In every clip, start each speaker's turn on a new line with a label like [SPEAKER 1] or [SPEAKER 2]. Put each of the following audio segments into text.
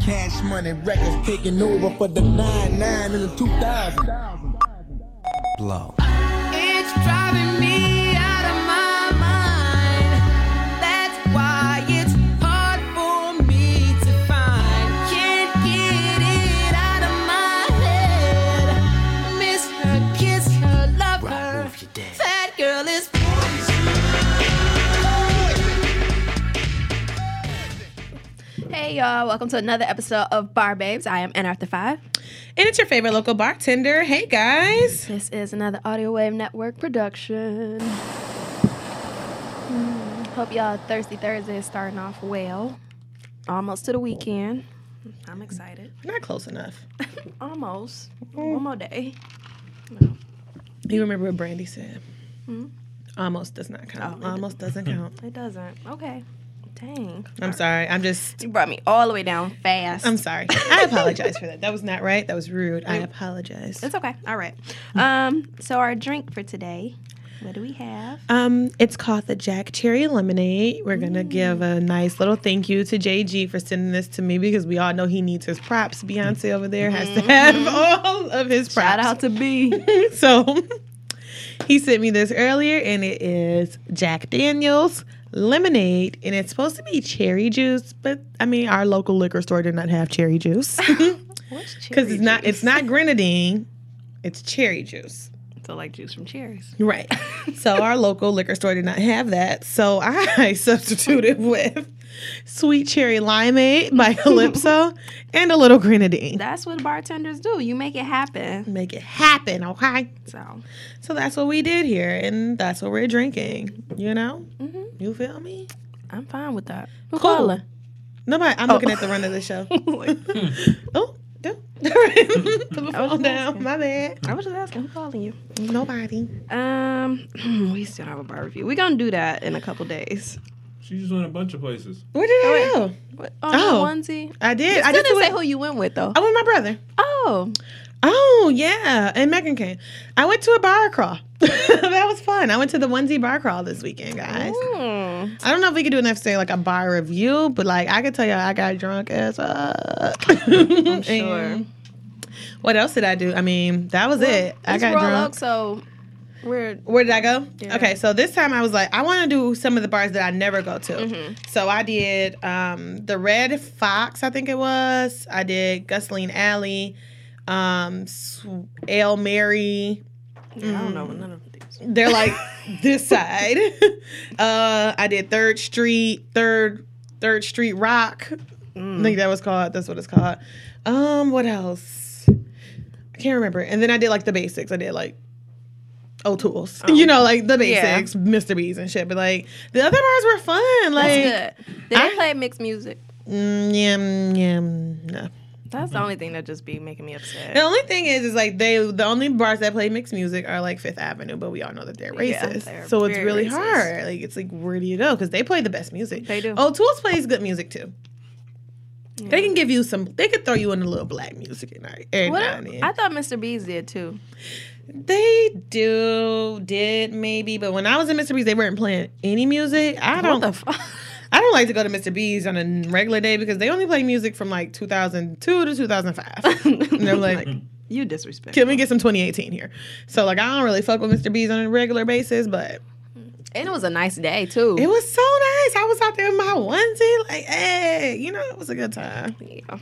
[SPEAKER 1] Cash money records taking over for the 9-9 in the 2000. Blow.
[SPEAKER 2] It's driving me out of my mind. That's why it's hard for me to find. Can't get it out of my head. Miss her, kiss her, love her. That girl is
[SPEAKER 3] Hey y'all, welcome to another episode of Bar Babes. I am N after five.
[SPEAKER 4] And it's your favorite local bartender. Hey guys.
[SPEAKER 3] This is another Audio Wave Network production. Mm, Hope y'all Thirsty Thursday is starting off well. Almost to the weekend. I'm excited. Mm.
[SPEAKER 4] Not close enough.
[SPEAKER 3] Almost. One more day.
[SPEAKER 4] You remember what Brandy said?
[SPEAKER 3] Hmm?
[SPEAKER 4] Almost does not
[SPEAKER 3] Oh,
[SPEAKER 4] count. Almost doesn't count.
[SPEAKER 3] It doesn't. Okay. Dang.
[SPEAKER 4] I'm sorry. I'm just.
[SPEAKER 3] You brought me all the way down fast.
[SPEAKER 4] I'm sorry. I apologize for that. That was not right. That was rude. I apologize.
[SPEAKER 3] it's okay. All right. Um, so our drink for today, what do we have?
[SPEAKER 4] Um, it's called the Jack Cherry Lemonade. We're
[SPEAKER 3] Mm.
[SPEAKER 4] gonna give a nice little thank you to JG for sending this to me because we all know he needs his props. Beyonce over there has to have all of his props.
[SPEAKER 3] Mm-hmm. Shout out to B.
[SPEAKER 4] so he sent me this earlier and it is Jack Daniels lemonade and it's supposed to be cherry juice but i mean our local liquor store did not have cherry juice because it's not it's not grenadine it's cherry juice
[SPEAKER 3] So like juice from cherries.
[SPEAKER 4] right so our local liquor store did not have that so i substituted with sweet cherry limeade by calypso and a little grenadine
[SPEAKER 3] That's what bartenders do. You make it happen.
[SPEAKER 4] make it happen okay
[SPEAKER 3] So
[SPEAKER 4] So that's what we did here, and that's what we're drinking. You know, you feel me?
[SPEAKER 3] mm-hmm. I'm fine with that. Who
[SPEAKER 4] Cool.
[SPEAKER 3] calling?
[SPEAKER 4] Nobody. I'm looking at the run of the show.
[SPEAKER 3] Like,
[SPEAKER 4] oh, no. All right. Put the phone down. My bad.
[SPEAKER 3] I was just asking who calling you.
[SPEAKER 4] Nobody.
[SPEAKER 3] Um, we still have a bar review. We're gonna do that in a couple days.
[SPEAKER 5] She just went a bunch of places.
[SPEAKER 4] Where did I
[SPEAKER 3] Oh,
[SPEAKER 4] go?
[SPEAKER 3] What, on oh,
[SPEAKER 4] Oh.
[SPEAKER 3] onesie.
[SPEAKER 4] I did.
[SPEAKER 3] I
[SPEAKER 4] I just
[SPEAKER 3] didn't say
[SPEAKER 4] went.
[SPEAKER 3] who you went with though.
[SPEAKER 4] I went with my brother.
[SPEAKER 3] Oh,
[SPEAKER 4] Oh yeah, and Megan came. I went to a bar crawl. that was fun. I went to the onesie bar crawl this weekend, guys.
[SPEAKER 3] Hmm.
[SPEAKER 4] I don't know if we could do an episode like a bar review, but like I could tell y'all I got drunk as fuck. I'm
[SPEAKER 3] sure.
[SPEAKER 4] What else did I do? I mean, that was it. I
[SPEAKER 3] It's
[SPEAKER 4] got
[SPEAKER 3] Royal
[SPEAKER 4] drunk.
[SPEAKER 3] Oak, so we're
[SPEAKER 4] Where did I go?
[SPEAKER 3] Yeah.
[SPEAKER 4] Okay, so this time I was like, I want to do some of the bars that I never go to. So I did um, the Red Fox, I think it was. I did Gusling Alley, um, Sw- Ale Mary.
[SPEAKER 3] I
[SPEAKER 4] Mm.
[SPEAKER 3] don't know what none of these.
[SPEAKER 4] They're like this side. Uh, I did Third Street, Third Third Street Rock. I think that was called. That's what it's called. Um, what else? I can't remember. And then I did like the basics. I did like O'Toole's. You know, like the
[SPEAKER 3] Oh. Yeah.
[SPEAKER 4] basics, Mr. B's and shit. But like the other bars were fun. Like
[SPEAKER 3] That's good. Did they
[SPEAKER 4] I-
[SPEAKER 3] play mixed music?
[SPEAKER 4] mm, yum yum. No.
[SPEAKER 3] That's the only thing that just be making me upset.
[SPEAKER 4] The only thing is, is like they the only bars that play mixed music are like Fifth Avenue, but we all know that they're
[SPEAKER 3] Yeah,
[SPEAKER 4] racist,
[SPEAKER 3] they're
[SPEAKER 4] so it's
[SPEAKER 3] very
[SPEAKER 4] really
[SPEAKER 3] racist.
[SPEAKER 4] hard. Like it's like where do you go? Because they play the best music.
[SPEAKER 3] They do.
[SPEAKER 4] O'Toole's plays good music too. They can give you some. They could throw you in a little black music at night. every
[SPEAKER 3] What
[SPEAKER 4] now
[SPEAKER 3] I,
[SPEAKER 4] and then.
[SPEAKER 3] I thought Mr. B's did too.
[SPEAKER 4] they do did maybe, but when I was in Mr. B's, they weren't playing any music. I don't.
[SPEAKER 3] What the fuck?
[SPEAKER 4] I don't like to go to Mr. B's on a regular day because they only play music from like 2002 to 2005. and they're like,
[SPEAKER 3] you disrespect.
[SPEAKER 4] can we get some 2018 here? So like I don't really fuck with Mr. B's on a regular basis, but
[SPEAKER 3] And it was a nice day too.
[SPEAKER 4] it was so nice. I was out there in my onesie, like hey, you know, it was a good time.
[SPEAKER 3] Yeah.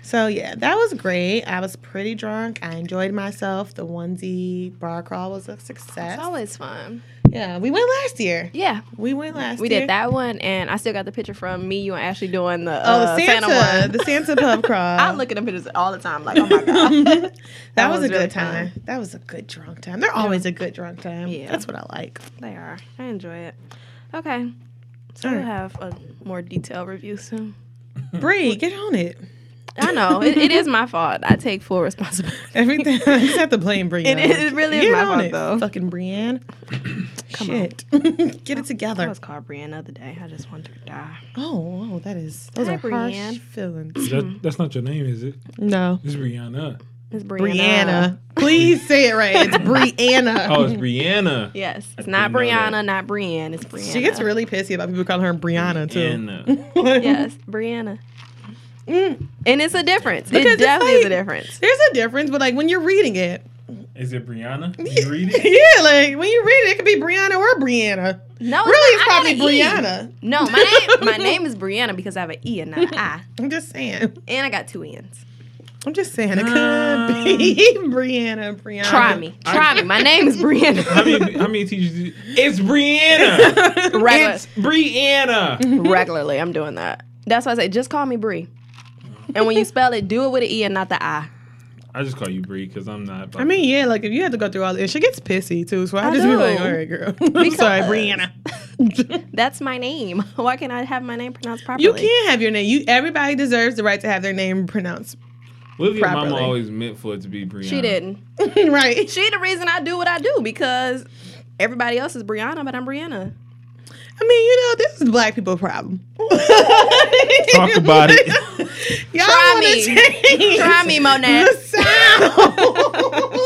[SPEAKER 4] So yeah, that was great. I was pretty drunk. I enjoyed myself. The onesie bar crawl was a success.
[SPEAKER 3] It's always fun.
[SPEAKER 4] Yeah, we went last year.
[SPEAKER 3] Yeah.
[SPEAKER 4] We went last
[SPEAKER 3] We
[SPEAKER 4] year.
[SPEAKER 3] did that one, and I still got the picture from me, you, and Ashley doing the
[SPEAKER 4] Oh,
[SPEAKER 3] uh,
[SPEAKER 4] the Santa,
[SPEAKER 3] Santa, one.
[SPEAKER 4] the Santa pub crawl.
[SPEAKER 3] I look at them pictures all the time, like, oh my god,
[SPEAKER 4] that,
[SPEAKER 3] That
[SPEAKER 4] was,
[SPEAKER 3] was
[SPEAKER 4] a
[SPEAKER 3] really
[SPEAKER 4] good time. That was a good drunk time. They're always a good drunk time.
[SPEAKER 3] Yeah.
[SPEAKER 4] That's what I like.
[SPEAKER 3] they are. I enjoy it. Okay, so
[SPEAKER 4] All
[SPEAKER 3] we'll
[SPEAKER 4] right.
[SPEAKER 3] have a more detailed review soon.
[SPEAKER 4] Bree, get on it.
[SPEAKER 3] I know it, it is my fault. I take full responsibility.
[SPEAKER 4] Everything I just have to blame Brianne.
[SPEAKER 3] It is- it really is
[SPEAKER 4] Get
[SPEAKER 3] my
[SPEAKER 4] on
[SPEAKER 3] fault,
[SPEAKER 4] it,
[SPEAKER 3] though.
[SPEAKER 4] Fucking Brianne. Come Shit. Get it
[SPEAKER 3] I
[SPEAKER 4] together.
[SPEAKER 3] was called Brienne the other day. I just wanted to die.
[SPEAKER 4] Oh, oh, that is those
[SPEAKER 3] Hi,
[SPEAKER 4] are harsh
[SPEAKER 3] Brianne.
[SPEAKER 4] feelings.
[SPEAKER 5] That, that's not your name, is it?
[SPEAKER 4] No.
[SPEAKER 5] It's Brianna.
[SPEAKER 3] It's Brianna.
[SPEAKER 4] Brianna. Please say it right. It's Brianna.
[SPEAKER 5] Oh, it's Brianna.
[SPEAKER 3] Yes, it's not
[SPEAKER 5] didn't know
[SPEAKER 3] Brianna,
[SPEAKER 5] that.
[SPEAKER 3] not Brienne. It's Brianna.
[SPEAKER 4] She gets really pissy about people calling her Brianna too.
[SPEAKER 5] Brianna.
[SPEAKER 3] yes, Brianna. And it's a difference.
[SPEAKER 4] Mm. Because
[SPEAKER 3] it
[SPEAKER 4] it's
[SPEAKER 3] definitely is a
[SPEAKER 4] like-
[SPEAKER 3] difference.
[SPEAKER 4] There's a difference, but like when you're reading it,
[SPEAKER 5] Is it Brianna? You read it?
[SPEAKER 4] yeah, like when you read it, it could be Brianna or Brianna.
[SPEAKER 3] No,
[SPEAKER 4] really, it's
[SPEAKER 3] not- Oh, I
[SPEAKER 4] probably
[SPEAKER 3] got an E.
[SPEAKER 4] Brianna.
[SPEAKER 3] No, my name, my name is Brianna because I have an E and not an I,
[SPEAKER 4] I'm just saying.
[SPEAKER 3] and I got two N's.
[SPEAKER 4] I'm just saying it
[SPEAKER 5] Um,
[SPEAKER 4] could be Brianna. Brianna.
[SPEAKER 3] Try me, try me. My name is
[SPEAKER 5] How
[SPEAKER 3] Brianna.
[SPEAKER 5] many, how many teachers? Do you, it's Brianna.
[SPEAKER 3] Regular,
[SPEAKER 5] It's Brianna.
[SPEAKER 3] regularly, I'm doing that. That's why I say just call me Bree. And when you spell it, do it with an E and not the I.
[SPEAKER 5] I just call you Bree because I'm not.
[SPEAKER 4] I mean, yeah, like if you had to go through all this, she gets pissy too. So I,
[SPEAKER 3] I
[SPEAKER 4] just be like,
[SPEAKER 3] do.
[SPEAKER 4] all right, girl. I'm sorry, Brianna.
[SPEAKER 3] That's my name. Why can't I have my name pronounced properly?
[SPEAKER 4] You can't have your name. You everybody deserves the right to have their name pronounced.
[SPEAKER 5] what if your mama
[SPEAKER 4] properly.
[SPEAKER 5] always meant for it to be Brianna?
[SPEAKER 3] She didn't.
[SPEAKER 4] right.
[SPEAKER 3] She the reason I do what I do because everybody else is Brianna, but I'm Brianna.
[SPEAKER 4] I mean, you know, this is black people problem.
[SPEAKER 5] Talk about it.
[SPEAKER 4] Y'all
[SPEAKER 3] Try
[SPEAKER 4] wanna
[SPEAKER 3] me.
[SPEAKER 4] change
[SPEAKER 3] Try me, Monet.
[SPEAKER 4] The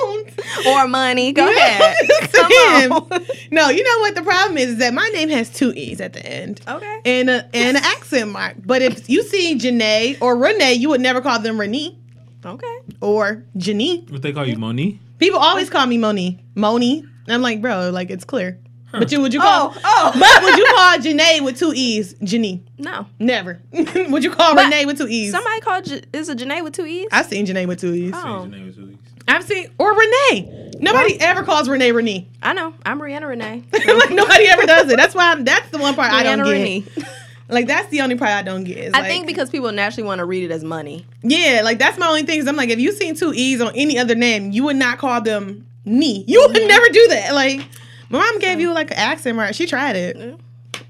[SPEAKER 4] sound.
[SPEAKER 3] Or money. Go ahead. Come
[SPEAKER 4] Damn.
[SPEAKER 3] on.
[SPEAKER 4] No, you know what the problem is, is that my name has two E's at the end.
[SPEAKER 3] Okay.
[SPEAKER 4] And a, and an accent mark. But if you see Janae or Renee, you would never call them Renee
[SPEAKER 3] Okay.
[SPEAKER 4] or Janine.
[SPEAKER 5] What they call you, Monique?
[SPEAKER 4] People always call me Moni. Moni. And I'm like, bro, like it's clear. But you would you call
[SPEAKER 3] oh.
[SPEAKER 4] But would you call Janae with two E's Janine?
[SPEAKER 3] No.
[SPEAKER 4] Never. would you call
[SPEAKER 3] But
[SPEAKER 4] Renee with two E's?
[SPEAKER 3] Somebody called J- is a Janae with two E's.
[SPEAKER 4] I've seen Janae with two E's.
[SPEAKER 5] Change your
[SPEAKER 3] oh,
[SPEAKER 5] name to Elise.
[SPEAKER 4] I've seen or Renee. Nobody ever calls Renee Renee.
[SPEAKER 3] I know. I'm Brianna Renee.
[SPEAKER 4] like nobody ever does it. That's why I'm, that's the one part I don't
[SPEAKER 3] Brianna
[SPEAKER 4] get.
[SPEAKER 3] Renee.
[SPEAKER 4] Like that's the only part I don't get. Is
[SPEAKER 3] I
[SPEAKER 4] like,
[SPEAKER 3] think because people naturally want to read it as money.
[SPEAKER 4] yeah, like that's my only thing. Is I'm like, if you seen two E's on any other name, you would not call them me. You would never do that. Like my mom gave you like an accent right. She tried it.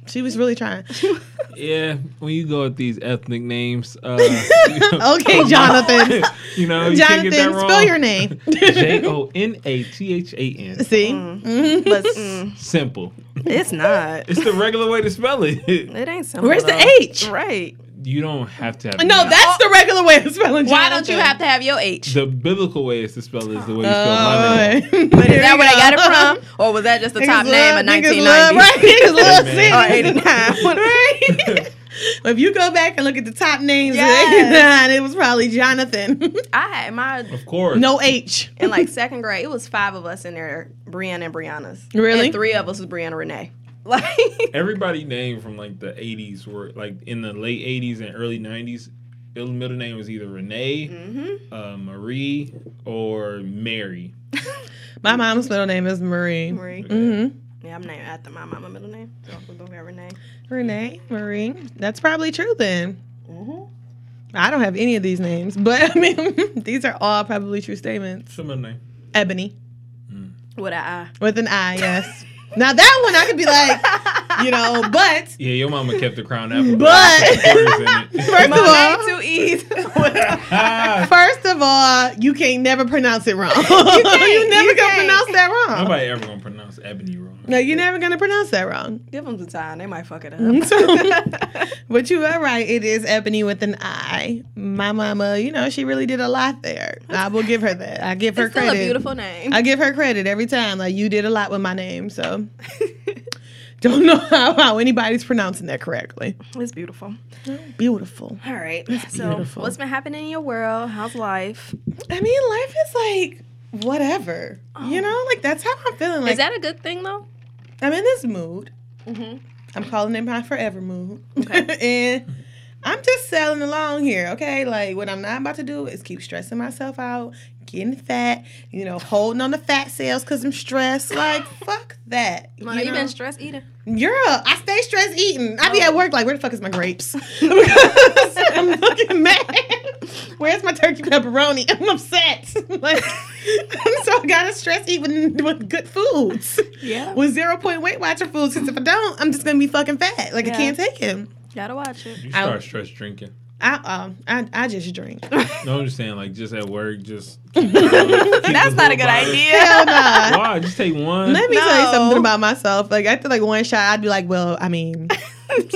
[SPEAKER 4] She was really trying.
[SPEAKER 3] Oh
[SPEAKER 5] Yeah, when you go with these ethnic names, uh,
[SPEAKER 4] Okay, Oh, Jonathan.
[SPEAKER 5] you know, you
[SPEAKER 4] Jonathan,
[SPEAKER 5] can't get that wrong.
[SPEAKER 4] spell your name.
[SPEAKER 5] J O N A T H A N.
[SPEAKER 4] See,
[SPEAKER 3] Mm-hmm. But mm,
[SPEAKER 5] Simple.
[SPEAKER 3] it's not.
[SPEAKER 5] It's the regular way to spell it.
[SPEAKER 3] It ain't simple.
[SPEAKER 4] where's the
[SPEAKER 3] though.
[SPEAKER 4] H?
[SPEAKER 3] Right.
[SPEAKER 5] You don't have to have.
[SPEAKER 4] No,
[SPEAKER 5] that.
[SPEAKER 4] that's the regular way of spelling.
[SPEAKER 3] Why don't you have to have your H?
[SPEAKER 5] the biblical way is to spell it is the way you spell my name.
[SPEAKER 4] Oh,
[SPEAKER 3] Is that where they got it from? Uh-huh. Or was that just the top name of 1990?
[SPEAKER 4] Niggas love
[SPEAKER 5] Amen.
[SPEAKER 4] singing.
[SPEAKER 5] Or
[SPEAKER 3] 89.
[SPEAKER 4] Right? If you go back and look at the top names
[SPEAKER 3] Yes.
[SPEAKER 4] of 89, it was probably Jonathan.
[SPEAKER 3] I had my
[SPEAKER 5] Of course.
[SPEAKER 4] no H.
[SPEAKER 3] in like second grade. It was five of us in there, Brianna and Brianna's.
[SPEAKER 4] Really?
[SPEAKER 3] And three of us was Brianna Renee. Like
[SPEAKER 5] Everybody named from like the 80s were like in the late 80s and early 90s. The middle name was either Renee, uh, Marie, or Mary.
[SPEAKER 4] My mom's middle name is Marie.
[SPEAKER 3] Marie.
[SPEAKER 4] Mm-hmm.
[SPEAKER 3] Yeah, I'm named after my mama middle name. So we both got Renee.
[SPEAKER 4] Renee, Marie. That's probably true then.
[SPEAKER 3] Mhm.
[SPEAKER 4] I don't have any of these names, but I mean, these are all probably true statements.
[SPEAKER 5] What's your middle name?
[SPEAKER 4] Ebony
[SPEAKER 3] With an I.
[SPEAKER 4] with an I, yes. now that one I could be like, you know, but
[SPEAKER 5] Yeah, your mama kept the crown apple.
[SPEAKER 4] But-
[SPEAKER 5] But.
[SPEAKER 4] first of all,
[SPEAKER 3] Renee two E's.
[SPEAKER 5] Ah,
[SPEAKER 4] First of all, you can't never pronounce it wrong. you, never gonna
[SPEAKER 3] You can't.
[SPEAKER 4] pronounce that wrong.
[SPEAKER 5] Nobody ever gonna pronounce Ebony wrong.
[SPEAKER 4] No, you're never gonna pronounce that wrong.
[SPEAKER 3] Give them some time. They might fuck it
[SPEAKER 4] Mm-hmm.
[SPEAKER 3] up.
[SPEAKER 4] but you are right. It is Ebony with an I. My mama, you know, she really did a lot there. I will give her that. I give her
[SPEAKER 3] It's still
[SPEAKER 4] credit.
[SPEAKER 3] a beautiful name.
[SPEAKER 4] I give her credit every time. Like you did a lot with my name, so don't know how, how anybody's pronouncing that correctly.
[SPEAKER 3] it's beautiful.
[SPEAKER 4] Beautiful.
[SPEAKER 3] All right. So
[SPEAKER 4] beautiful.
[SPEAKER 3] what's been happening in your world? How's life?
[SPEAKER 4] I mean, life is like whatever. You know, like that's how I'm feeling. Like
[SPEAKER 3] Is that a good thing though?
[SPEAKER 4] I'm in this mood. Mm-hmm.
[SPEAKER 3] Mhm.
[SPEAKER 4] I'm calling it my forever mood.
[SPEAKER 3] Okay.
[SPEAKER 4] and I'm just sailing along here, okay? Like, what I'm not about to do is keep stressing myself out, getting fat, you know, holding on the fat sales because I'm stressed. Like, fuck that. You
[SPEAKER 3] Mona, you,
[SPEAKER 4] know?
[SPEAKER 3] been stress eating.
[SPEAKER 4] Girl, I stay stressed eating. I
[SPEAKER 3] Oh.
[SPEAKER 4] be at work like, where the fuck is my grapes? Because I'm fucking mad. Where's my turkey pepperoni? I'm upset. like, so I gotta stress eat with, with good foods.
[SPEAKER 3] Yeah.
[SPEAKER 4] With zero point Weight Watcher foods, since if I don't, I'm just gonna be fucking fat. Like
[SPEAKER 3] Yeah.
[SPEAKER 4] I can't take it.
[SPEAKER 3] Gotta watch it.
[SPEAKER 5] You
[SPEAKER 4] I-
[SPEAKER 5] start stress drinking.
[SPEAKER 4] I um I, I just drink.
[SPEAKER 5] No, I'm just saying, like, just at work, just.
[SPEAKER 3] That's not a good idea.
[SPEAKER 4] Hell nah.
[SPEAKER 5] Why? Just take one.
[SPEAKER 4] Let me tell you
[SPEAKER 3] No.
[SPEAKER 4] something about myself. Like after like one shot, I'd be like, well, I mean,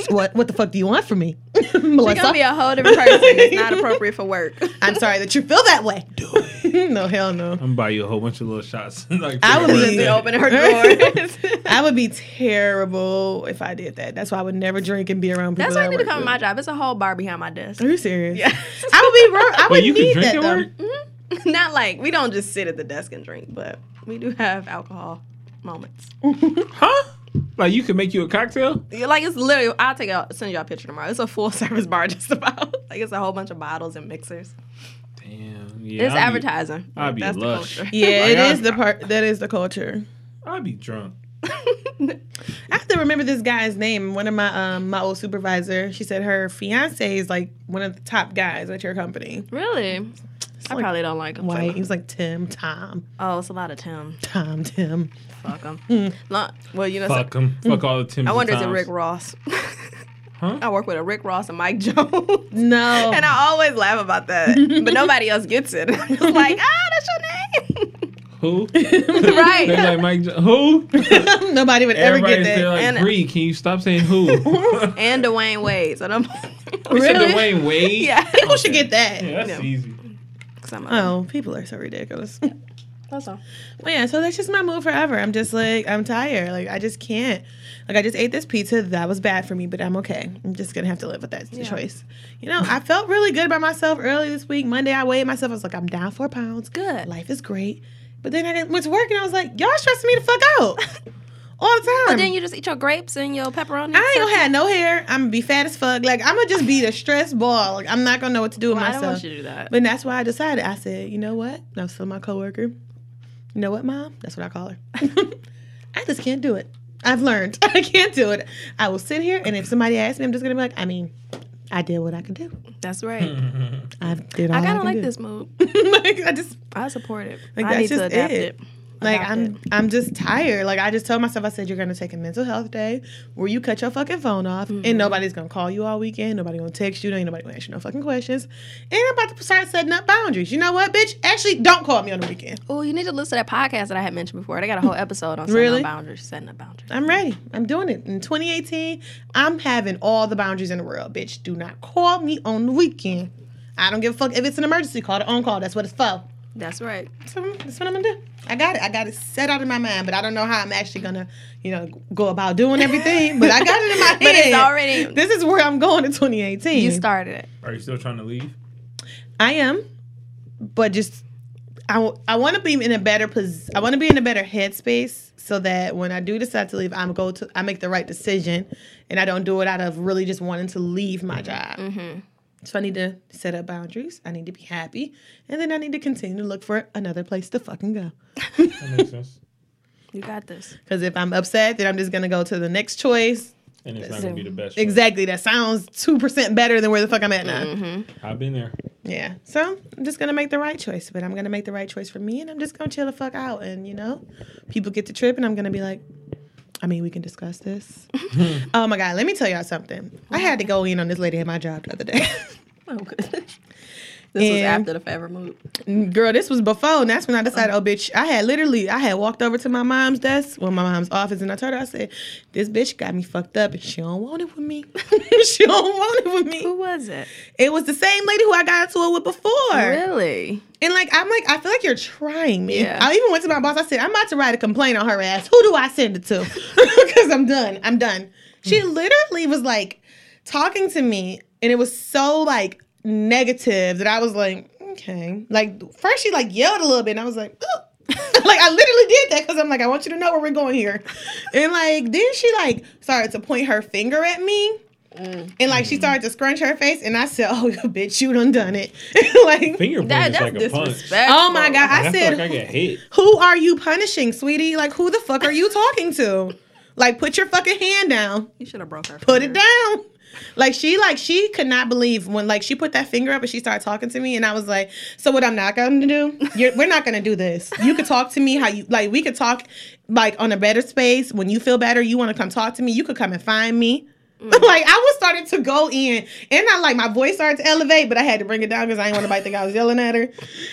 [SPEAKER 4] what what the fuck do you want from me,
[SPEAKER 3] She's gonna be
[SPEAKER 4] Melissa?
[SPEAKER 3] a whole different person. It's not appropriate for work.
[SPEAKER 4] I'm sorry that you feel that way. no, hell no.
[SPEAKER 5] I'm gonna buy you a whole bunch of little shots. like,
[SPEAKER 4] I
[SPEAKER 5] for
[SPEAKER 4] would
[SPEAKER 5] your
[SPEAKER 4] be-
[SPEAKER 5] birthday.
[SPEAKER 3] Open her doors.
[SPEAKER 4] I would be terrible if I did that. That's why I would never drink and be around people.
[SPEAKER 3] That's why I
[SPEAKER 4] that
[SPEAKER 3] need to
[SPEAKER 4] work
[SPEAKER 3] come to
[SPEAKER 4] with.
[SPEAKER 3] my job. It's a whole bar behind my desk.
[SPEAKER 4] Are you serious? I
[SPEAKER 3] Yeah.
[SPEAKER 4] would be. wrong. I
[SPEAKER 5] Wait,
[SPEAKER 4] would
[SPEAKER 5] you
[SPEAKER 4] need
[SPEAKER 5] can drink
[SPEAKER 4] that
[SPEAKER 5] at
[SPEAKER 4] though.
[SPEAKER 5] work?
[SPEAKER 3] not like we don't just sit at the desk and drink, but we do have alcohol moments.
[SPEAKER 5] Huh? Like you can make you a cocktail?
[SPEAKER 3] Yeah, Like it's literally, I'll take out send y'all a picture tomorrow. It's a full service bar, just about. Like it's a whole bunch of bottles and mixers.
[SPEAKER 5] Damn. Yeah.
[SPEAKER 3] it's
[SPEAKER 5] I'd be-
[SPEAKER 3] advertising.
[SPEAKER 5] I'll be
[SPEAKER 3] That's the
[SPEAKER 5] lush.
[SPEAKER 3] culture.
[SPEAKER 4] Yeah,
[SPEAKER 5] Like,
[SPEAKER 4] it
[SPEAKER 5] I-
[SPEAKER 4] is the part that is the culture.
[SPEAKER 5] I'd be drunk.
[SPEAKER 4] I have to remember this guy's name. One of my um my old supervisor, she said her fiance is like one of the top guys at your company.
[SPEAKER 3] Really, I
[SPEAKER 4] like
[SPEAKER 3] probably don't like them.
[SPEAKER 4] White. He was like Tim, Tom,
[SPEAKER 3] Oh, it's a lot of Tim.
[SPEAKER 4] Tom, Tim.
[SPEAKER 3] Fuck them.
[SPEAKER 5] Mm.
[SPEAKER 3] well, you know, so-
[SPEAKER 5] Fuck them. Fuck all the Tim's.
[SPEAKER 3] I wonder is it
[SPEAKER 5] and
[SPEAKER 3] Rick
[SPEAKER 5] Toms.
[SPEAKER 3] Ross?
[SPEAKER 5] Huh?
[SPEAKER 3] I work with a Rick Ross and Mike Jones.
[SPEAKER 4] No.
[SPEAKER 3] And I always laugh about that, but nobody else gets it. It's like, ah, that's your name,
[SPEAKER 5] Who?
[SPEAKER 3] right?
[SPEAKER 5] They like Mike. Jo- Who?
[SPEAKER 4] Nobody would ever
[SPEAKER 5] Everybody's
[SPEAKER 4] get
[SPEAKER 5] there
[SPEAKER 4] that.
[SPEAKER 5] like
[SPEAKER 3] And-
[SPEAKER 5] Bree. Can you stop saying who? really?
[SPEAKER 3] and Dwayne Wade. So them,
[SPEAKER 5] Dwayne Wade.
[SPEAKER 3] yeah,
[SPEAKER 4] People should get that.
[SPEAKER 5] Yeah, that's
[SPEAKER 3] Yeah.
[SPEAKER 5] easy.
[SPEAKER 3] Some of them.
[SPEAKER 4] Oh, people are so ridiculous.
[SPEAKER 3] That's all.
[SPEAKER 4] Well, yeah, so that's just my mood forever. I'm just like, I'm tired. Like, I just can't. Like, I just ate this pizza. That was bad for me, but I'm okay. I'm just going to have to live with that choice. You know, I felt really good about myself early this week. Monday, I weighed myself. I was like, I'm down four pounds.
[SPEAKER 3] Good.
[SPEAKER 4] Life is great. But then I didn't- went to work and I was like, y'all stressing me the fuck out all the time.
[SPEAKER 3] But then you just eat your grapes and your pepperoni.
[SPEAKER 4] I ain't gonna have no hair. I'm gonna be fat as fuck. Like, I'm gonna just be the stress ball. Like, I'm not gonna know what to do with
[SPEAKER 3] I
[SPEAKER 4] myself.
[SPEAKER 3] don't want you to do that.
[SPEAKER 4] But that's why I decided. I said, you know what? I was telling my coworker, you know what, mom? That's what I call her. I just can't do it. I've learned. I can't do it. I will sit here, and if somebody asks me, I'm just gonna be like, I mean, I did what I could do.
[SPEAKER 3] That's right.
[SPEAKER 4] I did all
[SPEAKER 3] I
[SPEAKER 4] I
[SPEAKER 3] kind
[SPEAKER 4] can
[SPEAKER 3] of like
[SPEAKER 4] do.
[SPEAKER 3] this move.
[SPEAKER 4] like, I just
[SPEAKER 3] I support it.
[SPEAKER 4] Like,
[SPEAKER 3] I
[SPEAKER 4] that's
[SPEAKER 3] need to
[SPEAKER 4] just
[SPEAKER 3] adapt
[SPEAKER 4] it.
[SPEAKER 3] it.
[SPEAKER 4] like
[SPEAKER 3] Adopt
[SPEAKER 4] I'm
[SPEAKER 3] it.
[SPEAKER 4] I'm just tired. Like I just told myself, I said you're gonna take a mental health day where you cut your fucking phone off,
[SPEAKER 3] Mm-hmm.
[SPEAKER 4] and nobody's gonna call you all weekend. Nobody gonna text you. Ain't nobody gonna ask you no fucking questions. And I'm about to start setting up boundaries. You know what, bitch? Actually, don't call me on the weekend.
[SPEAKER 3] Oh, you need to listen to that podcast that I had mentioned before. They got a whole episode on setting
[SPEAKER 4] Really?
[SPEAKER 3] up boundaries. Setting up boundaries.
[SPEAKER 4] I'm ready. I'm doing it. In 2018, I'm having all the boundaries in the world. Bitch, do not call me on the weekend. I don't give a fuck if it's an emergency call, the on call. That's what it's for.
[SPEAKER 3] That's right.
[SPEAKER 4] So that's what I'm gonna do. I got it. I got it set out in my mind, but I don't know how I'm actually gonna, you know, go about doing everything. But I got it in my head.
[SPEAKER 3] But it's already-
[SPEAKER 4] This is where I'm going in 2018.
[SPEAKER 3] You started it.
[SPEAKER 5] Are you still trying to leave?
[SPEAKER 4] I am, but just I, w- I want to be in a better pos- I want to be in a better headspace so that when I do decide to leave, I'm go to I make the right decision, and I don't do it out of really just wanting to leave my job. So I need to set up boundaries. I need to be happy, and then I need to continue to look for another place to fucking go.
[SPEAKER 5] That makes sense.
[SPEAKER 3] You got this.
[SPEAKER 4] Because if I'm upset, then I'm just gonna go to the next choice.
[SPEAKER 5] And it's not gonna be the best. choice.
[SPEAKER 4] Exactly, that sounds two percent better than where the fuck I'm at now.
[SPEAKER 5] I've been there.
[SPEAKER 4] Yeah. So I'm just gonna make the right choice, but I'm gonna make the right choice for me, and I'm just gonna chill the fuck out. And you know, people get to trip, and I'm gonna be like, I mean, we can discuss this. oh my god, let me tell y'all something. I had to go in on this lady at my job the other day.
[SPEAKER 3] Oh, good. This was
[SPEAKER 4] And-
[SPEAKER 3] after the forever move.
[SPEAKER 4] Girl, this was before, and that's when I decided, oh bitch, I had literally, I had walked over to my mom's desk, well, my mom's office, and I told her, I said, this bitch got me fucked up, and she don't want it with me. she don't want it with
[SPEAKER 3] Who
[SPEAKER 4] me.
[SPEAKER 3] was it?
[SPEAKER 4] It was the same lady who I got into it with before.
[SPEAKER 3] Really?
[SPEAKER 4] And like I'm like I feel like you're trying me.
[SPEAKER 3] Yeah.
[SPEAKER 4] I even went to my boss. I said I'm about to write a complaint on her ass. Who do I send it to? Because I'm done. I'm done. She literally was like talking to me, and it was so like negative that I was like, okay. Like first she like yelled a little bit, and I was like, oh. like I literally did that because I'm like I want you to know where we're going here. And like then she like started to point her finger at me. And like she started to scrunch her face, and I said, "Oh, bitch, you done done it." like
[SPEAKER 5] Finger
[SPEAKER 3] That,
[SPEAKER 5] point
[SPEAKER 3] that's
[SPEAKER 5] is like a punch.
[SPEAKER 3] disrespectful.
[SPEAKER 4] Oh my god! I,
[SPEAKER 5] I, feel
[SPEAKER 4] said,
[SPEAKER 5] like I get hit.
[SPEAKER 4] "Who are you punishing, sweetie? Like, who the fuck are you talking to? Like, put your fucking hand down.
[SPEAKER 3] You should have broke her.
[SPEAKER 4] Put it down." Like she, like she could not believe when like she put that finger up and she started talking to me, and I was like, "So what? I'm not going to do? You're, we're not going to do this. You could talk to me how you like. We could talk like on a better space when you feel better. You want to come talk to me? You could come and find me."
[SPEAKER 2] Mm.
[SPEAKER 4] like I was starting to go in, and I like my voice started to elevate, but I had to bring it down because I didn't want nobody to think I was yelling at her.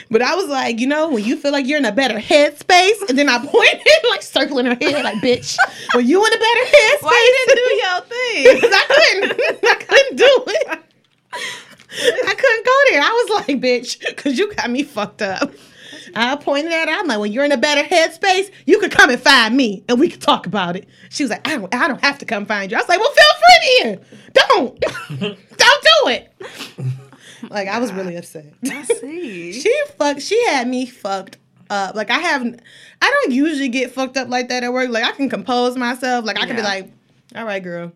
[SPEAKER 4] But I was like, you know, when you feel like you're in a better headspace, and then I pointed, like circling her head, like bitch, when you in a better headspace?
[SPEAKER 2] Why you didn't do your thing?
[SPEAKER 4] 'Cause I couldn't, I couldn't do it. I couldn't go there. I was like, bitch, because you got me fucked up. I pointed at her. I'm like, when you're in a better headspace, you could come and find me and we could talk about it. She was like, I don't, I don't have to come find you. I was like, well, feel free to here. Don't. don't do it. Like, I was really upset.
[SPEAKER 3] I see.
[SPEAKER 4] She fucked. She had me fucked up. Like I haven't. I don't usually get fucked up like that at work. Like I can compose myself. Like I can be
[SPEAKER 3] Yeah.
[SPEAKER 4] like, all right, girl.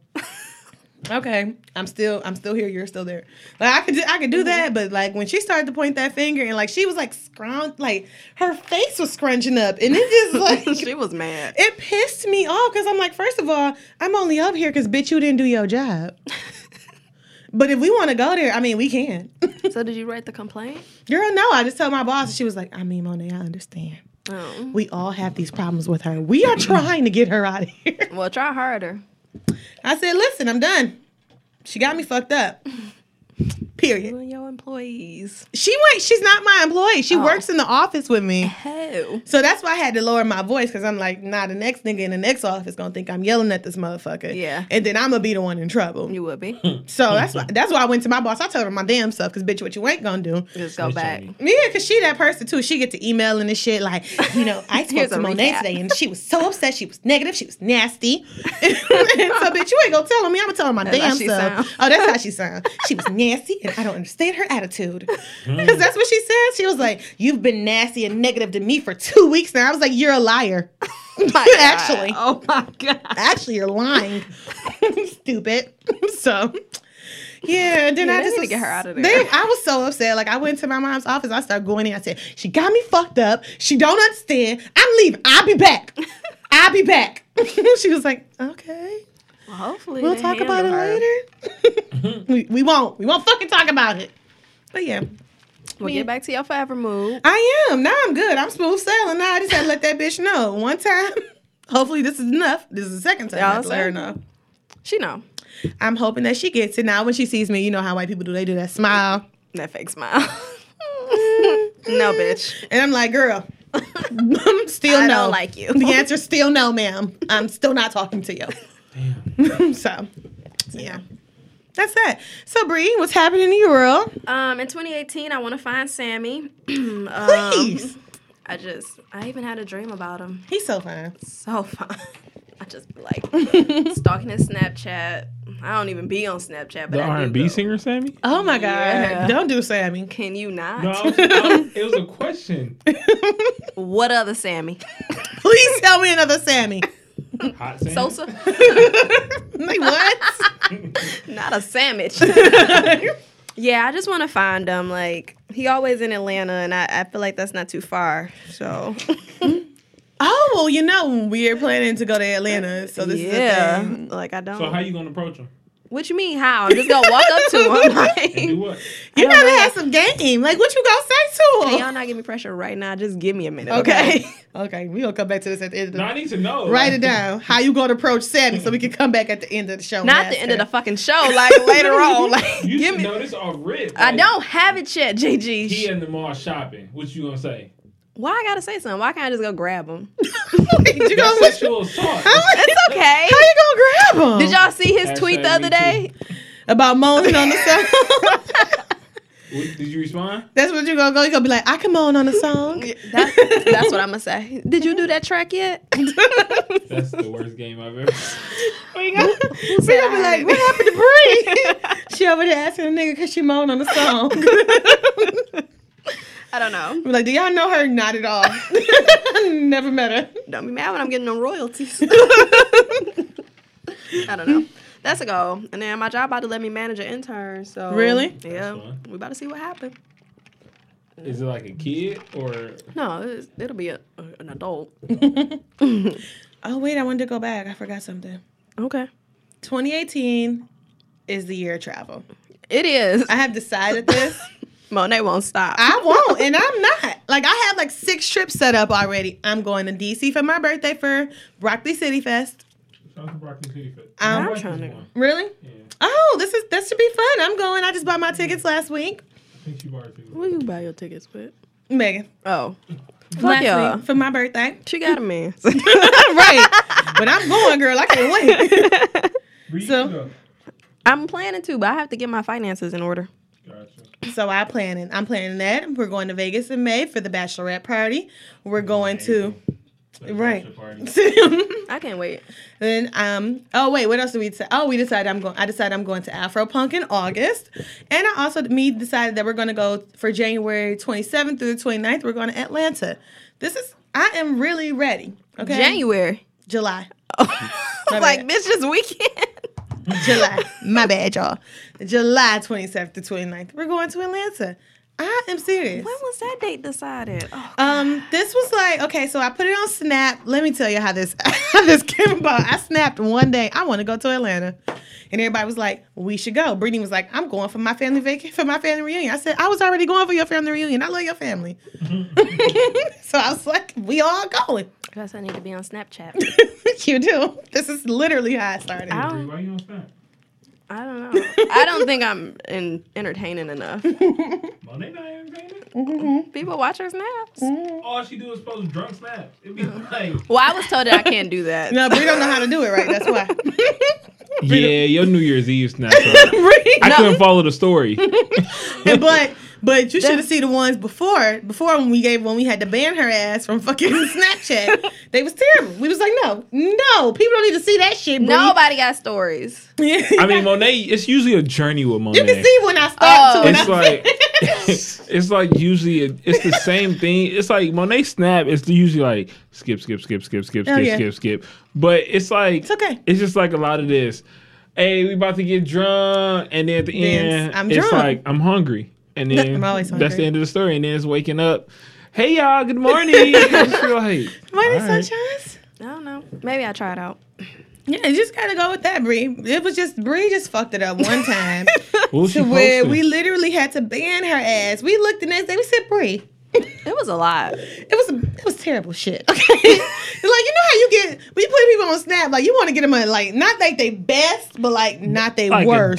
[SPEAKER 4] okay, I'm still. I'm still here. You're still there. Like I could. do- I could
[SPEAKER 3] Mm-hmm.
[SPEAKER 4] do that. But like when she started to point that finger and like she was like scrounge. Like her face was scrunching up, and it just like.
[SPEAKER 3] she was mad.
[SPEAKER 4] It pissed me off because I'm like, first of all, I'm only up here because bitch, you didn't do your job. but if we want to go there, I mean, we can.
[SPEAKER 3] So did you write the complaint?
[SPEAKER 4] Girl, no. I just told my boss, and she was like, I mean, Monet, I understand.
[SPEAKER 3] Oh.
[SPEAKER 4] We all have these problems with her. We are trying to get her out of here.
[SPEAKER 3] Well, try harder.
[SPEAKER 4] I said, listen, I'm done. She got me fucked up.
[SPEAKER 3] You
[SPEAKER 4] Period.
[SPEAKER 3] and your employees.
[SPEAKER 4] She went, she's not my employee. She
[SPEAKER 3] Oh.
[SPEAKER 4] works in the office with me.
[SPEAKER 3] Hell.
[SPEAKER 4] So that's why I had to lower my voice because I'm like, nah, the next nigga in the next office gonna think I'm yelling at this motherfucker.
[SPEAKER 3] Yeah.
[SPEAKER 4] And then I'm gonna be the one in trouble.
[SPEAKER 3] You Mm-hmm. would be.
[SPEAKER 4] So that's why that's why I went to my boss. I told her my damn self, cause bitch, what you ain't gonna do.
[SPEAKER 3] Just go
[SPEAKER 5] Snitch on
[SPEAKER 3] back.
[SPEAKER 5] me.
[SPEAKER 4] Yeah, because she that person too. She get to emailing and shit like, you know, I spoke
[SPEAKER 3] Here's
[SPEAKER 4] to
[SPEAKER 3] a
[SPEAKER 4] Monet
[SPEAKER 3] recap.
[SPEAKER 4] today and she was so upset. She was negative. She was nasty. And so, bitch, you ain't gonna tell on me. I'm gonna tell her my
[SPEAKER 3] That's how
[SPEAKER 4] damn
[SPEAKER 3] she
[SPEAKER 4] self.
[SPEAKER 3] sound.
[SPEAKER 4] Oh, that's how she sounds. She was nasty and I don't understand her attitude.
[SPEAKER 3] Hmm.
[SPEAKER 4] Because that's what she said. She was like, you've been nasty and negative to me for two weeks now. I was like, you're a liar.
[SPEAKER 3] God.
[SPEAKER 4] Actually
[SPEAKER 2] Oh my god.
[SPEAKER 4] actually you're lying stupid so yeah then
[SPEAKER 3] Yeah,
[SPEAKER 4] i
[SPEAKER 3] they
[SPEAKER 4] just
[SPEAKER 3] need to get her out of there.
[SPEAKER 4] They- i was so upset like i went to my mom's office i started going in i said she got me fucked up she don't understand i'm leaving i'll be back i'll be back she was like okay
[SPEAKER 3] Well, hopefully
[SPEAKER 4] we'll
[SPEAKER 3] they
[SPEAKER 4] talk about it
[SPEAKER 3] handle her. Mm-hmm.
[SPEAKER 4] later we, we won't we won't fucking talk about it but yeah
[SPEAKER 3] We'll get back to your forever mood.
[SPEAKER 4] I am. Now I'm good. I'm smooth sailing. Now I just had to let that bitch know one time. Hopefully this is enough. This is the second time I
[SPEAKER 3] Y'all
[SPEAKER 4] have to let her
[SPEAKER 3] said-
[SPEAKER 4] know.
[SPEAKER 3] She know
[SPEAKER 4] I'm hoping that she gets it. Now, when she sees me, you know how white people do. They do that smile.
[SPEAKER 3] that fake smile. no, bitch.
[SPEAKER 4] And I'm like, girl, I'm still
[SPEAKER 3] I
[SPEAKER 4] no.
[SPEAKER 3] don't like you.
[SPEAKER 4] The answer's still no, ma'am. I'm still not talking to you. so, yeah. That's that. So, Bree, what's happening in your world?
[SPEAKER 3] Um, in 2018, I want to find Sammy. Um,
[SPEAKER 4] Please.
[SPEAKER 3] I just, I even had a dream about him.
[SPEAKER 4] He's so fine.
[SPEAKER 3] so fun. I just be like stalking his Snapchat. I don't even be on Snapchat, but
[SPEAKER 5] The
[SPEAKER 3] I
[SPEAKER 5] R
[SPEAKER 3] do
[SPEAKER 5] and B
[SPEAKER 3] go.
[SPEAKER 5] singer Sammy.
[SPEAKER 4] Oh my God.
[SPEAKER 3] Yeah.
[SPEAKER 4] Don't do Sammy.
[SPEAKER 3] Can you not?
[SPEAKER 5] No, I was- I was- it was a question.
[SPEAKER 3] What other Sammy?
[SPEAKER 4] Please tell me another Sammy.
[SPEAKER 5] Hot Sammy.
[SPEAKER 3] Sosa?
[SPEAKER 4] like, what?
[SPEAKER 3] not a sandwich. yeah, I just want to find him. Like he always in Atlanta, and I, I feel like that's not too far. So
[SPEAKER 4] oh, well, you know, we're planning to go to Atlanta. So, this is the thing.
[SPEAKER 3] yeah, like I don't.
[SPEAKER 5] So how you gonna approach him?
[SPEAKER 3] what you mean? How? I'm just gonna walk up to him.
[SPEAKER 5] And do
[SPEAKER 3] Like,
[SPEAKER 5] what?
[SPEAKER 4] You
[SPEAKER 3] I don't
[SPEAKER 4] gotta
[SPEAKER 3] know.
[SPEAKER 4] have some game. Like, what you gonna say to him?
[SPEAKER 3] can y'all not give me pressure right now? Just give me a minute, okay?
[SPEAKER 4] Okay. Okay. We gonna come back to this at the end of the.
[SPEAKER 5] No, I need to know.
[SPEAKER 4] Write it down. How you gonna approach Sammy so we can come back at the end of the show. and
[SPEAKER 3] Not the
[SPEAKER 4] ask
[SPEAKER 3] end of the
[SPEAKER 4] her.
[SPEAKER 3] fucking show. Like later on. Like
[SPEAKER 5] You
[SPEAKER 3] give
[SPEAKER 5] should
[SPEAKER 3] me.
[SPEAKER 5] know this off rip.
[SPEAKER 3] I
[SPEAKER 5] Like,
[SPEAKER 3] don't have it yet, JG.
[SPEAKER 5] He in the mall shopping. What you gonna say?
[SPEAKER 3] Why I gotta say something? Why can't I just go grab him?
[SPEAKER 4] Wait, you
[SPEAKER 5] That's
[SPEAKER 4] gonna
[SPEAKER 5] sexual assault.
[SPEAKER 3] It's okay.
[SPEAKER 4] How you gonna grab him?
[SPEAKER 3] Did y'all see his
[SPEAKER 5] Hashtag
[SPEAKER 3] tweet the other
[SPEAKER 5] me
[SPEAKER 3] day?
[SPEAKER 4] about moaning on the song?
[SPEAKER 5] What- Did you respond?
[SPEAKER 4] That's what you gonna go. You gonna be like, I can moan on the song.
[SPEAKER 3] That- that's what I'm gonna say. Did you do that track yet?
[SPEAKER 5] That's the worst game I've ever.
[SPEAKER 4] We gonna we gonna be like, what happened to Bree? she over there asking a nigga cause she moaned on the song.
[SPEAKER 3] I don't know.
[SPEAKER 4] Be like, do y'all know her? Not at all. Never met her.
[SPEAKER 3] Don't be mad when I'm getting them royalties. I don't know. That's a goal. And then my job about to let me manage an intern. So
[SPEAKER 4] Really?
[SPEAKER 3] Yeah.
[SPEAKER 5] That's fun.
[SPEAKER 3] We about to see what happens.
[SPEAKER 5] Is it like a kid or?
[SPEAKER 3] No, it's, it'll be a, a- an adult.
[SPEAKER 4] Oh wait, I wanted to go back. I forgot something.
[SPEAKER 3] Okay.
[SPEAKER 4] 2018 is the year of travel.
[SPEAKER 3] It is.
[SPEAKER 4] I have decided this.
[SPEAKER 3] Monet won't stop.
[SPEAKER 4] I won't, and I'm not. Like I have like six trips set up already. I'm going to DC for my birthday for Broccoli City Fest.
[SPEAKER 5] Shout out to Broccoli City Fit.
[SPEAKER 4] I'm
[SPEAKER 5] I like
[SPEAKER 3] trying
[SPEAKER 5] this
[SPEAKER 3] to-
[SPEAKER 5] one.
[SPEAKER 4] Really?
[SPEAKER 5] Yeah,
[SPEAKER 4] Oh, this is this should be fun. I'm going. I just bought my tickets last week.
[SPEAKER 5] I think she bought it too.
[SPEAKER 3] Where you buy your tickets with?
[SPEAKER 4] Megan,
[SPEAKER 3] Oh, fuck
[SPEAKER 4] last
[SPEAKER 3] y'all.
[SPEAKER 4] week for my birthday.
[SPEAKER 3] She got a man.
[SPEAKER 4] right. But I'm going, girl. I can't wait.
[SPEAKER 5] Read
[SPEAKER 4] So-
[SPEAKER 5] it up.
[SPEAKER 3] I'm planning to, but I have to get my finances in order.
[SPEAKER 5] Gotcha.
[SPEAKER 4] So I'm planning. I'm planning that. We're going to Vegas in May for the bachelorette party. We're going to
[SPEAKER 5] Like
[SPEAKER 4] Right.
[SPEAKER 5] bachelor party.
[SPEAKER 3] I can't wait.
[SPEAKER 4] then um oh wait what else did we decide? Oh we decided I'm going I decided I'm going to Afropunk in August, and I also me decided that we're going to go for January 27th through the 29th. We're going to Atlanta. This is I am really ready. Okay,
[SPEAKER 3] January.
[SPEAKER 4] July,
[SPEAKER 3] I'm like, bitch, this weekend.
[SPEAKER 4] July. My bad, y'all. July 27th to 29th. We're going to Atlanta. I am serious.
[SPEAKER 3] When was that date decided? Oh,
[SPEAKER 4] Um, this was like okay, so I put it on Snap. Let me tell you how this how this came about. I snapped one day. I want to go to Atlanta, and everybody was like, "We should go." Brittany was like, "I'm going for my family vacation for my family reunion." I said, "I was already going for your family reunion. I love your family." so I was like, "We all going."
[SPEAKER 3] guess I need to be on Snapchat.
[SPEAKER 4] you do. This is literally how I started.
[SPEAKER 3] I
[SPEAKER 5] Bree,
[SPEAKER 3] don't,
[SPEAKER 5] Why you on Snap?
[SPEAKER 3] I don't know. I don't think I'm in, entertaining enough.
[SPEAKER 5] Monday night entertainment?
[SPEAKER 3] People watch her snaps.
[SPEAKER 5] All she do is post drunk snaps. It'd be like,
[SPEAKER 3] Well, I was told that I can't do that.
[SPEAKER 4] No, Bree don't know how to do it right. That's why.
[SPEAKER 5] yeah, your New Year's Eve snap. I
[SPEAKER 4] Bree,
[SPEAKER 5] couldn't follow the story.
[SPEAKER 4] but but you should have seen the ones before before when we gave when we had to ban her ass from fucking Snapchat. they was terrible. We was like, no, no, people don't need to see that shit. Brie.
[SPEAKER 3] Nobody got stories.
[SPEAKER 5] I mean, Monet. It's usually a journey with Monet.
[SPEAKER 4] you can see when I start
[SPEAKER 3] Oh.
[SPEAKER 4] to. When
[SPEAKER 5] it's
[SPEAKER 4] I
[SPEAKER 5] like it's like usually it, it's the same thing. It's like Monet snap. It's usually like skip, skip, skip, skip, skip, skip,
[SPEAKER 4] Oh, yeah.
[SPEAKER 5] skip, skip. But it's like
[SPEAKER 4] It's okay.
[SPEAKER 5] It's just like a lot of this. Hey, we about to get drunk, and then at the
[SPEAKER 4] Then
[SPEAKER 5] end,
[SPEAKER 4] I'm
[SPEAKER 5] it's
[SPEAKER 4] drunk.
[SPEAKER 5] like I'm hungry, and then
[SPEAKER 4] I'm always
[SPEAKER 5] that's the
[SPEAKER 4] hungry.
[SPEAKER 5] end of the story. And then it's waking up. Hey y'all, good morning. It's just like,
[SPEAKER 4] Morning,
[SPEAKER 5] all right.
[SPEAKER 4] sunshines.
[SPEAKER 3] I don't know. Maybe I'll try it out.
[SPEAKER 4] Yeah, you just gotta go with that, Bree. It was just Bree just fucked it up one time
[SPEAKER 5] What was she
[SPEAKER 4] to where
[SPEAKER 5] posting?
[SPEAKER 4] we literally had to ban her ass. We looked the next day. We said, Bree,
[SPEAKER 3] It was a lot.
[SPEAKER 4] It was it was terrible shit. Okay, like you know how you get when you put people on Snap, like you want to get them on like not like they best, but like not they
[SPEAKER 5] like a
[SPEAKER 4] worst.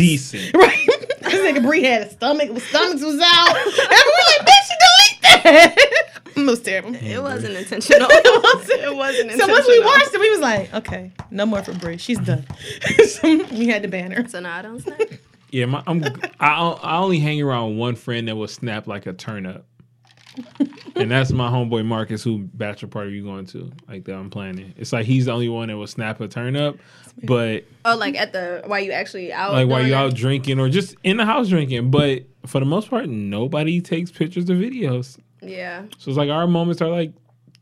[SPEAKER 5] decent.
[SPEAKER 4] Right? this nigga Bree had a stomach, his stomachs was out. and we were like, bitch, delete that. it was terrible.
[SPEAKER 3] It wasn't intentional.
[SPEAKER 4] It wasn't-
[SPEAKER 3] It wasn't intentional.
[SPEAKER 4] So once we watched it, we was like, okay, no more for Bree. She's done. so we had to ban her.
[SPEAKER 3] So now I don't snap.
[SPEAKER 5] Yeah, my, I'm. I o- I only hang around one friend that will snap like a turn up, and that's my homeboy Marcus, who bachelor party you going to? Like that I'm planning. It's like he's the only one that will snap a turn up, but
[SPEAKER 3] Oh, like at the while you actually out.
[SPEAKER 5] like while
[SPEAKER 3] doing
[SPEAKER 5] you
[SPEAKER 3] it?
[SPEAKER 5] out drinking or just in the house drinking. But for the most part, nobody takes pictures or videos.
[SPEAKER 3] Yeah,
[SPEAKER 5] So it's like our moments are like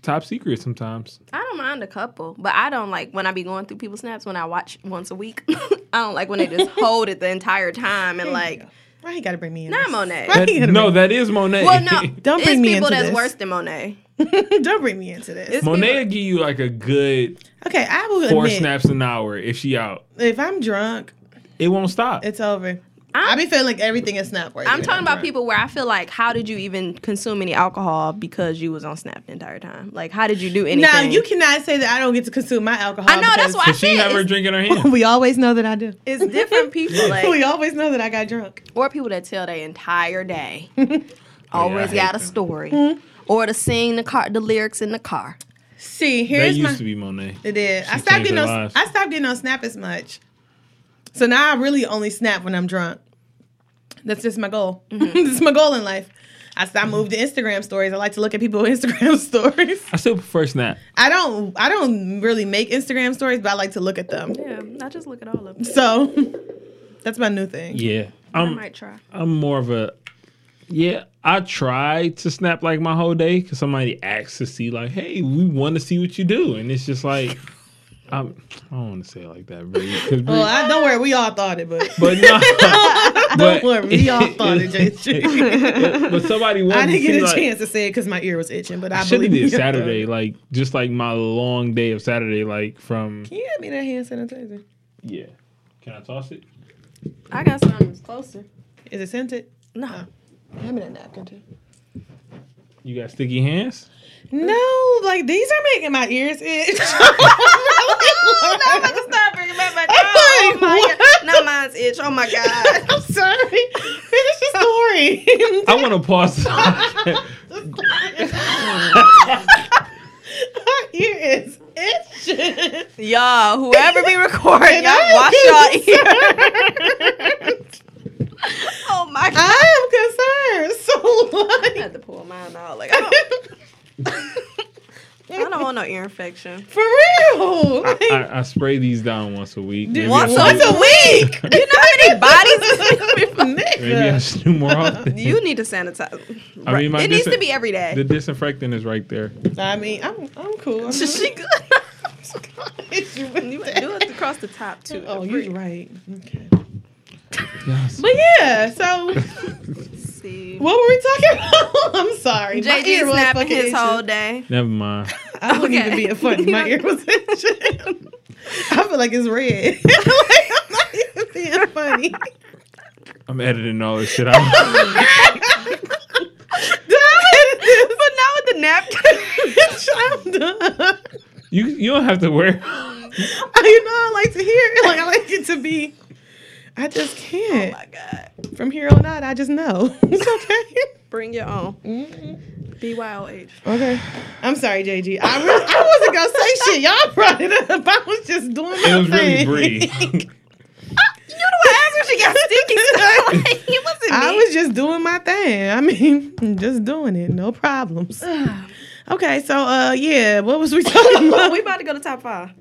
[SPEAKER 5] top secret sometimes.
[SPEAKER 3] I don't mind a couple, but I don't like when I be going through people's snaps when I watch once a week. I don't like when they just hold it the entire time and like
[SPEAKER 4] Why you gotta bring me in?
[SPEAKER 3] not
[SPEAKER 4] this?
[SPEAKER 3] Monet.
[SPEAKER 4] Right.
[SPEAKER 5] That-
[SPEAKER 4] gotta
[SPEAKER 5] no,
[SPEAKER 4] be-
[SPEAKER 5] that is Monet.
[SPEAKER 3] Well, no,
[SPEAKER 4] Don't
[SPEAKER 3] it's
[SPEAKER 4] bring me
[SPEAKER 3] people
[SPEAKER 4] into
[SPEAKER 3] that's
[SPEAKER 4] this.
[SPEAKER 3] worse than Monet.
[SPEAKER 4] Don't bring me into this.
[SPEAKER 3] It's
[SPEAKER 5] Monet
[SPEAKER 3] people-
[SPEAKER 5] will give you like a good
[SPEAKER 4] okay, I will
[SPEAKER 5] four
[SPEAKER 4] admit,
[SPEAKER 5] snaps an hour if she out.
[SPEAKER 4] if I'm drunk,
[SPEAKER 5] It won't stop.
[SPEAKER 4] it's over. I
[SPEAKER 3] I'm,
[SPEAKER 4] be feeling like everything is Snap worthy.
[SPEAKER 3] I'm talking about
[SPEAKER 4] Right.
[SPEAKER 3] people where I feel like, how did you even consume any alcohol because you was on Snap the entire time? Like, how did you do anything?
[SPEAKER 4] Now you cannot say that I don't get to consume my alcohol.
[SPEAKER 3] I know that's
[SPEAKER 4] because
[SPEAKER 3] why I
[SPEAKER 5] Cause she
[SPEAKER 3] said
[SPEAKER 5] have her
[SPEAKER 3] it's,
[SPEAKER 5] drink in her hand.
[SPEAKER 4] we always know that I do.
[SPEAKER 3] it's different people,
[SPEAKER 4] we
[SPEAKER 3] like,
[SPEAKER 4] always know that I got drunk.
[SPEAKER 3] or people that tell their entire day.
[SPEAKER 5] Oh, I
[SPEAKER 3] Always
[SPEAKER 5] hate
[SPEAKER 3] got a
[SPEAKER 5] them.
[SPEAKER 3] story, or to sing the car, the lyrics in the car.
[SPEAKER 4] See,
[SPEAKER 5] That
[SPEAKER 4] here's
[SPEAKER 5] used
[SPEAKER 4] my.
[SPEAKER 5] to be Monet.
[SPEAKER 4] It did. I
[SPEAKER 5] She
[SPEAKER 4] stopped
[SPEAKER 5] changed
[SPEAKER 4] getting
[SPEAKER 5] her
[SPEAKER 4] on.
[SPEAKER 5] life.
[SPEAKER 4] I stopped getting on Snap as much. So now I really only snap when I'm drunk. That's just my goal. this is my goal in life. I, I moved to Instagram stories. I like to look at people's Instagram stories.
[SPEAKER 5] I still prefer Snap.
[SPEAKER 4] I don't. I don't really make Instagram stories, but I like to look at them.
[SPEAKER 3] Yeah, I just look at all of them.
[SPEAKER 4] So that's my new thing.
[SPEAKER 5] Yeah,
[SPEAKER 3] I
[SPEAKER 5] I'm.
[SPEAKER 3] might try.
[SPEAKER 5] I'm more of a. Yeah, I try to snap like my whole day because somebody asks to see like, hey, we want to see what you do, and it's just like, I'm, I don't want to say it like that, Bree, 'cause Bree-
[SPEAKER 4] Well, Oh, I, don't worry. We all thought it, but.
[SPEAKER 5] but no,
[SPEAKER 4] Don't worry, we all thought it, JG.
[SPEAKER 5] but somebody wanted
[SPEAKER 4] I didn't
[SPEAKER 5] to see,
[SPEAKER 4] get a
[SPEAKER 5] like,
[SPEAKER 4] chance to say it because my ear was itching, but I,
[SPEAKER 5] I should
[SPEAKER 4] believe
[SPEAKER 5] have did
[SPEAKER 4] you.
[SPEAKER 5] Saturday, like just like my long day of Saturday, like from
[SPEAKER 4] Can you hand me that hand sanitizer?
[SPEAKER 5] yeah. Can I toss it?
[SPEAKER 3] I got something that's closer.
[SPEAKER 4] Is it scented?
[SPEAKER 3] No.
[SPEAKER 4] Hand me that napkin too.
[SPEAKER 5] You got sticky hands?
[SPEAKER 4] No, like these are making my ears itch. I'm
[SPEAKER 3] I'm about to start
[SPEAKER 4] like, what?
[SPEAKER 3] Now mine's itch. Oh my god.
[SPEAKER 4] I'm sorry. Finish your story.
[SPEAKER 5] I want to pause. the podcast.
[SPEAKER 4] My ear is itching.
[SPEAKER 3] Y'all, whoever be recording,
[SPEAKER 4] And I
[SPEAKER 3] y'all
[SPEAKER 4] am
[SPEAKER 3] wash y'all ear. oh my god.
[SPEAKER 4] I am concerned. So
[SPEAKER 3] I
[SPEAKER 4] like,
[SPEAKER 3] had to pull mine out. Like I don't, I don't want no ear infection.
[SPEAKER 4] for real. Like,
[SPEAKER 5] I, I spray these down once a week. Maybe I
[SPEAKER 3] Once
[SPEAKER 5] should-
[SPEAKER 3] a week. You know how many bodies?
[SPEAKER 5] Maybe I
[SPEAKER 4] Nigga.
[SPEAKER 5] should do more often.
[SPEAKER 3] you need to sanitize.
[SPEAKER 5] I
[SPEAKER 3] Right.
[SPEAKER 5] mean, my
[SPEAKER 3] it needs
[SPEAKER 5] dis-
[SPEAKER 3] to be every day.
[SPEAKER 5] the disinfectant is right there.
[SPEAKER 4] I mean, I'm I'm cool. I'm
[SPEAKER 3] she good.
[SPEAKER 4] you
[SPEAKER 3] you
[SPEAKER 4] with
[SPEAKER 3] would do it across the top too.
[SPEAKER 4] Oh,
[SPEAKER 3] Free.
[SPEAKER 4] you're right. Okay.
[SPEAKER 5] Yes.
[SPEAKER 4] But yeah, so
[SPEAKER 3] See.
[SPEAKER 4] what were we talking about? I'm sorry. My
[SPEAKER 3] JG
[SPEAKER 4] ear was
[SPEAKER 3] snapping
[SPEAKER 4] fucking
[SPEAKER 3] his
[SPEAKER 4] itching.
[SPEAKER 3] whole day.
[SPEAKER 5] Never mind.
[SPEAKER 4] I wouldn't even
[SPEAKER 3] Okay.
[SPEAKER 4] be a funny. My ear was itching. I feel like it's red. like, I'm not even being funny.
[SPEAKER 5] I'm editing all this shit out.
[SPEAKER 3] But not with the napkin.
[SPEAKER 4] Bitch, I'm done.
[SPEAKER 5] You you don't have to wear.
[SPEAKER 4] You know, I like to hear it. Like, I like it to be. I just
[SPEAKER 3] oh
[SPEAKER 4] can't.
[SPEAKER 3] my god.
[SPEAKER 4] From here on out, I just know. it's
[SPEAKER 3] Bring your own.
[SPEAKER 4] okay.
[SPEAKER 3] BYOH.
[SPEAKER 4] Okay. I'm sorry, JG. I, was, I wasn't going to say shit. Y'all brought it up. I was just doing my
[SPEAKER 5] It was really
[SPEAKER 4] thing.
[SPEAKER 5] Bree.
[SPEAKER 3] You the one asked if she got sticky stuff. Like, it wasn't me.
[SPEAKER 4] I was just doing my thing. I mean, just doing it. No problems. Okay, so uh yeah, what was we talking about?
[SPEAKER 3] Oh, we about to go to top five.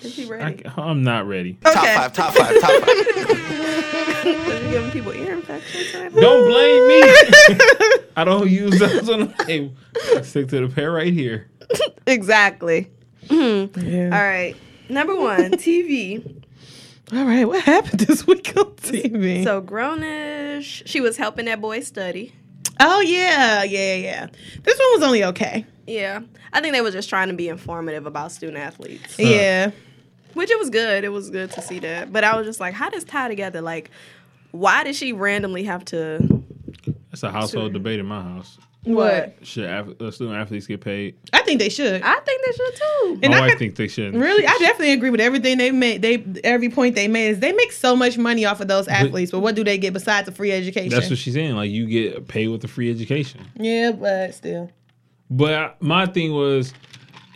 [SPEAKER 3] Is he
[SPEAKER 5] I,
[SPEAKER 3] ready?
[SPEAKER 5] I'm not ready.
[SPEAKER 6] Top five, top five, top five.
[SPEAKER 3] Is he giving people ear infections? right now?
[SPEAKER 5] Don't blame me. I don't use those on the table. I stick to the pair right here.
[SPEAKER 3] exactly. All
[SPEAKER 4] Yeah.
[SPEAKER 3] right. Number one, TV.
[SPEAKER 4] All right, what happened this week on TV?
[SPEAKER 3] So Grownish, she was helping that boy study.
[SPEAKER 4] oh yeah, yeah, yeah. This one was only okay.
[SPEAKER 3] Yeah, I think they were just trying to be informative about student athletes,
[SPEAKER 4] Yeah.
[SPEAKER 3] which it was good. It was good to see that. But I was just like, how does tie together? Like, why did she randomly have to?
[SPEAKER 5] That's a household debate in my house.
[SPEAKER 4] What?
[SPEAKER 5] Should ath- uh, student athletes get paid?
[SPEAKER 4] I think they should.
[SPEAKER 3] I think they should too.
[SPEAKER 4] And
[SPEAKER 5] my
[SPEAKER 4] I
[SPEAKER 5] wife
[SPEAKER 4] could-
[SPEAKER 5] thinks they should.
[SPEAKER 4] Really, I definitely agree with everything they made. They every point they made is they make so much money off of those athletes, but what do they get besides a free education?
[SPEAKER 5] That's what she's saying. Like you get paid with a free education.
[SPEAKER 4] yeah, but still,
[SPEAKER 5] But I- my thing was,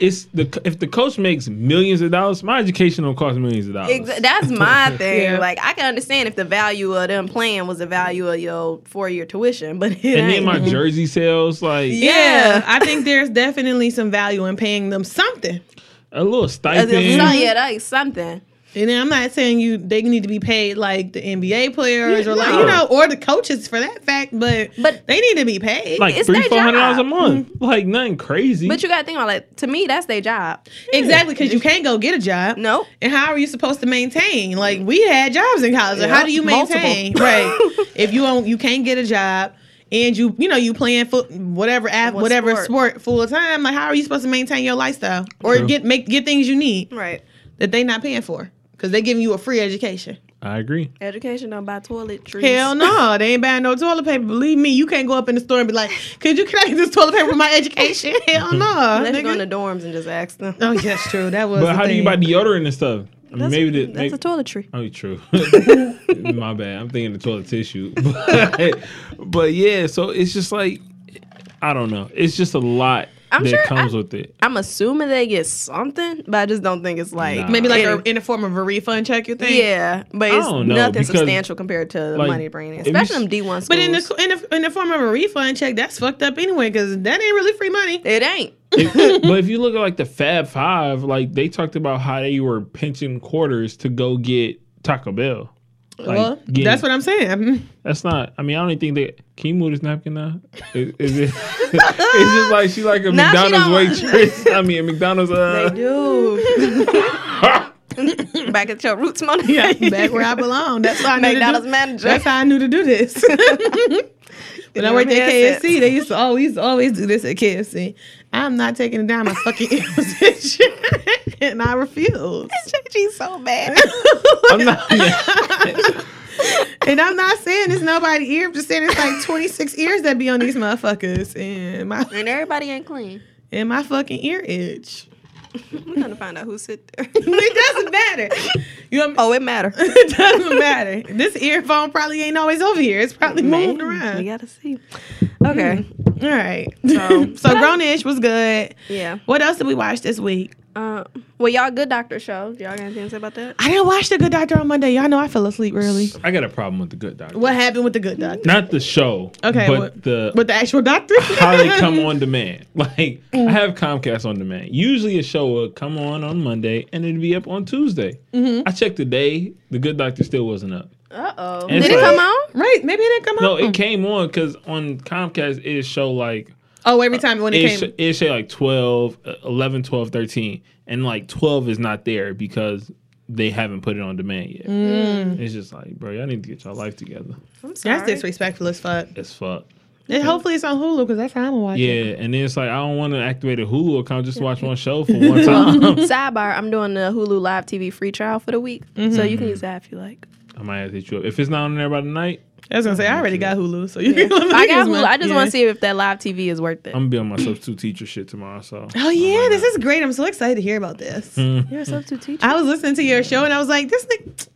[SPEAKER 5] it's the co- if the coach makes millions of dollars, my education don't cost millions of dollars.
[SPEAKER 3] Exa- that's my thing.
[SPEAKER 4] Yeah.
[SPEAKER 3] Like I can understand if the value of them playing was the value of your four year tuition, but it
[SPEAKER 5] And then
[SPEAKER 3] ain't.
[SPEAKER 5] my jersey sales, like
[SPEAKER 4] yeah,
[SPEAKER 3] Yeah.
[SPEAKER 4] I think there's definitely some value in paying them something.
[SPEAKER 5] a little
[SPEAKER 3] As if-
[SPEAKER 5] stipend.
[SPEAKER 3] so, yeah, that is something.
[SPEAKER 4] And I'm not saying you they need to be paid like the NBA players
[SPEAKER 5] Yeah,
[SPEAKER 4] or like
[SPEAKER 5] no.
[SPEAKER 4] you know or the coaches for that fact, but
[SPEAKER 3] But-
[SPEAKER 4] they need to be paid.
[SPEAKER 5] like
[SPEAKER 3] It's
[SPEAKER 5] three,
[SPEAKER 3] their
[SPEAKER 5] four hundred dollars a
[SPEAKER 3] job.
[SPEAKER 5] month. Like nothing crazy.
[SPEAKER 3] But you gotta think about like to me, that's their job.
[SPEAKER 4] exactly because you can't go get a job.
[SPEAKER 3] Nope.
[SPEAKER 4] And how are you supposed to maintain? Like we had jobs in college. Like,
[SPEAKER 3] Yeah.
[SPEAKER 4] how do you maintain?
[SPEAKER 3] Multiple.
[SPEAKER 4] Right. if you don't, you can't get a job, and you you know you playing foot whatever ath-
[SPEAKER 3] What
[SPEAKER 4] whatever sport,
[SPEAKER 3] sport?
[SPEAKER 4] full time. Like how are you supposed to maintain your lifestyle or
[SPEAKER 5] True.
[SPEAKER 4] get make get things you need
[SPEAKER 3] Right.
[SPEAKER 4] that they not paying for because they giving you a free education.
[SPEAKER 5] I agree.
[SPEAKER 3] Education don't buy toiletries.
[SPEAKER 4] Hell no, they ain't buying no toilet paper. Believe me, you can't go up in the store and be like, "Could you connect this toilet paper with my education?" Hell no,
[SPEAKER 3] Unless you go
[SPEAKER 4] nigga.
[SPEAKER 3] in the dorms and just ask them.
[SPEAKER 4] Oh yes, true. That was.
[SPEAKER 5] But
[SPEAKER 4] the
[SPEAKER 5] how do
[SPEAKER 4] thing.
[SPEAKER 5] you buy deodorant and stuff? I mean,
[SPEAKER 3] That's,
[SPEAKER 5] Uh, maybe the,
[SPEAKER 3] that's
[SPEAKER 5] maybe,
[SPEAKER 3] a toiletry.
[SPEAKER 5] Oh, true. My bad. I'm thinking the toilet tissue. But, but yeah, so it's just like I don't know. It's just a lot
[SPEAKER 3] I'm
[SPEAKER 5] that
[SPEAKER 3] sure
[SPEAKER 5] comes
[SPEAKER 3] I-
[SPEAKER 5] with it.
[SPEAKER 3] I'm assuming they get something, but I just don't think it's like
[SPEAKER 5] Nah.
[SPEAKER 4] Maybe like a,
[SPEAKER 3] Yeah.
[SPEAKER 4] in the form of a refund check, you think?
[SPEAKER 3] yeah, but it's
[SPEAKER 5] don't know,
[SPEAKER 3] nothing
[SPEAKER 5] because,
[SPEAKER 3] substantial compared to the
[SPEAKER 5] like,
[SPEAKER 3] money bringing, in.
[SPEAKER 5] if you
[SPEAKER 3] especially
[SPEAKER 5] s-
[SPEAKER 3] them D one schools.
[SPEAKER 4] But in the, in the in the form of a refund check, that's fucked up anyway because that ain't really free money.
[SPEAKER 3] it ain't.
[SPEAKER 5] If- but if you look at like the Fab Five, like they talked about how they were pinching quarters to go get Taco Bell. Like,
[SPEAKER 4] well,
[SPEAKER 5] getting-
[SPEAKER 4] that's what I'm saying.
[SPEAKER 5] That's not. I mean, I don't even think that. Can you move this napkin now? Is, is it? it's just like she like a
[SPEAKER 3] Now she
[SPEAKER 5] McDonald's
[SPEAKER 3] don't-
[SPEAKER 5] waitress. I mean, a McDonald's. Uh,
[SPEAKER 3] They do. Back at your roots, money.
[SPEAKER 4] Yeah, back where I belong. That's why I knew to
[SPEAKER 3] McDonald's
[SPEAKER 4] do,
[SPEAKER 3] manager.
[SPEAKER 4] That's how I knew to do this. when I worked at
[SPEAKER 3] Yes,
[SPEAKER 4] KFC, they used to always always do this at KFC. I'm not taking it down my fucking ears, and I refuse.
[SPEAKER 3] JG's so bad.
[SPEAKER 5] I'm not.
[SPEAKER 4] And I'm not saying it's nobody ear. I'm just saying it's like 26 ears that be on these motherfuckers, and my
[SPEAKER 3] and everybody ain't clean.
[SPEAKER 4] and my fucking ear itch.
[SPEAKER 3] We're gonna find out who sit there.
[SPEAKER 4] it doesn't matter. You know,
[SPEAKER 3] oh, it matter.
[SPEAKER 4] it doesn't matter. This earphone probably ain't always over here. It's probably moved
[SPEAKER 3] We
[SPEAKER 4] around.
[SPEAKER 3] gotta see. Hmm. Okay.
[SPEAKER 4] All right. So, so Grownish was good.
[SPEAKER 3] Yeah.
[SPEAKER 4] What else did we watch this week?
[SPEAKER 3] Uh, well, y'all good doctor show. Y'all got anything to say about that?
[SPEAKER 4] I didn't watch The Good Doctor on Monday. Y'all know I fell asleep early.
[SPEAKER 5] I got a problem with the good doctor.
[SPEAKER 4] What happened with The Good Doctor?
[SPEAKER 5] Not the show.
[SPEAKER 4] Okay,
[SPEAKER 5] But
[SPEAKER 4] what-
[SPEAKER 5] the
[SPEAKER 4] With the actual doctor?
[SPEAKER 5] how they come on demand. Like I have Comcast on demand. Usually a show will come on on Monday and it'll be up on Tuesday. I checked today. The Good Doctor still wasn't up.
[SPEAKER 3] Uh oh.
[SPEAKER 5] And
[SPEAKER 3] Did
[SPEAKER 5] it's
[SPEAKER 3] it
[SPEAKER 5] like-
[SPEAKER 3] come on?
[SPEAKER 4] Right. Maybe it didn't come
[SPEAKER 5] No,
[SPEAKER 4] out.
[SPEAKER 5] it came on because on Comcast it show like
[SPEAKER 4] oh, every time when it
[SPEAKER 5] it,
[SPEAKER 4] came.
[SPEAKER 5] sh- it show like 12, uh, 11, 12, 13. and like twelve is not there because they haven't put it on demand yet.
[SPEAKER 4] Mm.
[SPEAKER 5] It's just like, bro, y'all need to get y'all life together.
[SPEAKER 3] I'm sorry.
[SPEAKER 4] That's disrespectful as fuck.
[SPEAKER 5] As fuck.
[SPEAKER 4] And hopefully it's on Hulu because that's how I'm gonna watch it.
[SPEAKER 5] Yeah, and then it's like I don't want to activate a Hulu account just to watch one show for one time.
[SPEAKER 3] Hmm. Sidebar: I'm doing the Hulu Live TV free trial for the week, so you
[SPEAKER 4] Mm-hmm.
[SPEAKER 3] can use that if you like.
[SPEAKER 5] I might have to hit you up if it's not on there by the night.
[SPEAKER 4] I was gonna say I already got Hulu, so you can let me
[SPEAKER 3] I
[SPEAKER 4] use
[SPEAKER 3] got Hulu.
[SPEAKER 4] mine.
[SPEAKER 3] I just
[SPEAKER 4] Yeah. Um,
[SPEAKER 3] want to see if that live TV is worth it.
[SPEAKER 5] I'm gonna be on my substitute teacher shit tomorrow. So
[SPEAKER 4] Oh yeah, this is great. I'm so excited to hear about this.
[SPEAKER 3] You're a substitute teacher.
[SPEAKER 4] I was listening to your show and I was like, this nigga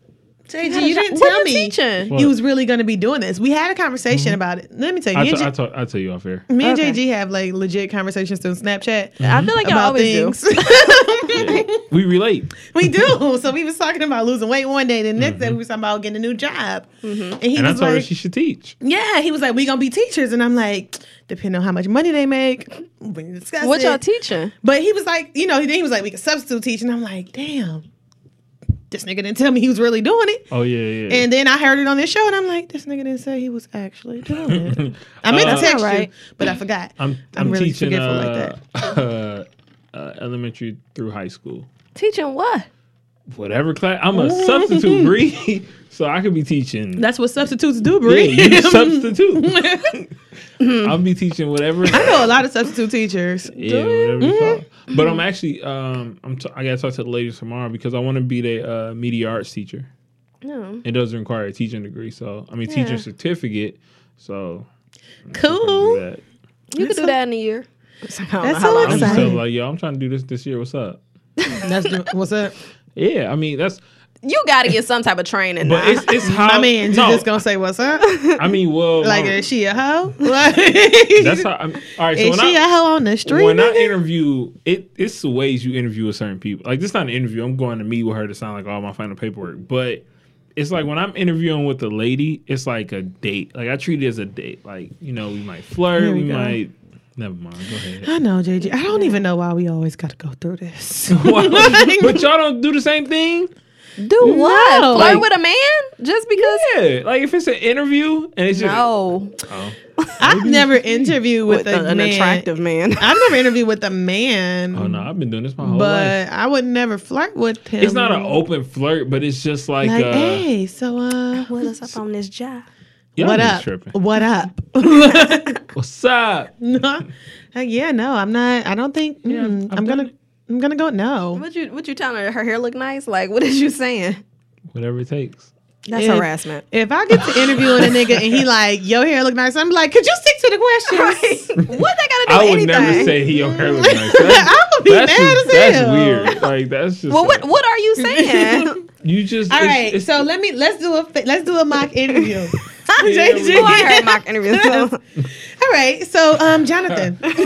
[SPEAKER 4] JG, you didn't
[SPEAKER 3] What
[SPEAKER 4] tell
[SPEAKER 3] you
[SPEAKER 4] me
[SPEAKER 3] teaching?
[SPEAKER 5] What? Mm-hmm.
[SPEAKER 4] he was really gonna be doing this. We had a conversation about it. Let me tell you,
[SPEAKER 5] I
[SPEAKER 4] me, and
[SPEAKER 5] t- I
[SPEAKER 4] J-
[SPEAKER 5] t- I tell you off air.
[SPEAKER 4] me and
[SPEAKER 3] Okay.
[SPEAKER 4] JG have like legit conversations through Snapchat
[SPEAKER 3] I feel like y'all
[SPEAKER 4] about
[SPEAKER 3] always
[SPEAKER 4] things.
[SPEAKER 3] do.
[SPEAKER 5] we relate.
[SPEAKER 4] we do. So we was talking about losing weight one day, the next day we was talking about getting a new job. And he
[SPEAKER 5] Mm-hmm. And I
[SPEAKER 4] was
[SPEAKER 5] told her
[SPEAKER 4] like,
[SPEAKER 5] she should teach.
[SPEAKER 4] Yeah, he was like, we gonna be teachers. And I'm like, depending on how much money they make, we can discuss
[SPEAKER 3] What
[SPEAKER 4] it.
[SPEAKER 3] y'all teaching?
[SPEAKER 4] But he was like, you know, then he was like, we can substitute teach. And I'm like, damn, this nigga didn't tell me he was really doing it.
[SPEAKER 5] Oh yeah, yeah.
[SPEAKER 4] And then I heard it on this show, and I'm like, this nigga didn't say he was actually doing it. I meant
[SPEAKER 5] Uh,
[SPEAKER 4] to text
[SPEAKER 3] Right.
[SPEAKER 4] you, but I forgot.
[SPEAKER 5] I'm I'm,
[SPEAKER 4] I'm really
[SPEAKER 5] teaching
[SPEAKER 4] forgetful
[SPEAKER 5] uh,
[SPEAKER 4] like
[SPEAKER 5] uh, uh, elementary through high school.
[SPEAKER 3] Teaching what?
[SPEAKER 5] Whatever class, I'm a substitute, Bree. So I could be teaching.
[SPEAKER 4] That's what substitutes do,
[SPEAKER 5] Yeah,
[SPEAKER 4] Bree.
[SPEAKER 5] you substitute. I'll be teaching whatever.
[SPEAKER 4] I know Mm-hmm. a lot of substitute teachers.
[SPEAKER 5] Yeah, whatever you call. it. But I'm actually um I'm t- I gotta talk to the ladies tomorrow because I want to be the uh, media arts teacher.
[SPEAKER 3] No.
[SPEAKER 5] It does require a teaching degree, so I mean
[SPEAKER 3] Yeah.
[SPEAKER 5] teaching certificate. So do
[SPEAKER 4] Cool.
[SPEAKER 5] that.
[SPEAKER 3] You could
[SPEAKER 4] That's
[SPEAKER 3] do that in a year.
[SPEAKER 4] That's so
[SPEAKER 5] I'm just
[SPEAKER 4] Excited.
[SPEAKER 5] telling like yo, I'm trying to do this this year. What's up?
[SPEAKER 4] That's the- what's up.
[SPEAKER 5] Yeah, I mean that's
[SPEAKER 3] You gotta get some type of training.
[SPEAKER 5] but
[SPEAKER 3] now.
[SPEAKER 5] it's it's how
[SPEAKER 4] I mean, you
[SPEAKER 5] Um, no,
[SPEAKER 4] just gonna say what's up?
[SPEAKER 5] I mean well
[SPEAKER 4] Like,
[SPEAKER 5] my-
[SPEAKER 4] is she a hoe? That's
[SPEAKER 5] that's how I'm, all right. So
[SPEAKER 4] Is
[SPEAKER 5] when
[SPEAKER 4] she a
[SPEAKER 5] I
[SPEAKER 4] hoe on the street?
[SPEAKER 5] when I
[SPEAKER 4] nigga?
[SPEAKER 5] interview it, it's the ways you interview with certain people. Like this is not an interview. I'm going to meet with her to sign like all my final paperwork, but. it's like when I'm interviewing with a lady, it's like a date. Like I treat it as a date. Like you know, we might flirt,
[SPEAKER 4] Here we
[SPEAKER 5] we,
[SPEAKER 4] go.
[SPEAKER 5] might. Never mind. Go ahead.
[SPEAKER 4] I know, JG. I don't even know why we always got to go through this.
[SPEAKER 5] Well, but y'all don't do the same thing.
[SPEAKER 3] do what?
[SPEAKER 4] No.
[SPEAKER 3] Flirt
[SPEAKER 4] Like-
[SPEAKER 3] with a man just because?
[SPEAKER 5] Yeah, like if it's an interview and it's just
[SPEAKER 3] No,
[SPEAKER 4] I've never interviewed with,
[SPEAKER 3] with
[SPEAKER 4] a
[SPEAKER 3] an, an
[SPEAKER 4] man.
[SPEAKER 3] attractive man.
[SPEAKER 4] I've never interviewed with a man.
[SPEAKER 5] oh no, I've been doing this my whole life.
[SPEAKER 4] but I would never flirt with him.
[SPEAKER 5] It's not an open flirt, but it's just like,
[SPEAKER 4] like,
[SPEAKER 5] uh,
[SPEAKER 4] hey, so uh,
[SPEAKER 3] What is up on this job?
[SPEAKER 5] y'all
[SPEAKER 4] what
[SPEAKER 5] niggas
[SPEAKER 4] up?
[SPEAKER 5] Tripping.
[SPEAKER 4] What up?
[SPEAKER 5] What's up?
[SPEAKER 4] no, Like, yeah, no, I'm not. I don't think.
[SPEAKER 5] Yeah,
[SPEAKER 4] mm,
[SPEAKER 5] I've
[SPEAKER 4] I'm
[SPEAKER 5] done
[SPEAKER 4] gonna.
[SPEAKER 5] it.
[SPEAKER 4] I'm gonna go. No,
[SPEAKER 3] What you what you telling her? Her hair look nice. Like what is you saying?
[SPEAKER 5] Whatever it takes.
[SPEAKER 3] That's
[SPEAKER 4] Yeah.
[SPEAKER 3] harassment.
[SPEAKER 4] if I get to interviewing a nigga and he like, your hair look nice, I'm like, could you stick to the questions?
[SPEAKER 3] what they gotta do?
[SPEAKER 5] I would
[SPEAKER 3] anything?
[SPEAKER 5] never say he your hair looks nice. That's,
[SPEAKER 4] I would be mad
[SPEAKER 5] that's, just-
[SPEAKER 4] as
[SPEAKER 5] that's
[SPEAKER 4] hell.
[SPEAKER 5] weird. Like that's just
[SPEAKER 3] Well, what
[SPEAKER 5] like-
[SPEAKER 3] what are you saying?
[SPEAKER 5] you just
[SPEAKER 4] All
[SPEAKER 5] it's-
[SPEAKER 4] right,
[SPEAKER 5] it's-
[SPEAKER 4] so let me let's do a fa- let's do a mock interview.
[SPEAKER 5] we-
[SPEAKER 4] JJ.
[SPEAKER 3] Well, I heard mock interviews. So.
[SPEAKER 4] All right, so um, Jonathan, bro,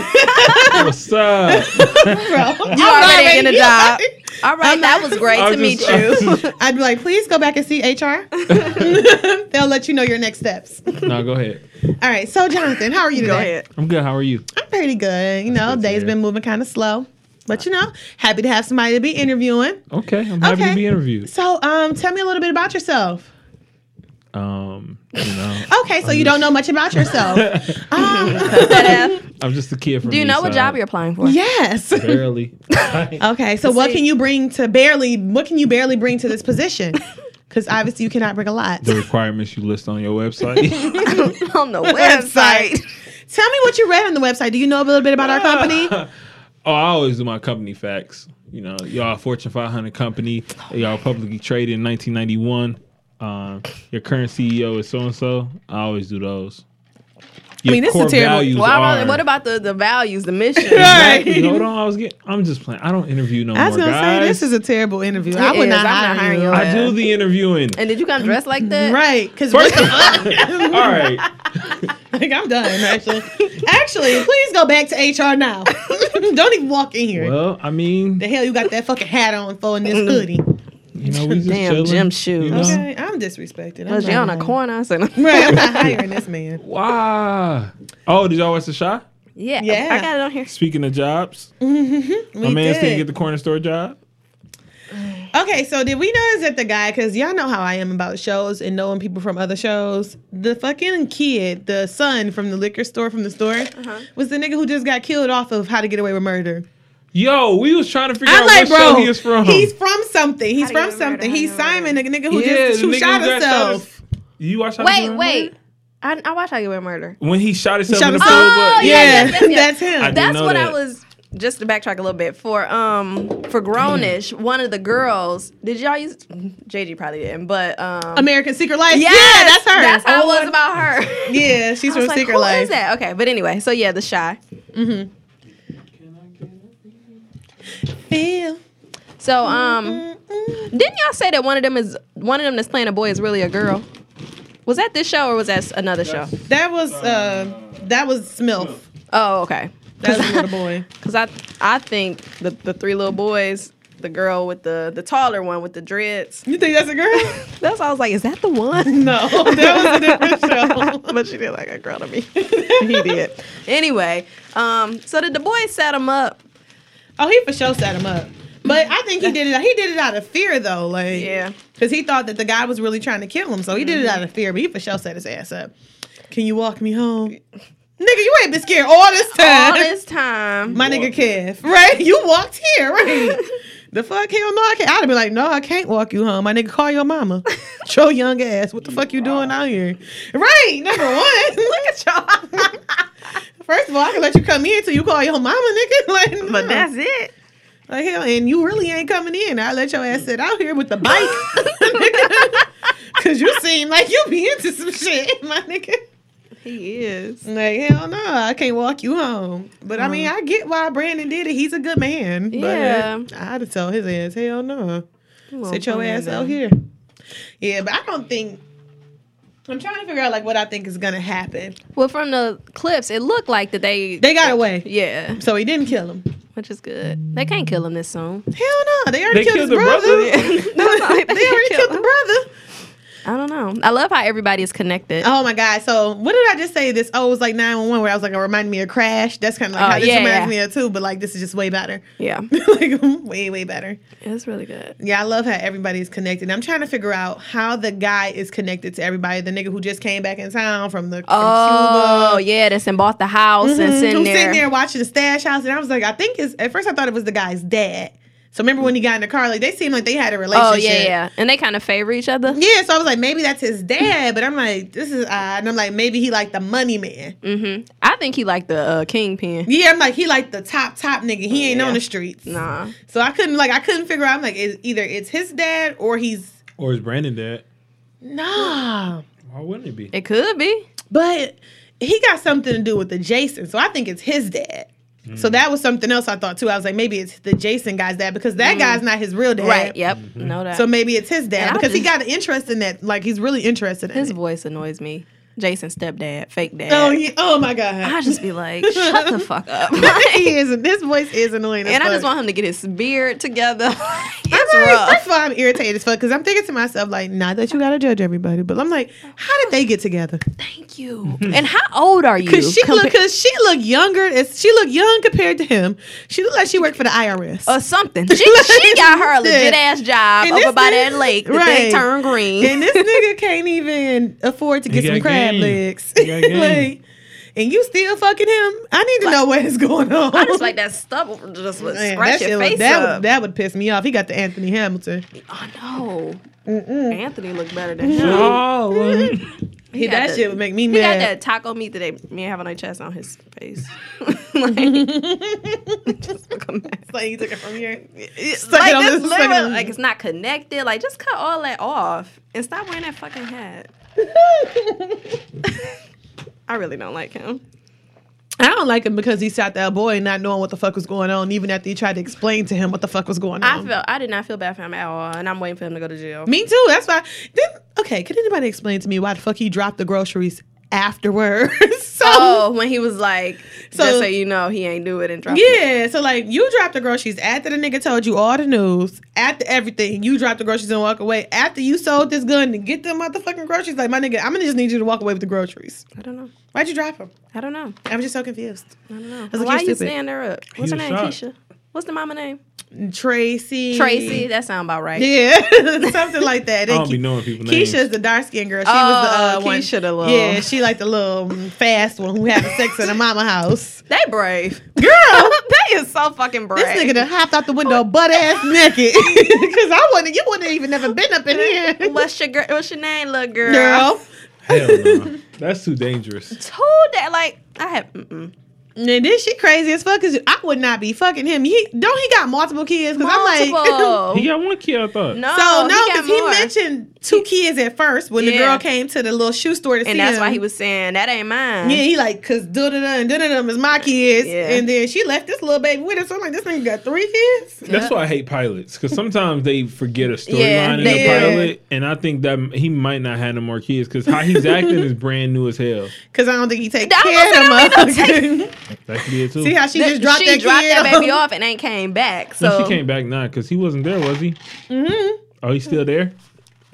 [SPEAKER 5] what's up?
[SPEAKER 4] I'm
[SPEAKER 3] You already getting a job. All right,
[SPEAKER 4] I'm
[SPEAKER 3] that was great
[SPEAKER 5] I'm
[SPEAKER 3] to meet
[SPEAKER 5] just- I'm
[SPEAKER 3] you.
[SPEAKER 5] just-
[SPEAKER 4] I'd be like, please go back and see HR. They'll let you know your next steps. All
[SPEAKER 5] no, go ahead.
[SPEAKER 4] right, so Jonathan, how are you today?
[SPEAKER 3] Go ahead.
[SPEAKER 5] I'm good. How are you?
[SPEAKER 4] I'm pretty good. You know,
[SPEAKER 5] good to
[SPEAKER 4] day's
[SPEAKER 5] hear.
[SPEAKER 4] been moving kind of slow, but you know, happy to have somebody to be interviewing.
[SPEAKER 5] Okay, I'm happy
[SPEAKER 4] Okay.
[SPEAKER 5] to be interviewed.
[SPEAKER 4] So, um, tell me a little bit about yourself.
[SPEAKER 5] Um, you know,
[SPEAKER 4] Okay, so you don't know much about yourself. um,
[SPEAKER 5] I'm just a kid from.
[SPEAKER 3] Do you
[SPEAKER 5] the
[SPEAKER 3] know
[SPEAKER 5] east
[SPEAKER 3] what
[SPEAKER 5] side.
[SPEAKER 3] job you're applying for?
[SPEAKER 4] yes.
[SPEAKER 5] Barely. I
[SPEAKER 4] Okay, so what can you bring to barely? What can you barely bring to this position? Because obviously you cannot bring a lot.
[SPEAKER 5] the requirements you list on your website.
[SPEAKER 3] on the website.
[SPEAKER 4] Tell me what you read on the website. Do you know a little bit about our company?
[SPEAKER 5] oh, I always do my company facts. You know, y'all a Fortune 500 company. Y'all publicly traded in Uh, E 1991. Um, your current CEO is so and so. I always do those. your
[SPEAKER 4] mean, this is
[SPEAKER 5] core
[SPEAKER 4] terrible.
[SPEAKER 5] values
[SPEAKER 3] Well, I
[SPEAKER 5] are-
[SPEAKER 3] rather- what about the, the values, the mission?
[SPEAKER 4] Right.
[SPEAKER 5] Exactly. Hold on, I was getting. I'm just playing. I don't interview no
[SPEAKER 4] I was
[SPEAKER 5] more
[SPEAKER 4] gonna
[SPEAKER 5] guys.
[SPEAKER 4] say this is a terrible interview.
[SPEAKER 3] It
[SPEAKER 4] I would
[SPEAKER 3] is.
[SPEAKER 4] not
[SPEAKER 3] I'm
[SPEAKER 4] hire
[SPEAKER 3] not hiring
[SPEAKER 4] you.
[SPEAKER 3] your
[SPEAKER 5] I do the interviewing.
[SPEAKER 3] And did you come dressed like that?
[SPEAKER 4] Right? Because
[SPEAKER 5] First of all right.
[SPEAKER 4] Like I'm done, actually. actually, please go back to HR now. Don't even walk in here.
[SPEAKER 5] Well, I mean,
[SPEAKER 4] the hell you got that fucking hat on for in this hoodie?
[SPEAKER 5] you know, we just
[SPEAKER 3] Damn
[SPEAKER 5] chilling,
[SPEAKER 3] gym
[SPEAKER 5] you
[SPEAKER 3] shoes.
[SPEAKER 5] know?
[SPEAKER 4] Okay, I'm disrespected. I'm
[SPEAKER 3] Was you
[SPEAKER 4] not
[SPEAKER 3] on a
[SPEAKER 4] hiring-
[SPEAKER 3] corner? I said,
[SPEAKER 4] Right, I'm not hiring this man.
[SPEAKER 5] Wow. Oh, did y'all watch the shot?
[SPEAKER 3] yeah,
[SPEAKER 4] Yeah.
[SPEAKER 3] I got it on here.
[SPEAKER 5] Speaking of jobs,
[SPEAKER 4] We
[SPEAKER 5] my man
[SPEAKER 4] did.
[SPEAKER 5] didn't get the corner store job.
[SPEAKER 4] Okay, so did we notice that the guy? Because y'all know how I am about shows and knowing people from other shows. The fucking kid, the son from the liquor store from the store, was the nigga who just got killed off of How to Get Away with Murder.
[SPEAKER 5] Yo, we was trying to figure
[SPEAKER 4] I'm
[SPEAKER 5] out
[SPEAKER 4] like,
[SPEAKER 5] what show
[SPEAKER 4] bro,
[SPEAKER 5] he is from.
[SPEAKER 4] he's from something. He's
[SPEAKER 3] How to Get
[SPEAKER 4] from
[SPEAKER 3] Away with Murder,
[SPEAKER 4] something.
[SPEAKER 3] How to
[SPEAKER 4] He's
[SPEAKER 3] Get Away with
[SPEAKER 4] Simon, the
[SPEAKER 3] Murder.
[SPEAKER 4] nigga who
[SPEAKER 5] Yeah,
[SPEAKER 4] just
[SPEAKER 5] the
[SPEAKER 4] who
[SPEAKER 5] nigga
[SPEAKER 4] shot
[SPEAKER 5] who got
[SPEAKER 4] himself.
[SPEAKER 5] You watch? How to Get
[SPEAKER 3] Wait,
[SPEAKER 5] Away?
[SPEAKER 3] wait. I, I watched I Get Away with Murder.
[SPEAKER 5] When he shot himself
[SPEAKER 4] Shot
[SPEAKER 5] in the
[SPEAKER 4] himself.
[SPEAKER 5] foot,
[SPEAKER 3] Oh,
[SPEAKER 5] but-
[SPEAKER 3] yeah, yes, yes, yes.
[SPEAKER 4] that's him.
[SPEAKER 5] I didn't
[SPEAKER 3] That's
[SPEAKER 5] know
[SPEAKER 3] what
[SPEAKER 5] that.
[SPEAKER 3] I was. Just to backtrack a little bit, for um for Grownish, one of the girls, did y'all use JG probably didn't, but um
[SPEAKER 4] American Secret Life.
[SPEAKER 3] yes,
[SPEAKER 4] yeah, that's her.
[SPEAKER 3] That's how
[SPEAKER 4] Oh,
[SPEAKER 3] it was about her.
[SPEAKER 4] Yeah, she's
[SPEAKER 3] I was
[SPEAKER 4] from
[SPEAKER 3] like,
[SPEAKER 4] Secret
[SPEAKER 3] who
[SPEAKER 4] Life.
[SPEAKER 3] is that? Okay, but anyway, so yeah, the shy.
[SPEAKER 4] Feel.
[SPEAKER 3] So um, didn't y'all say that one of them is one of them that's playing a boy is really a girl? Was that this show or was that s- another show?
[SPEAKER 4] That was uh, that was Smilf.
[SPEAKER 3] Oh, okay.
[SPEAKER 4] That was a little boy.
[SPEAKER 3] Cause I I think the the three little boys, the girl with the the taller one with the dreads.
[SPEAKER 4] You think that's a girl?
[SPEAKER 3] That's why I was like, is that the one?
[SPEAKER 4] No, that was a different show.
[SPEAKER 3] but she did like a girl to me. he did. Anyway, um, so did the boys set him up?
[SPEAKER 4] Oh, he for sure set him up. But I think he did it. He did it out of fear, though. Like,
[SPEAKER 3] Yeah.
[SPEAKER 4] because he thought that the guy was really trying to kill him, so he did it out of fear. But he for sure set his ass up. Can you walk me home, nigga? You ain't been scared all this time.
[SPEAKER 3] All this time.
[SPEAKER 4] My nigga Kev, right? You walked here, right? the fuck? Hell no, I can't. I'd have been like, no, I can't walk you home. My nigga, call your mama. Show young ass. What the fuck you doing out here? Right, number one. Look at y'all. First of all, I can let you come in till you call your mama, nigga. Like, no.
[SPEAKER 3] But that's it.
[SPEAKER 4] like hell, and you really ain't coming in. I let your ass sit out here with the bike. Cause you seem like you be into some shit, my nigga.
[SPEAKER 3] He is.
[SPEAKER 4] Like hell no, I can't walk you home. But I mean, I get why Brandon did it. He's a good man.
[SPEAKER 3] Yeah.
[SPEAKER 4] But I'd have told his ass, hell no, sit your ass out
[SPEAKER 3] here.
[SPEAKER 4] here. Yeah, but I don't think. I'm trying to figure out like what I think is gonna happen.
[SPEAKER 3] Well, from the clips, it looked like that they
[SPEAKER 4] They got away,
[SPEAKER 3] yeah,
[SPEAKER 4] so he didn't kill him.
[SPEAKER 3] which is good. They can't kill him this
[SPEAKER 4] Hell
[SPEAKER 3] soon.
[SPEAKER 4] no, they already
[SPEAKER 5] They
[SPEAKER 4] killed, his
[SPEAKER 5] killed the
[SPEAKER 4] brother.
[SPEAKER 5] brother.
[SPEAKER 4] they already killed the brother.
[SPEAKER 3] I don't know. I love how everybody is connected.
[SPEAKER 4] Oh my god! So what did I just say? This oh it was like nine one one where I was like it reminded me of Crash. That's kind of like
[SPEAKER 3] Oh,
[SPEAKER 4] how this
[SPEAKER 3] yeah,
[SPEAKER 4] reminds
[SPEAKER 3] yeah.
[SPEAKER 4] me of too, but like this is just way better,
[SPEAKER 3] Yeah,
[SPEAKER 4] like way way better.
[SPEAKER 3] it's really good.
[SPEAKER 4] Yeah, I love how everybody is connected. I'm trying to figure out how the guy is connected to everybody. The nigga who just came back in town from the from
[SPEAKER 3] Oh
[SPEAKER 4] Cuba.
[SPEAKER 3] yeah, that's and bought the house and
[SPEAKER 4] Mhm.
[SPEAKER 3] sitting
[SPEAKER 4] Who's
[SPEAKER 3] there.
[SPEAKER 4] sitting there watching the stash house, and I was like, I think it's at first I thought it was the guy's dad. So remember when he got in the car, like they seemed like they had a relationship.
[SPEAKER 3] Oh yeah, yeah, and they kind of favor each other.
[SPEAKER 4] Yeah, so I was like, maybe that's his dad, but I'm like, this is odd. And I'm like, maybe he like the money man.
[SPEAKER 3] hmm I think he liked the uh, kingpin.
[SPEAKER 4] Yeah, I'm like he like the top top nigga. He ain't
[SPEAKER 3] Oh, Yeah.
[SPEAKER 4] on the streets.
[SPEAKER 3] Nah,
[SPEAKER 4] So I couldn't like I couldn't figure out. I'm like is either it's his dad or he's
[SPEAKER 5] Or is Brandon dead?
[SPEAKER 4] nah.
[SPEAKER 5] Why wouldn't it be?
[SPEAKER 3] it could be.
[SPEAKER 4] But he got something to do with the Jason. So I think it's his dad.
[SPEAKER 3] Mm.
[SPEAKER 4] So that was something else I thought too. I was like maybe it's the Jason guy's dad because that guy's not his real dad.
[SPEAKER 3] Mm. Right. Yep. No doubt.
[SPEAKER 4] So maybe it's his dad
[SPEAKER 3] And I
[SPEAKER 4] because he
[SPEAKER 3] just-
[SPEAKER 4] got an interest in that. Like he's really interested in
[SPEAKER 3] His
[SPEAKER 4] it.
[SPEAKER 3] voice annoys me. Jason's stepdad, fake dad.
[SPEAKER 4] Oh, yeah. oh my god.
[SPEAKER 3] I just be like, shut the fuck up.
[SPEAKER 4] he is. His voice is annoying. as
[SPEAKER 3] and I
[SPEAKER 4] fuck.
[SPEAKER 3] just want him to get his beard together. it's
[SPEAKER 4] I'm like,
[SPEAKER 3] rough.
[SPEAKER 4] First of all, I'm irritated as fuck because I'm thinking to myself, like, not that you gotta judge everybody, but I'm like, how did they get together?
[SPEAKER 3] Thank you. And how old are you?
[SPEAKER 4] Because she
[SPEAKER 3] compa-
[SPEAKER 4] look, because she look younger. As, she look young compared to him. She look like she worked for the IRS.
[SPEAKER 3] or something. She, she got her a
[SPEAKER 4] Yeah.
[SPEAKER 3] legit ass job
[SPEAKER 4] And
[SPEAKER 3] over
[SPEAKER 4] this
[SPEAKER 3] by
[SPEAKER 4] nigga-
[SPEAKER 3] that lake that
[SPEAKER 4] Right.
[SPEAKER 3] they turn green.
[SPEAKER 4] and this nigga can't even afford to
[SPEAKER 5] He
[SPEAKER 4] get some
[SPEAKER 5] got
[SPEAKER 4] crab
[SPEAKER 5] game.
[SPEAKER 4] legs.
[SPEAKER 5] He got game.
[SPEAKER 4] like, and you still fucking him? I need to know what is going on.
[SPEAKER 3] I just like that stubble just would
[SPEAKER 4] Man,
[SPEAKER 3] scratch
[SPEAKER 4] that,
[SPEAKER 3] your
[SPEAKER 4] shit
[SPEAKER 3] face
[SPEAKER 4] would, that,
[SPEAKER 3] up.
[SPEAKER 4] would, that would piss me off. He got the Anthony Hamilton.
[SPEAKER 3] oh no. Anthony looked better than him.
[SPEAKER 5] Oh,
[SPEAKER 4] Mm-hmm. He,
[SPEAKER 3] got
[SPEAKER 4] that
[SPEAKER 3] the-
[SPEAKER 4] shit would make me
[SPEAKER 3] He got
[SPEAKER 4] mad.
[SPEAKER 3] that taco meat that they man have on their chest on his face. like, just become mad.
[SPEAKER 4] It's like he took it from here. Suck
[SPEAKER 3] like,
[SPEAKER 4] it on
[SPEAKER 3] this
[SPEAKER 4] this- suck it
[SPEAKER 3] literal-
[SPEAKER 4] on-
[SPEAKER 3] like it's not connected. Like just cut all that off and stop wearing that fucking hat. I really don't like him.
[SPEAKER 4] I don't like him because he sat there, boy, not knowing what the fuck was going on, even after he tried to explain to him what the fuck was going
[SPEAKER 3] I
[SPEAKER 4] on.
[SPEAKER 3] felt I did not feel bad for him at all, and I'm waiting for him to go to jail.
[SPEAKER 4] Um, Me too. That's why. Then, okay, could anybody explain to me why the fuck he dropped the groceries afterwards? so,
[SPEAKER 3] Oh, when he was like,
[SPEAKER 4] So-
[SPEAKER 3] just so you know, he ain't do it and drop it.
[SPEAKER 4] yeah. So, like, you dropped the groceries after the nigga told you all the news, after everything. You dropped the groceries and walk away. After you sold this gun to get them motherfucking groceries, like, my nigga, I'm gonna just need you to walk away with the groceries.
[SPEAKER 3] I don't know.
[SPEAKER 4] Why'd you drop them?
[SPEAKER 3] I don't know.
[SPEAKER 4] I was just so confused.
[SPEAKER 3] I don't know.
[SPEAKER 4] was like,
[SPEAKER 3] Why
[SPEAKER 4] "You're
[SPEAKER 3] you
[SPEAKER 4] stupid."
[SPEAKER 3] standing her up? What's her name?
[SPEAKER 5] was shot.
[SPEAKER 3] Keisha. What's the mama name?
[SPEAKER 4] Tracy.
[SPEAKER 3] Tracy. That sound about right.
[SPEAKER 4] Yeah, something like that.
[SPEAKER 5] I don't
[SPEAKER 4] They
[SPEAKER 5] be
[SPEAKER 4] keep-
[SPEAKER 5] knowing people names.
[SPEAKER 4] Keisha's the dark skinned girl. She was the
[SPEAKER 3] Oh,
[SPEAKER 4] uh, one.
[SPEAKER 3] Keisha the little-
[SPEAKER 4] Yeah, she like the little mm, fast one who had sex in the mama house.
[SPEAKER 3] They brave.
[SPEAKER 4] Girl,
[SPEAKER 3] they is so fucking brave.
[SPEAKER 4] this nigga done hopped out the window butt ass naked. Cause I wouldn't you wouldn't even never been up in here.
[SPEAKER 3] What's your girl? What's your name, little girl?
[SPEAKER 4] Girl.
[SPEAKER 5] Hell no. That's too dangerous.
[SPEAKER 3] Who that? Like I have. Mm-mm.
[SPEAKER 4] And then she crazy as fuck cause I would not be fucking him. He don't he got multiple kids? Cause I'm like
[SPEAKER 3] Multiple.
[SPEAKER 5] He got one kid, I thought.
[SPEAKER 3] no,
[SPEAKER 4] So no,
[SPEAKER 3] got
[SPEAKER 4] because he,
[SPEAKER 3] more.
[SPEAKER 4] mentioned two kids at first when the
[SPEAKER 3] Yeah.
[SPEAKER 4] girl came to the little shoe store to see
[SPEAKER 3] and that's
[SPEAKER 4] him.
[SPEAKER 3] why he was saying that ain't mine.
[SPEAKER 4] Yeah, he like, cause da da da and da da da is my kids.
[SPEAKER 3] Yeah.
[SPEAKER 4] And then she left this little baby with her. So I'm like, this nigga got three kids?
[SPEAKER 5] That's why I hate pilots because sometimes they forget a storyline
[SPEAKER 3] Yeah,
[SPEAKER 5] in
[SPEAKER 3] they
[SPEAKER 5] the
[SPEAKER 4] do.
[SPEAKER 5] pilot, and I think that he might not have no more kids because how he's acting is brand new as hell.
[SPEAKER 4] Cause I don't think he take
[SPEAKER 3] I
[SPEAKER 4] care of
[SPEAKER 3] was gonna say,
[SPEAKER 4] them.
[SPEAKER 5] That could be it too.
[SPEAKER 4] See how she
[SPEAKER 3] Th-
[SPEAKER 4] just dropped
[SPEAKER 3] she
[SPEAKER 4] that
[SPEAKER 3] dropped
[SPEAKER 4] kid
[SPEAKER 3] that baby
[SPEAKER 4] off?
[SPEAKER 3] off and ain't came back.
[SPEAKER 5] No,
[SPEAKER 3] So
[SPEAKER 5] she came back now because he wasn't there, was he?
[SPEAKER 4] Mhm.
[SPEAKER 5] Oh, he's still there.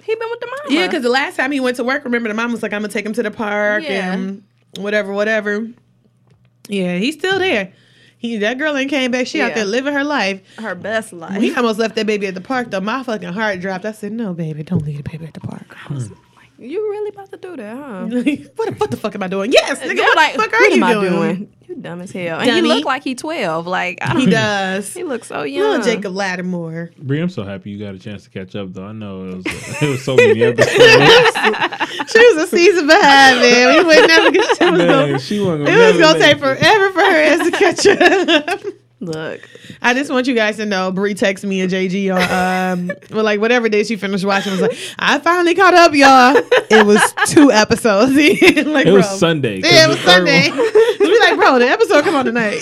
[SPEAKER 3] he been with the mama.
[SPEAKER 4] Yeah, cause the last time he went to work, remember the mom was like, I'm gonna take him to the park
[SPEAKER 3] Yeah.
[SPEAKER 4] and whatever, whatever. Yeah, he's still there. He that girl ain't came back. She out
[SPEAKER 3] Yeah.
[SPEAKER 4] there living her life.
[SPEAKER 3] her best life.
[SPEAKER 4] We almost left that baby at the park though. My fucking heart dropped. I said, No, baby, don't leave the baby at the park.
[SPEAKER 3] you really about to do that, huh?
[SPEAKER 4] what, the, what the fuck am I doing? Yes, nigga,
[SPEAKER 3] You're
[SPEAKER 4] what the fuck are
[SPEAKER 3] what
[SPEAKER 4] you
[SPEAKER 3] am I
[SPEAKER 4] doing?
[SPEAKER 3] You dumb as hell. And
[SPEAKER 4] Dummy.
[SPEAKER 3] you look like he twelve. Like I don't.
[SPEAKER 4] He does.
[SPEAKER 3] He looks so young.
[SPEAKER 4] Little Jacob Lattimore.
[SPEAKER 5] Bree, I'm so happy you got a chance to catch up though. I know it was, it was so many episodes.
[SPEAKER 4] She was a season behind, man. We would never get. She was
[SPEAKER 5] Man,
[SPEAKER 4] gonna,
[SPEAKER 5] she wasn't
[SPEAKER 4] it was gonna
[SPEAKER 5] never
[SPEAKER 4] take
[SPEAKER 5] make
[SPEAKER 4] forever for her ass to catch up.
[SPEAKER 3] Look,
[SPEAKER 4] I just want you guys to know. Bree texted me and JG on um, well, like whatever day she finished watching. Was like, I finally caught up, y'all. It was two episodes. like,
[SPEAKER 5] It
[SPEAKER 4] bro.
[SPEAKER 5] was Sunday. 'cause
[SPEAKER 4] Yeah, it
[SPEAKER 5] the
[SPEAKER 4] was
[SPEAKER 5] third
[SPEAKER 4] Sunday.
[SPEAKER 5] one-
[SPEAKER 4] we like, bro, the episode come on tonight.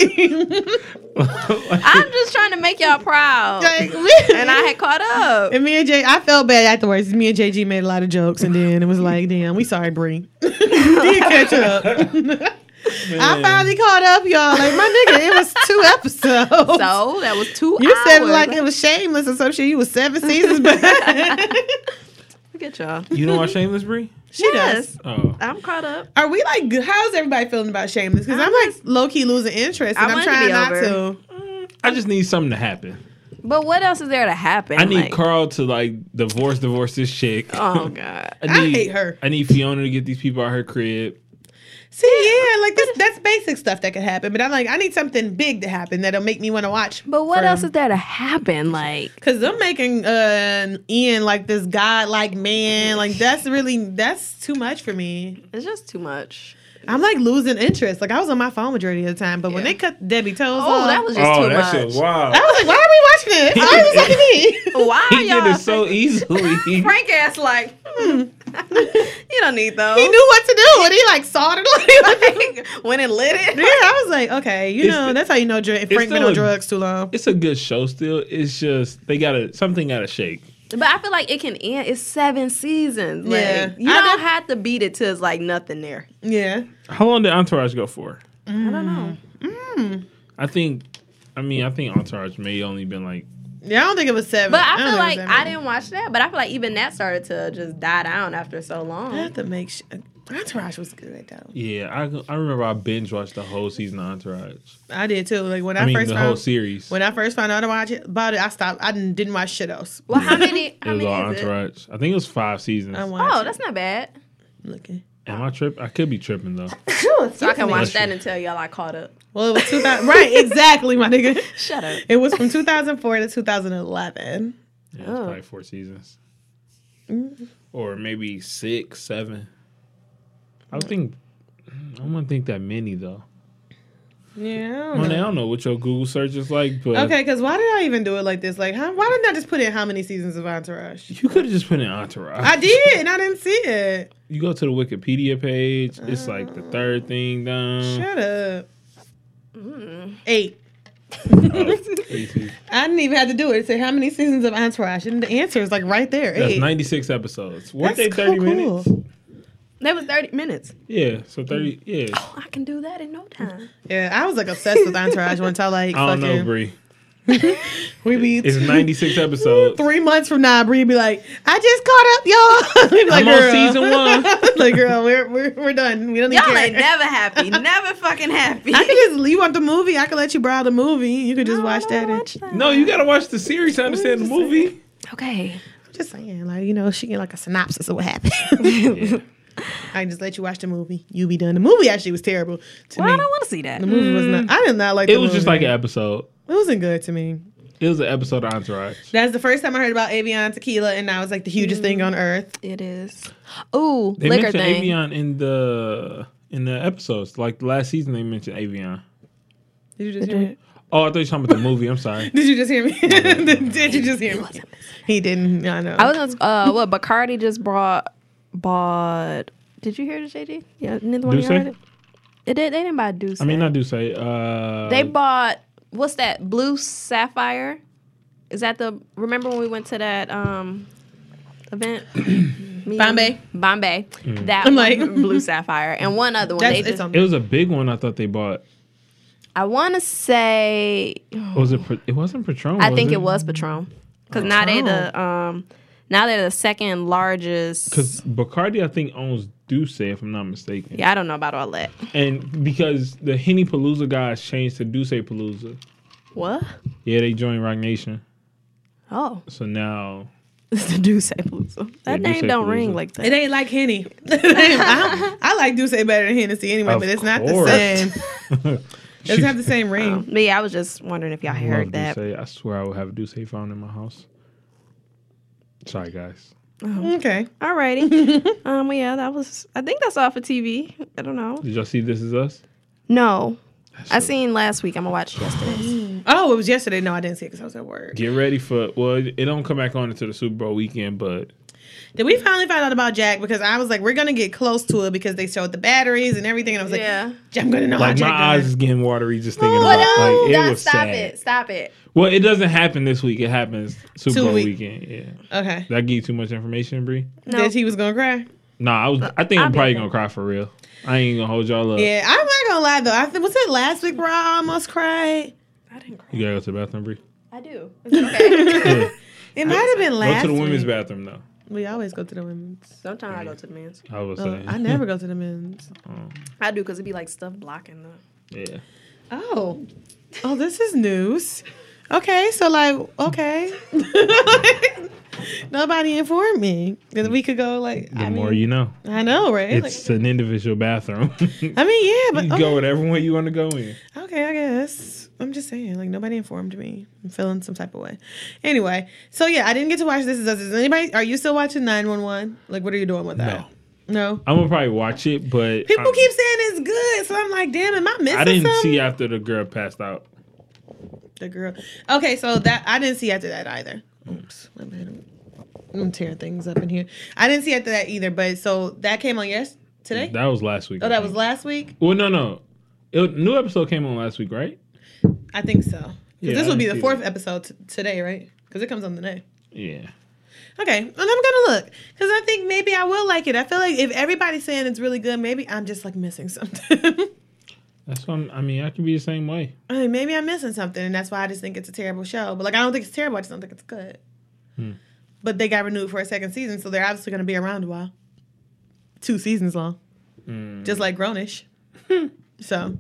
[SPEAKER 3] I'm just trying to make y'all proud.
[SPEAKER 4] Like, we-
[SPEAKER 3] and I had caught up.
[SPEAKER 4] And me and J, I felt bad afterwards. Me and JG made a lot of jokes, and then it was like, damn, we sorry, Bree. did catch up. I
[SPEAKER 5] Man.
[SPEAKER 4] finally caught up, y'all. Like my nigga, it was two episodes.
[SPEAKER 3] So that was two
[SPEAKER 4] you
[SPEAKER 3] hours.
[SPEAKER 4] said like it was shameless or some shit. You was seven seasons back.
[SPEAKER 3] Look at y'all.
[SPEAKER 5] You don't watch Shameless, Bree?
[SPEAKER 4] she does.
[SPEAKER 3] Yes,
[SPEAKER 5] Oh,
[SPEAKER 3] I'm caught up.
[SPEAKER 4] Are we like? good- How's everybody feeling about shameless? Because I'm like low key losing interest,
[SPEAKER 3] I
[SPEAKER 4] and I'm
[SPEAKER 3] want it to
[SPEAKER 4] trying
[SPEAKER 3] be
[SPEAKER 4] not to.
[SPEAKER 3] over.
[SPEAKER 5] I just need something to happen.
[SPEAKER 3] But what else is there to happen?
[SPEAKER 5] I need
[SPEAKER 3] Like,
[SPEAKER 5] Carl to like divorce, divorce this chick.
[SPEAKER 3] Oh God.
[SPEAKER 5] I,
[SPEAKER 4] I
[SPEAKER 5] need,
[SPEAKER 4] hate her.
[SPEAKER 5] I need Fiona to get these people out her crib.
[SPEAKER 4] See, yeah, like this, that's basic stuff that could happen. But I'm like, I need something big to happen that'll make me want to watch.
[SPEAKER 3] But what
[SPEAKER 4] for-
[SPEAKER 3] else is there to happen? Like
[SPEAKER 4] Cause them making uh Ian like this god like man, like that's really that's too much for me.
[SPEAKER 3] it's just too much.
[SPEAKER 4] I'm like losing interest. Like I was on my phone majority of the time, but when they cut Debbie toes
[SPEAKER 3] Oh,
[SPEAKER 4] off,
[SPEAKER 3] that was just too much.
[SPEAKER 5] wow.
[SPEAKER 4] I was like, why are we watching this? Why is this on TV?
[SPEAKER 3] Why
[SPEAKER 5] He
[SPEAKER 3] y'all?
[SPEAKER 5] did it so easily.
[SPEAKER 3] Frank ass like hmm. you don't need those.
[SPEAKER 4] he knew what to do, and he like saw it. Like,
[SPEAKER 3] Like, when it lit it.
[SPEAKER 4] yeah, I was like, okay, you
[SPEAKER 5] It's
[SPEAKER 4] know,
[SPEAKER 5] the-
[SPEAKER 4] that's how you know dr- Frank been
[SPEAKER 5] still
[SPEAKER 4] on
[SPEAKER 5] a-
[SPEAKER 4] drugs too long.
[SPEAKER 5] it's a good show still. It's just they gotta something gotta shake.
[SPEAKER 3] But I feel like it can end. It's seven seasons. Like,
[SPEAKER 4] Yeah.
[SPEAKER 3] you
[SPEAKER 4] I
[SPEAKER 3] don't
[SPEAKER 4] def-
[SPEAKER 3] have to beat it till it's like nothing there.
[SPEAKER 4] Yeah,
[SPEAKER 5] How long did Entourage go for?
[SPEAKER 3] I don't know.
[SPEAKER 5] I think I mean, I think Entourage may only been like
[SPEAKER 4] yeah, I don't think it was seven.
[SPEAKER 3] But
[SPEAKER 4] don't
[SPEAKER 3] I, feel
[SPEAKER 4] think
[SPEAKER 3] like
[SPEAKER 4] it was
[SPEAKER 3] I
[SPEAKER 4] seven.
[SPEAKER 3] didn't watch that. But I feel like even that started to just die down after so long.
[SPEAKER 4] I have to make sure. Entourage was good though.
[SPEAKER 5] yeah, I I remember I binge watched the whole season of Entourage.
[SPEAKER 4] I did too. Like when I,
[SPEAKER 5] I mean
[SPEAKER 4] first
[SPEAKER 5] the
[SPEAKER 4] found
[SPEAKER 5] whole series.
[SPEAKER 4] When I first found out about it, about it, I stopped. I didn't, didn't watch shit else.
[SPEAKER 3] well, how many? How
[SPEAKER 5] it was
[SPEAKER 3] many
[SPEAKER 5] all
[SPEAKER 3] is it?
[SPEAKER 5] Entourage. I think it was five seasons.
[SPEAKER 4] I watched.
[SPEAKER 3] Oh, that's not bad.
[SPEAKER 4] looking.
[SPEAKER 5] Am I trip? I could be tripping though.
[SPEAKER 3] So I can watch
[SPEAKER 5] Bless
[SPEAKER 3] that
[SPEAKER 5] you.
[SPEAKER 3] and tell y'all I caught up.
[SPEAKER 4] Well, it was 2000. right, exactly, my nigga.
[SPEAKER 3] Shut up.
[SPEAKER 4] It was from 2004 to 2011.
[SPEAKER 5] Yeah, it's probably four seasons.
[SPEAKER 4] Mm-hmm.
[SPEAKER 5] Or maybe six, seven. I would think I don't think that many though.
[SPEAKER 4] Yeah. I
[SPEAKER 5] Well,
[SPEAKER 4] don't
[SPEAKER 5] I
[SPEAKER 4] know.
[SPEAKER 5] don't know what your Google search is like, but
[SPEAKER 4] Okay, because why did I even do it like this? Like, how, why didn't I just put in how many seasons of Entourage?
[SPEAKER 5] you could have just put in Entourage.
[SPEAKER 4] I did, and I didn't see it.
[SPEAKER 5] You go to the Wikipedia page. It's like the third thing down.
[SPEAKER 4] Shut up.
[SPEAKER 3] Mm.
[SPEAKER 4] Eight.
[SPEAKER 5] Oh, eighteen.
[SPEAKER 4] I didn't even have to do it. It said how many seasons of Entourage, and the answer is like right there.
[SPEAKER 5] That's
[SPEAKER 4] eight.
[SPEAKER 5] 96 episodes. Weren't they
[SPEAKER 4] That's
[SPEAKER 5] 30
[SPEAKER 4] cool,
[SPEAKER 5] minutes?
[SPEAKER 4] cool.
[SPEAKER 3] That was 30 minutes.
[SPEAKER 5] Yeah, so 30. Yeah.
[SPEAKER 3] I can do that in no time.
[SPEAKER 4] Yeah, I was like obsessed with Entourage once I like
[SPEAKER 5] I don't know,
[SPEAKER 4] fucking.
[SPEAKER 5] Bree.
[SPEAKER 4] we be
[SPEAKER 5] It's 96 episodes.
[SPEAKER 4] three months from now, Bree be like, I just caught up, y'all. We be like,
[SPEAKER 5] I'm on
[SPEAKER 4] "Girl."
[SPEAKER 5] season one.
[SPEAKER 4] like, girl, we're, we're we're done. We don't even
[SPEAKER 3] Y'all
[SPEAKER 4] care.
[SPEAKER 3] ain't never happy. Never fucking happy.
[SPEAKER 4] I could just you want the movie. I could let you borrow the movie. You could just watch that. And,
[SPEAKER 5] No, you gotta watch the series to understand the movie.
[SPEAKER 3] Okay.
[SPEAKER 4] just saying, like you know, she get like a synopsis of what happened. I just let you watch the movie. You be done. The movie actually was terrible to
[SPEAKER 3] Well,
[SPEAKER 4] me.
[SPEAKER 3] I don't want to see that.
[SPEAKER 4] the movie was not. I did not like.
[SPEAKER 5] It
[SPEAKER 4] the
[SPEAKER 5] was just
[SPEAKER 4] movie.
[SPEAKER 5] like an episode.
[SPEAKER 4] it wasn't good to me.
[SPEAKER 5] It was an episode of Entourage.
[SPEAKER 4] That's the first time I heard about Avion Tequila, and now it's like the hugest thing on earth.
[SPEAKER 3] It is. Ooh,
[SPEAKER 5] They
[SPEAKER 3] liquor
[SPEAKER 5] mentioned
[SPEAKER 3] thing.
[SPEAKER 5] Avion in the in the episodes. Like last season, they mentioned Avion.
[SPEAKER 4] Did you just hear me?
[SPEAKER 5] Oh, I thought you were talking about the movie. I'm sorry.
[SPEAKER 4] Did you just hear me? Did you just hear me? He didn't. I know.
[SPEAKER 3] I was gonna, uh, what Bacardi just brought bought. Did you hear the JG? Yeah, neither one of y'all
[SPEAKER 5] Douce?
[SPEAKER 3] heard it. It did. They didn't buy Deuce.
[SPEAKER 5] I mean, I do say uh,
[SPEAKER 3] they bought what's that blue sapphire? Is that the? Remember when we went to that um event? Me and-
[SPEAKER 4] Bombay?
[SPEAKER 3] Bombay.
[SPEAKER 5] Mm.
[SPEAKER 3] That
[SPEAKER 4] I'm
[SPEAKER 3] one,
[SPEAKER 4] like-
[SPEAKER 3] blue sapphire and one other one.
[SPEAKER 4] That's,
[SPEAKER 3] They
[SPEAKER 4] it's
[SPEAKER 3] just,
[SPEAKER 4] on
[SPEAKER 5] It was a big one. I thought they bought.
[SPEAKER 3] I want to say
[SPEAKER 5] Was it? Pat- It wasn't Patron.
[SPEAKER 3] I
[SPEAKER 5] was
[SPEAKER 3] think it, was Patron because now they the um now they're the second largest.
[SPEAKER 5] because Bacardi. I think owns Douce, if I'm not mistaken.
[SPEAKER 3] yeah, I don't know about all that.
[SPEAKER 5] And because the Henny Palooza guys changed to Douce Palooza.
[SPEAKER 3] What?
[SPEAKER 5] Yeah, they joined Rock Nation.
[SPEAKER 3] Oh,
[SPEAKER 5] So now
[SPEAKER 3] it's the Duce Palooza.
[SPEAKER 5] Yeah,
[SPEAKER 3] That name
[SPEAKER 5] Duce
[SPEAKER 3] don't
[SPEAKER 5] Palooza.
[SPEAKER 3] ring like
[SPEAKER 4] It
[SPEAKER 3] that.
[SPEAKER 4] ain't like Henny. I, I like Duce better than Hennessy anyway,
[SPEAKER 5] Of
[SPEAKER 4] but it's not the
[SPEAKER 5] course.
[SPEAKER 4] same. It doesn't have the same
[SPEAKER 3] Um,
[SPEAKER 4] ring.
[SPEAKER 3] but yeah, I was just wondering if y'all
[SPEAKER 5] I
[SPEAKER 3] heard
[SPEAKER 5] love
[SPEAKER 3] that.
[SPEAKER 5] Douce. I swear I would have a Douce phone in my house. Sorry, guys.
[SPEAKER 3] Um,
[SPEAKER 4] Okay.
[SPEAKER 3] Alrighty. um, well, yeah, that was. I think that's all for TV. I don't know.
[SPEAKER 5] Did y'all see This Is Us?
[SPEAKER 3] No, I
[SPEAKER 5] So,
[SPEAKER 3] seen last week. I'm gonna watch yesterday.
[SPEAKER 4] Oh, it was yesterday. No, I didn't see it because I was at work.
[SPEAKER 5] Get ready for well, it it don't come back on until the Super Bowl weekend, but
[SPEAKER 4] Did we finally find out about Jack? Because I was like, we're gonna get close to it because they showed the batteries and everything, and I was like,
[SPEAKER 3] Yeah.
[SPEAKER 4] I'm gonna know how
[SPEAKER 5] like my
[SPEAKER 4] Jack
[SPEAKER 5] eyes
[SPEAKER 4] died.
[SPEAKER 5] is getting watery just thinking about it. Like, it was
[SPEAKER 3] stop
[SPEAKER 5] sad.
[SPEAKER 3] it! Stop it!
[SPEAKER 5] Well, it doesn't happen this week. It happens Super
[SPEAKER 4] Two
[SPEAKER 5] Bowl
[SPEAKER 4] week-
[SPEAKER 5] weekend. Yeah.
[SPEAKER 4] Okay.
[SPEAKER 5] Did I give you too much information, Bree?
[SPEAKER 3] No,
[SPEAKER 4] That he was gonna cry.
[SPEAKER 5] Nah, I was. I think
[SPEAKER 3] I'll
[SPEAKER 5] I'm
[SPEAKER 3] be
[SPEAKER 5] probably
[SPEAKER 3] okay.
[SPEAKER 5] gonna cry for real. I ain't gonna hold y'all up.
[SPEAKER 4] Yeah, I'm not gonna lie though. I th- was it last week where I almost cried?
[SPEAKER 3] I didn't cry.
[SPEAKER 5] You gotta go to the bathroom, Bree.
[SPEAKER 3] I do. Is it okay?
[SPEAKER 4] It might have been
[SPEAKER 5] Go
[SPEAKER 4] last.
[SPEAKER 5] to the women's
[SPEAKER 4] week.
[SPEAKER 5] bathroom though.
[SPEAKER 4] We always go to the women's.
[SPEAKER 3] Sometimes I go to the man's.
[SPEAKER 5] I was
[SPEAKER 4] Well,
[SPEAKER 5] saying.
[SPEAKER 4] I never go to the men's.
[SPEAKER 3] I do because it'd be like stuff blocking the.
[SPEAKER 5] Yeah.
[SPEAKER 4] Oh, oh, this is news. Okay, so like, okay, nobody informed me that we could go. Like,
[SPEAKER 5] The
[SPEAKER 4] I
[SPEAKER 5] more
[SPEAKER 4] mean,
[SPEAKER 5] you know.
[SPEAKER 4] I know, right? Like,
[SPEAKER 5] It's an individual bathroom. you
[SPEAKER 4] I mean, yeah, but
[SPEAKER 5] go
[SPEAKER 4] okay,
[SPEAKER 5] with everyone you want to go in.
[SPEAKER 4] okay, I guess. I'm just saying, like, nobody informed me. I'm feeling some type of way. Anyway, so yeah, I didn't get to watch This Is Us. Is anybody? Are you still watching 911? Like, what are you doing with that? No.
[SPEAKER 5] I'm gonna probably watch it, but
[SPEAKER 4] People
[SPEAKER 5] I'm-
[SPEAKER 4] keep saying it's good, so I'm like, damn, am I missing
[SPEAKER 5] Um, I didn't
[SPEAKER 4] something?
[SPEAKER 5] see after the girl passed out.
[SPEAKER 4] The girl. Okay, so that I didn't see after that either. Oops, wait a minute. I'm tearing things up in here. I didn't see after that either, but so that came on yes today.
[SPEAKER 5] That was last week.
[SPEAKER 4] oh,
[SPEAKER 5] I
[SPEAKER 4] that was
[SPEAKER 5] think.
[SPEAKER 4] last week.
[SPEAKER 5] Well, no, no. It, new episode came on last week, right?
[SPEAKER 4] I think so. 'Cause
[SPEAKER 5] Yeah,
[SPEAKER 4] this
[SPEAKER 5] I
[SPEAKER 4] will be
[SPEAKER 5] didn't
[SPEAKER 4] the
[SPEAKER 5] see
[SPEAKER 4] fourth
[SPEAKER 5] that.
[SPEAKER 4] episode t- today, right? Because it comes on the day.
[SPEAKER 5] Yeah.
[SPEAKER 4] Okay, and I'm gonna look because I think maybe I will like it. I feel like if everybody's saying it's really good, maybe I'm just like missing something.
[SPEAKER 5] That's what I'm, I mean. I could be the same way.
[SPEAKER 4] I mean, maybe I'm missing something, and that's why I just think it's a terrible show. But like, I don't think it's terrible. I just don't think it's good. But they got renewed for a second season, so they're obviously going to be around a while. Two seasons long, just like Grownish. so,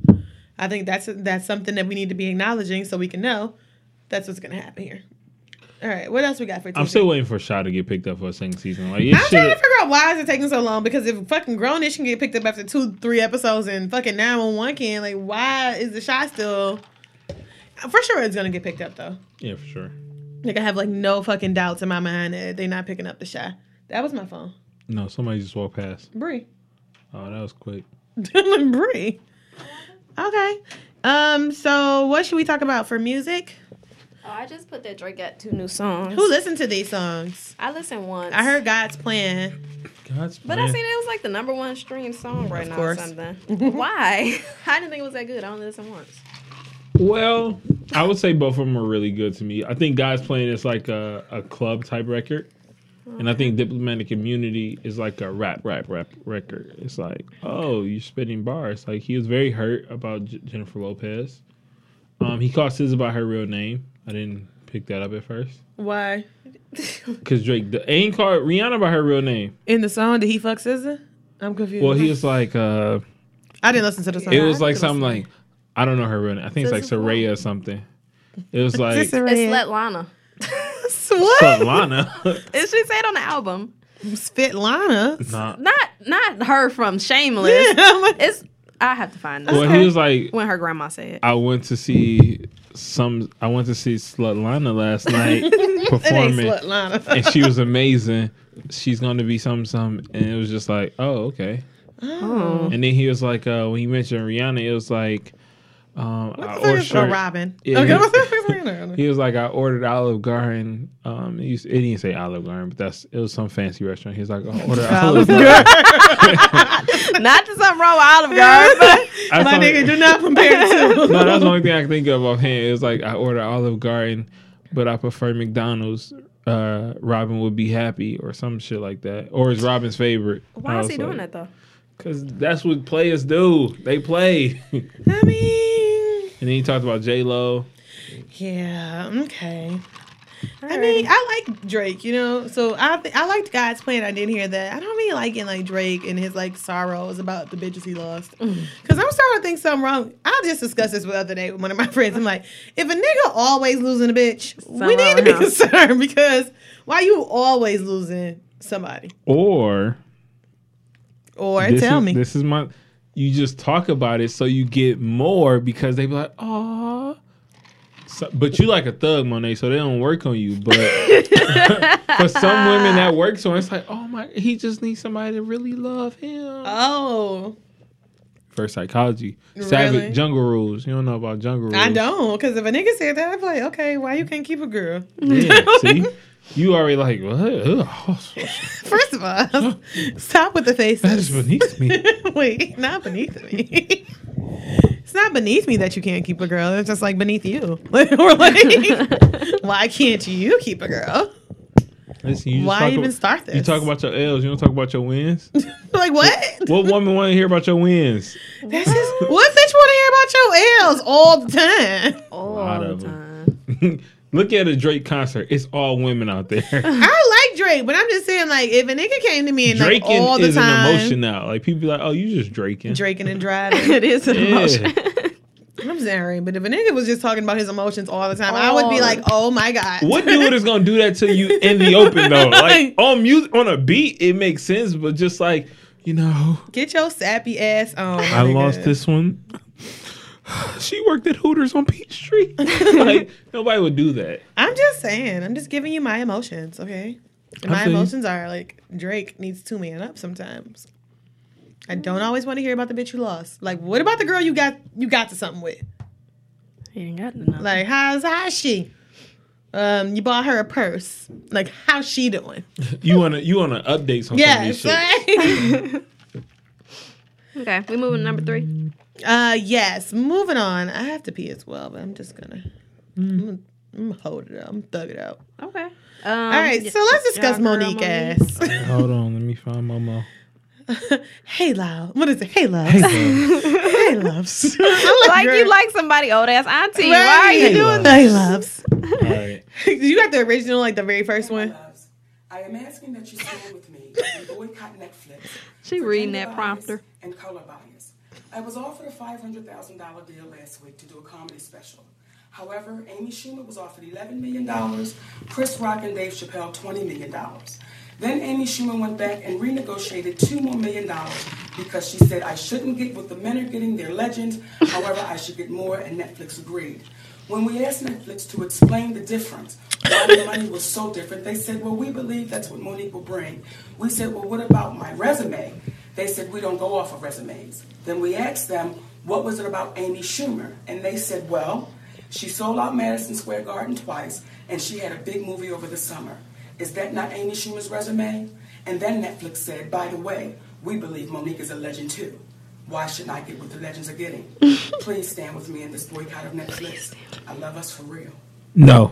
[SPEAKER 4] I think that's that's something that we need to be acknowledging, so we can know that's what's going to happen here. All right, what else we got for?
[SPEAKER 5] I'm
[SPEAKER 4] TV?
[SPEAKER 5] still waiting for Shaw to get picked up for a second season. Like
[SPEAKER 4] I'm
[SPEAKER 5] it
[SPEAKER 4] trying to
[SPEAKER 5] should.
[SPEAKER 4] figure out why is it taking so long? Because if fucking Grownish can get picked up after two, three episodes, and fucking 911 can, like, why is the shot still? For sure, it's gonna get picked up though.
[SPEAKER 5] Yeah, for sure.
[SPEAKER 4] Like I have like no fucking doubts in my mind that they're not picking up the shot. That was my phone,
[SPEAKER 5] No, somebody just walked past.
[SPEAKER 4] Bree.
[SPEAKER 5] Oh, that was quick.
[SPEAKER 4] Bree. Okay. Um, so what should we talk about for music?
[SPEAKER 3] Oh, I just put that Drake got two new songs.
[SPEAKER 4] Who listened to these songs?
[SPEAKER 3] I listened once.
[SPEAKER 4] I heard God's plan.
[SPEAKER 5] God's
[SPEAKER 3] But I
[SPEAKER 5] plan.
[SPEAKER 3] seen it was like the number one stream song right now
[SPEAKER 4] course.
[SPEAKER 3] or something. Why? I didn't think it was that good. I only listened once.
[SPEAKER 5] Well, I would say both of them are really good to me. I think God's Playing is like a, a club type record. And I think Diplomatic Immunity is like a rap, rap, rap record. It's like, oh, you're spitting bars. Like, he was very hurt about J- Jennifer Lopez. Um, he called SZA by her real name. I didn't pick that up at first.
[SPEAKER 4] Why?
[SPEAKER 5] Because Drake d- ain't called Rihanna by her real name.
[SPEAKER 4] In the song, did he fuck SZA? I'm confused.
[SPEAKER 5] Well, he was like, uh,
[SPEAKER 4] I didn't listen to the song.
[SPEAKER 5] it
[SPEAKER 3] Yeah,
[SPEAKER 5] was
[SPEAKER 3] I
[SPEAKER 5] like
[SPEAKER 3] could've
[SPEAKER 5] something
[SPEAKER 3] seen
[SPEAKER 5] like, I don't know her real name. I think it's like
[SPEAKER 3] SZA what?
[SPEAKER 5] Soraya or something. It was like,
[SPEAKER 4] Sister
[SPEAKER 3] It's
[SPEAKER 4] Red.
[SPEAKER 3] Let Lana.
[SPEAKER 4] what?
[SPEAKER 5] Lana.
[SPEAKER 3] It should say it on the album.
[SPEAKER 4] Spit Lana.
[SPEAKER 5] Nah.
[SPEAKER 3] Not not her from Shameless.
[SPEAKER 4] I'm like-
[SPEAKER 3] It's I have to find this.
[SPEAKER 5] Well, he was like,
[SPEAKER 3] when her grandma said it.
[SPEAKER 5] I went to see some. I went to see Slut Lana last night
[SPEAKER 4] It ain't
[SPEAKER 5] performing,
[SPEAKER 4] Slut Lana.
[SPEAKER 5] and she was amazing. She's going to be some some, and it was just like, oh okay.
[SPEAKER 3] Oh.
[SPEAKER 5] And then he was like, uh, when he mentioned Rihanna, it was like, um,
[SPEAKER 4] What
[SPEAKER 5] I
[SPEAKER 4] the fuck
[SPEAKER 5] ordered.
[SPEAKER 4] is oh, Robin?
[SPEAKER 5] Yeah,
[SPEAKER 4] okay,
[SPEAKER 5] he-
[SPEAKER 4] what the fuck is Rihanna?
[SPEAKER 5] He was like, I ordered Olive Garden. Um, he used, it didn't say Olive Garden, but that's it was some fancy restaurant. He was like, I ordered Olive Garden.
[SPEAKER 3] Not that something wrong with Olive Garden, but
[SPEAKER 4] My
[SPEAKER 5] I thought-
[SPEAKER 4] nigga, do not compare to.
[SPEAKER 5] no, that's the only thing I can think of offhand. It was like I order Olive Garden, but I prefer McDonald's. Uh, Robin would be happy, or some shit like that, or it's Robin's favorite.
[SPEAKER 3] why is he doing that though?
[SPEAKER 5] Because that's what players do. They play. and
[SPEAKER 4] I mean,
[SPEAKER 5] then he talked about J Lo.
[SPEAKER 4] yeah, okay. I mean, I like Drake, you know. So I th- I liked God's plan. I didn't hear that. I don't really like it like Drake and his like sorrows about the bitches he lost. Cause I'm starting to think something wrong. I just discussed this the other day with one of my friends. I'm like, if a nigga always losing a bitch, we
[SPEAKER 3] Something
[SPEAKER 4] need
[SPEAKER 3] wrong
[SPEAKER 4] to be
[SPEAKER 3] with him.
[SPEAKER 4] concerned because why you always losing somebody?
[SPEAKER 5] Or
[SPEAKER 4] Or
[SPEAKER 5] this
[SPEAKER 4] tell
[SPEAKER 5] is,
[SPEAKER 4] me.
[SPEAKER 5] this is my. You just talk about it so you get more because they be like, oh. but you like a thug, Monet, so they don't work on you. But for some women that works on, it's like, oh my, he just needs somebody to really love him.
[SPEAKER 4] Oh,
[SPEAKER 5] For psychology, savage
[SPEAKER 4] Really?
[SPEAKER 5] jungle rules. You don't know about jungle rules.
[SPEAKER 4] I don't. Cause if a nigga said that, I'd be like, okay, why you can't keep a girl?
[SPEAKER 5] Yeah, see, you already like what? Ugh, oh,
[SPEAKER 4] First of all, stop with the faces.
[SPEAKER 5] that is beneath me.
[SPEAKER 4] Wait, not beneath me. it's not beneath me that you can't keep a girl. It's just like beneath you. or like, why can't you keep a girl?
[SPEAKER 5] Listen, you just
[SPEAKER 4] Why
[SPEAKER 5] talk
[SPEAKER 4] even
[SPEAKER 5] about-
[SPEAKER 4] start this?
[SPEAKER 5] You talk about your L's. You don't talk about your wins.
[SPEAKER 4] like what?
[SPEAKER 5] what woman want to hear about your wins?
[SPEAKER 4] That's just, what bitch want to hear about your L's all the time?
[SPEAKER 5] Oh.
[SPEAKER 3] all
[SPEAKER 5] lot of
[SPEAKER 3] the
[SPEAKER 5] 'em.
[SPEAKER 3] time.
[SPEAKER 5] Look at a Drake concert. It's all women out there.
[SPEAKER 4] I like Drake, but I'm just saying, like, if a nigga came to me and like
[SPEAKER 5] Draking
[SPEAKER 4] all the
[SPEAKER 5] is
[SPEAKER 4] time,
[SPEAKER 5] an emotion now. Like people be like, oh, you just draking.
[SPEAKER 4] Draking and driving.
[SPEAKER 3] it is an
[SPEAKER 5] Yeah.
[SPEAKER 3] emotion.
[SPEAKER 4] I'm sorry, but if a nigga was just talking about his emotions all the time, I would be
[SPEAKER 3] All
[SPEAKER 4] like, oh my god.
[SPEAKER 5] what dude is gonna do that to you in the open though? Like on music, on a beat, it makes sense, but just like you know,
[SPEAKER 4] Get your sappy ass on. my
[SPEAKER 5] I lost
[SPEAKER 4] nigga.
[SPEAKER 5] this one. she worked at Hooters on Peachtree. like nobody would do that.
[SPEAKER 4] I'm just saying. I'm just giving you my emotions, okay? And
[SPEAKER 5] I
[SPEAKER 4] my
[SPEAKER 5] feel you.
[SPEAKER 4] emotions are like Drake needs to man up sometimes. I don't always want to hear about the bitch you lost. Like, what about the girl you got you got to something with?
[SPEAKER 3] He ain't got nothing.
[SPEAKER 4] Like, how's how's she? Um, you bought her a purse. Like, how's she doing?
[SPEAKER 5] You wanna you wanna update some
[SPEAKER 4] Yes.
[SPEAKER 5] of these shit.
[SPEAKER 3] okay, we moving to number three.
[SPEAKER 4] uh, yes. Moving on. I have to pee as well, but I'm just gonna.
[SPEAKER 5] Mm.
[SPEAKER 4] I'm gonna- I'm gonna hold it up. I'm thug it out.
[SPEAKER 3] Okay. Um,
[SPEAKER 4] All right, so let's discuss Monique, ass.
[SPEAKER 5] Hold on, let me find Momo.
[SPEAKER 4] hey, love. What is it? Hey, love. Hey, loves. I
[SPEAKER 3] Like
[SPEAKER 4] your-
[SPEAKER 3] you like somebody old ass auntie.
[SPEAKER 4] Right.
[SPEAKER 3] Why are you
[SPEAKER 5] Hey,
[SPEAKER 3] doing
[SPEAKER 5] love.
[SPEAKER 4] Hey, loves.
[SPEAKER 5] All right.
[SPEAKER 4] you got the original, like the very first one.
[SPEAKER 7] Loves, I am asking that you stand with me and boycott Netflix.
[SPEAKER 3] She
[SPEAKER 7] for
[SPEAKER 3] reading
[SPEAKER 7] gender
[SPEAKER 3] that
[SPEAKER 7] bias
[SPEAKER 3] prompter.
[SPEAKER 7] And color bias. I was offered a $500,000 deal last week to do a comedy special. However, Amy Schumer was offered $11 million, Chris Rock and Dave Chappelle $20 million. Then Amy Schumer went back and renegotiated two more million dollars because she said I shouldn't get what the men are getting, they're legends. However, I should get more, and Netflix agreed. When we asked Netflix to explain the difference, why the money was so different, they said, well, we believe that's what Monique will bring. We said, well, what about my resume? They said, we don't go off of resumes. Then we asked them, What was it about Amy Schumer? And they said, well, she sold out Madison Square Garden twice, and she had a big movie over the summer. Is that not Amy Schumer's resume? And then Netflix said, by the way, we believe Monique is a legend too. Why shouldn't I get what the legends are getting? Please stand with me in this boycott of Netflix. I love us for real.
[SPEAKER 5] No.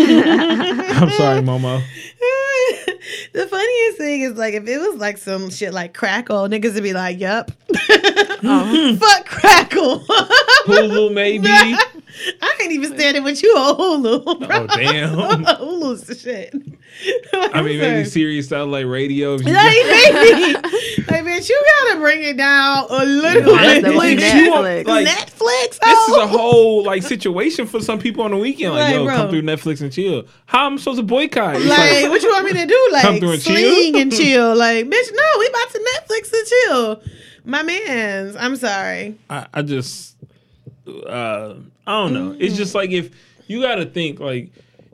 [SPEAKER 5] I'm sorry, Momo.
[SPEAKER 4] the funniest thing is like if it was like some shit like crackle, niggas would be like, "Yup, fuck crackle."
[SPEAKER 5] Hulu, maybe.
[SPEAKER 4] I can't even stand it with you on Hulu. Bro.
[SPEAKER 5] Oh, damn.
[SPEAKER 4] Hulu's the shit.
[SPEAKER 5] I mean, maybe serious satellite radio. If you
[SPEAKER 4] Like, baby, like, bitch, you gotta bring it down a little
[SPEAKER 5] Netflix,
[SPEAKER 4] bit.
[SPEAKER 5] you want,
[SPEAKER 3] Netflix.
[SPEAKER 5] like,
[SPEAKER 4] Netflix.
[SPEAKER 5] this is
[SPEAKER 4] Oh.
[SPEAKER 5] a whole like situation for some people on the weekend. Like,
[SPEAKER 4] Like,
[SPEAKER 5] yo,
[SPEAKER 4] bro.
[SPEAKER 5] come through Netflix and chill. How am I supposed to boycott? It's
[SPEAKER 4] Like, what you want me to do?
[SPEAKER 5] Come
[SPEAKER 4] Like,
[SPEAKER 5] through and chill?
[SPEAKER 4] sling and chill. Like, bitch, no, we about to Netflix and chill. My man's. I'm sorry.
[SPEAKER 5] I, I just uh I don't know. It's just like if you gotta think like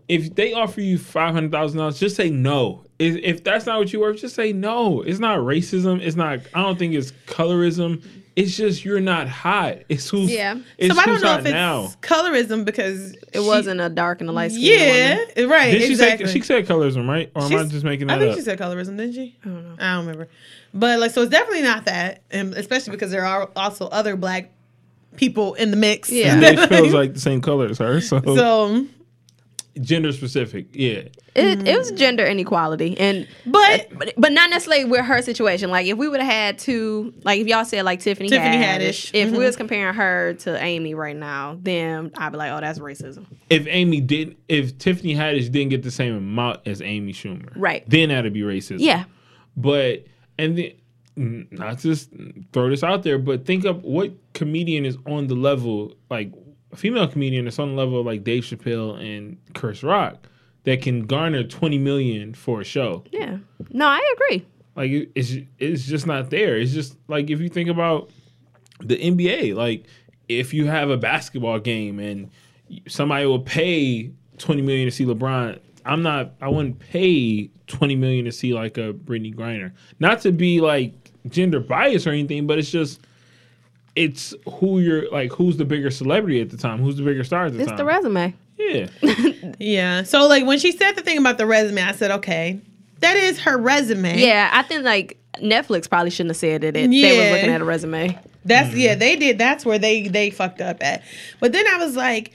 [SPEAKER 5] if they offer you five hundred thousand dollars, just say no. If, if that's not what you worth, just say no. It's not racism. It's not. I don't think it's colorism. It's just you're not hot. It's who's.
[SPEAKER 3] Yeah.
[SPEAKER 5] It's
[SPEAKER 4] so I don't
[SPEAKER 5] who's
[SPEAKER 4] know
[SPEAKER 5] hot
[SPEAKER 4] if it's
[SPEAKER 5] now.
[SPEAKER 4] colorism because
[SPEAKER 3] It wasn't a dark and a light skin.
[SPEAKER 4] Yeah,
[SPEAKER 3] Woman.
[SPEAKER 4] right.
[SPEAKER 5] Did
[SPEAKER 4] exactly.
[SPEAKER 5] she say she said colorism, right? Or am I
[SPEAKER 4] She's-
[SPEAKER 5] just making
[SPEAKER 4] I
[SPEAKER 5] that
[SPEAKER 4] think
[SPEAKER 5] up?
[SPEAKER 4] she said colorism, didn't she? I
[SPEAKER 3] don't know.
[SPEAKER 4] I don't remember. But like, so it's definitely not that, and especially because there are also other black people in the mix.
[SPEAKER 3] Yeah.
[SPEAKER 5] They feels like the same color as her, so,
[SPEAKER 4] So,
[SPEAKER 5] gender specific. Yeah,
[SPEAKER 3] It, it was gender inequality and uh,
[SPEAKER 4] but
[SPEAKER 3] Mm. but, but not necessarily with her situation. Like if we would have had two, like if y'all said like Tiffany,
[SPEAKER 4] Tiffany
[SPEAKER 3] Haddish, Mm-hmm.
[SPEAKER 4] Haddish.
[SPEAKER 3] if we was comparing her to Amy right now, then I'd be like, oh, that's racism.
[SPEAKER 5] if Amy didn't, if Tiffany Haddish didn't get the same amount as Amy Schumer,
[SPEAKER 3] Right.
[SPEAKER 5] Then that'd be racism.
[SPEAKER 3] Yeah,
[SPEAKER 5] But and then n- not just throw this out there, but think of what comedian is on the level like a female comedian that's on the level of, like Dave Chappelle and Chris Rock that can garner twenty million for a show.
[SPEAKER 3] yeah. No, I agree.
[SPEAKER 5] Like it- it's it's just not there. It's just like if you think about the NBA, like if you have a basketball game and somebody will pay twenty million to see LeBron, I'm not. I wouldn't pay twenty million to see like a Brittany Griner. Not to be like gender biased or anything, but it's just it's who you're like. Who's the bigger celebrity at the time? Who's the bigger star at the
[SPEAKER 3] It's
[SPEAKER 5] time?
[SPEAKER 3] the resume.
[SPEAKER 5] Yeah,
[SPEAKER 4] yeah. So like when she said the thing about the resume, I said, okay, that is her resume.
[SPEAKER 3] Yeah, I think like Netflix probably shouldn't have said that it, they
[SPEAKER 4] Yeah.
[SPEAKER 3] was looking at a resume.
[SPEAKER 4] That's yeah,
[SPEAKER 5] Mm-hmm.
[SPEAKER 4] they did. That's where they they fucked up at. But then I was like,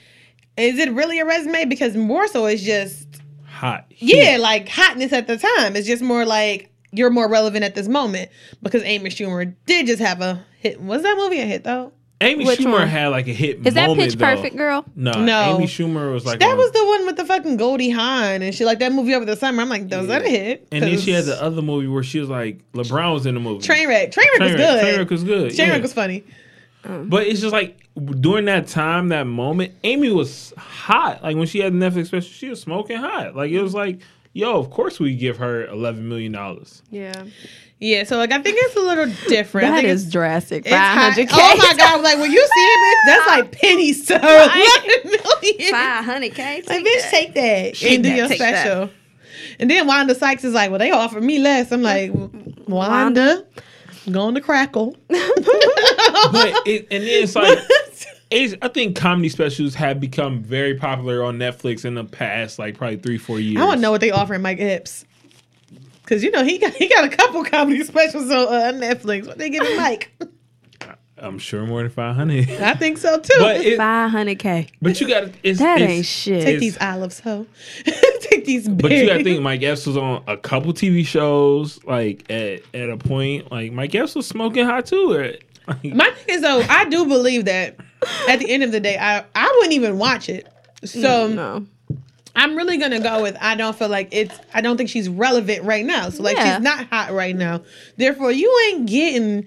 [SPEAKER 4] is it really a resume? Because more so, it's just
[SPEAKER 5] hot.
[SPEAKER 4] yeah, like hotness at the time. It's just more like you're more relevant at this moment because Amy Schumer did just have a hit. Was that movie a hit though?
[SPEAKER 5] Amy
[SPEAKER 3] Which
[SPEAKER 5] Schumer
[SPEAKER 3] one?
[SPEAKER 5] had like a hit.
[SPEAKER 3] Is that
[SPEAKER 5] moment,
[SPEAKER 3] Pitch
[SPEAKER 5] though.
[SPEAKER 3] Perfect, girl?
[SPEAKER 5] No,
[SPEAKER 4] No.
[SPEAKER 5] Amy Schumer was like
[SPEAKER 4] That
[SPEAKER 5] a-
[SPEAKER 4] was the one with the fucking Goldie Hawn and she like that movie over the summer. I'm like, that was that a hit?
[SPEAKER 5] And then
[SPEAKER 4] 'Cause
[SPEAKER 5] she had the other movie where she was like, LeBron was in the movie.
[SPEAKER 4] Trainwreck. Trainwreck was
[SPEAKER 5] Trainwreck.
[SPEAKER 4] good.
[SPEAKER 5] Trainwreck was good,
[SPEAKER 4] Trainwreck
[SPEAKER 5] yeah.
[SPEAKER 4] was funny.
[SPEAKER 5] But it's just like during that time, that moment, Amy was hot. Like when she had the Netflix special, she was smoking hot. Like it was
[SPEAKER 4] Mm-hmm.
[SPEAKER 5] like, yo, of course we give her eleven million dollars.
[SPEAKER 3] Yeah,
[SPEAKER 4] Yeah, so like I think it's a little different. I
[SPEAKER 3] that
[SPEAKER 4] think
[SPEAKER 3] is
[SPEAKER 4] it's-
[SPEAKER 3] drastic.
[SPEAKER 4] it's
[SPEAKER 3] Five
[SPEAKER 4] high-
[SPEAKER 3] hundred k.
[SPEAKER 4] Oh my god! Like when you see it, bitch, that's like pennies to her. Five
[SPEAKER 3] Five hundred k.
[SPEAKER 4] Like, bitch, take that and do
[SPEAKER 3] that,
[SPEAKER 4] your
[SPEAKER 3] take that.
[SPEAKER 4] special. And then Wanda Sykes is like, well, they offered me less. I'm like, Wanda, going to crackle.
[SPEAKER 5] But it, and then it's like, it's, I think comedy specials have become very popular on Netflix in the past, like probably three, four years.
[SPEAKER 4] I want to know what they offering Mike Epps. Cause you know he got he got a couple comedy specials on uh, Netflix. What they giving Mike?
[SPEAKER 5] I'm sure more than five hundred.
[SPEAKER 4] I think so too.
[SPEAKER 5] But it,
[SPEAKER 3] Five hundred k.
[SPEAKER 5] but you got it's,
[SPEAKER 3] That
[SPEAKER 5] it's-
[SPEAKER 3] ain't shit.
[SPEAKER 4] Take
[SPEAKER 5] it's-
[SPEAKER 4] these olives, ho. Take these. Berries.
[SPEAKER 5] But you gotta think Mike Epps was on a couple TV shows, like at at a point, like Mike Epps was smoking hot too. Or, like,
[SPEAKER 4] My thing is though, I do believe that at the end of the day, I I wouldn't even watch it. So
[SPEAKER 3] No.
[SPEAKER 4] I'm really gonna go with I don't feel like it's I don't think she's relevant right now. So like
[SPEAKER 3] Yeah.
[SPEAKER 4] she's not hot right now. Therefore, you ain't getting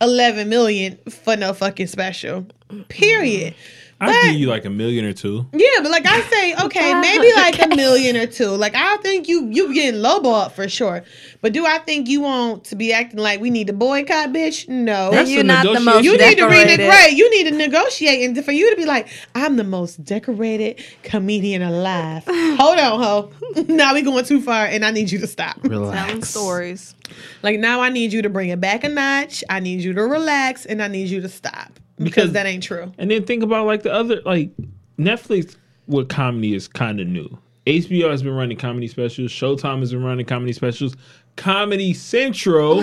[SPEAKER 4] 11 million for no fucking special. Period.
[SPEAKER 5] I'd
[SPEAKER 4] But-
[SPEAKER 5] give you like a million or two.
[SPEAKER 4] Yeah, but like I say, okay, maybe like a million or two. Like I think you you getting lowballed for sure. But do I think you want to be acting like we need to boycott, bitch? No.
[SPEAKER 5] That's
[SPEAKER 3] You're
[SPEAKER 5] a
[SPEAKER 3] not the
[SPEAKER 5] negotiation.
[SPEAKER 3] most.
[SPEAKER 4] You need to
[SPEAKER 3] decorated.
[SPEAKER 4] renegotiate. You need to negotiate, and for you to be like, "I'm the most decorated comedian alive." Hold on, ho. now we going too far, and I need you to stop.
[SPEAKER 3] Telling stories.
[SPEAKER 4] Like now, I need you to bring it back a notch. I need you to relax, and I need you to stop. because that ain't true.
[SPEAKER 5] And then think about like the other like Netflix with comedy is kind of new. HBO has been running comedy specials. Showtime has been running comedy specials. Comedy Central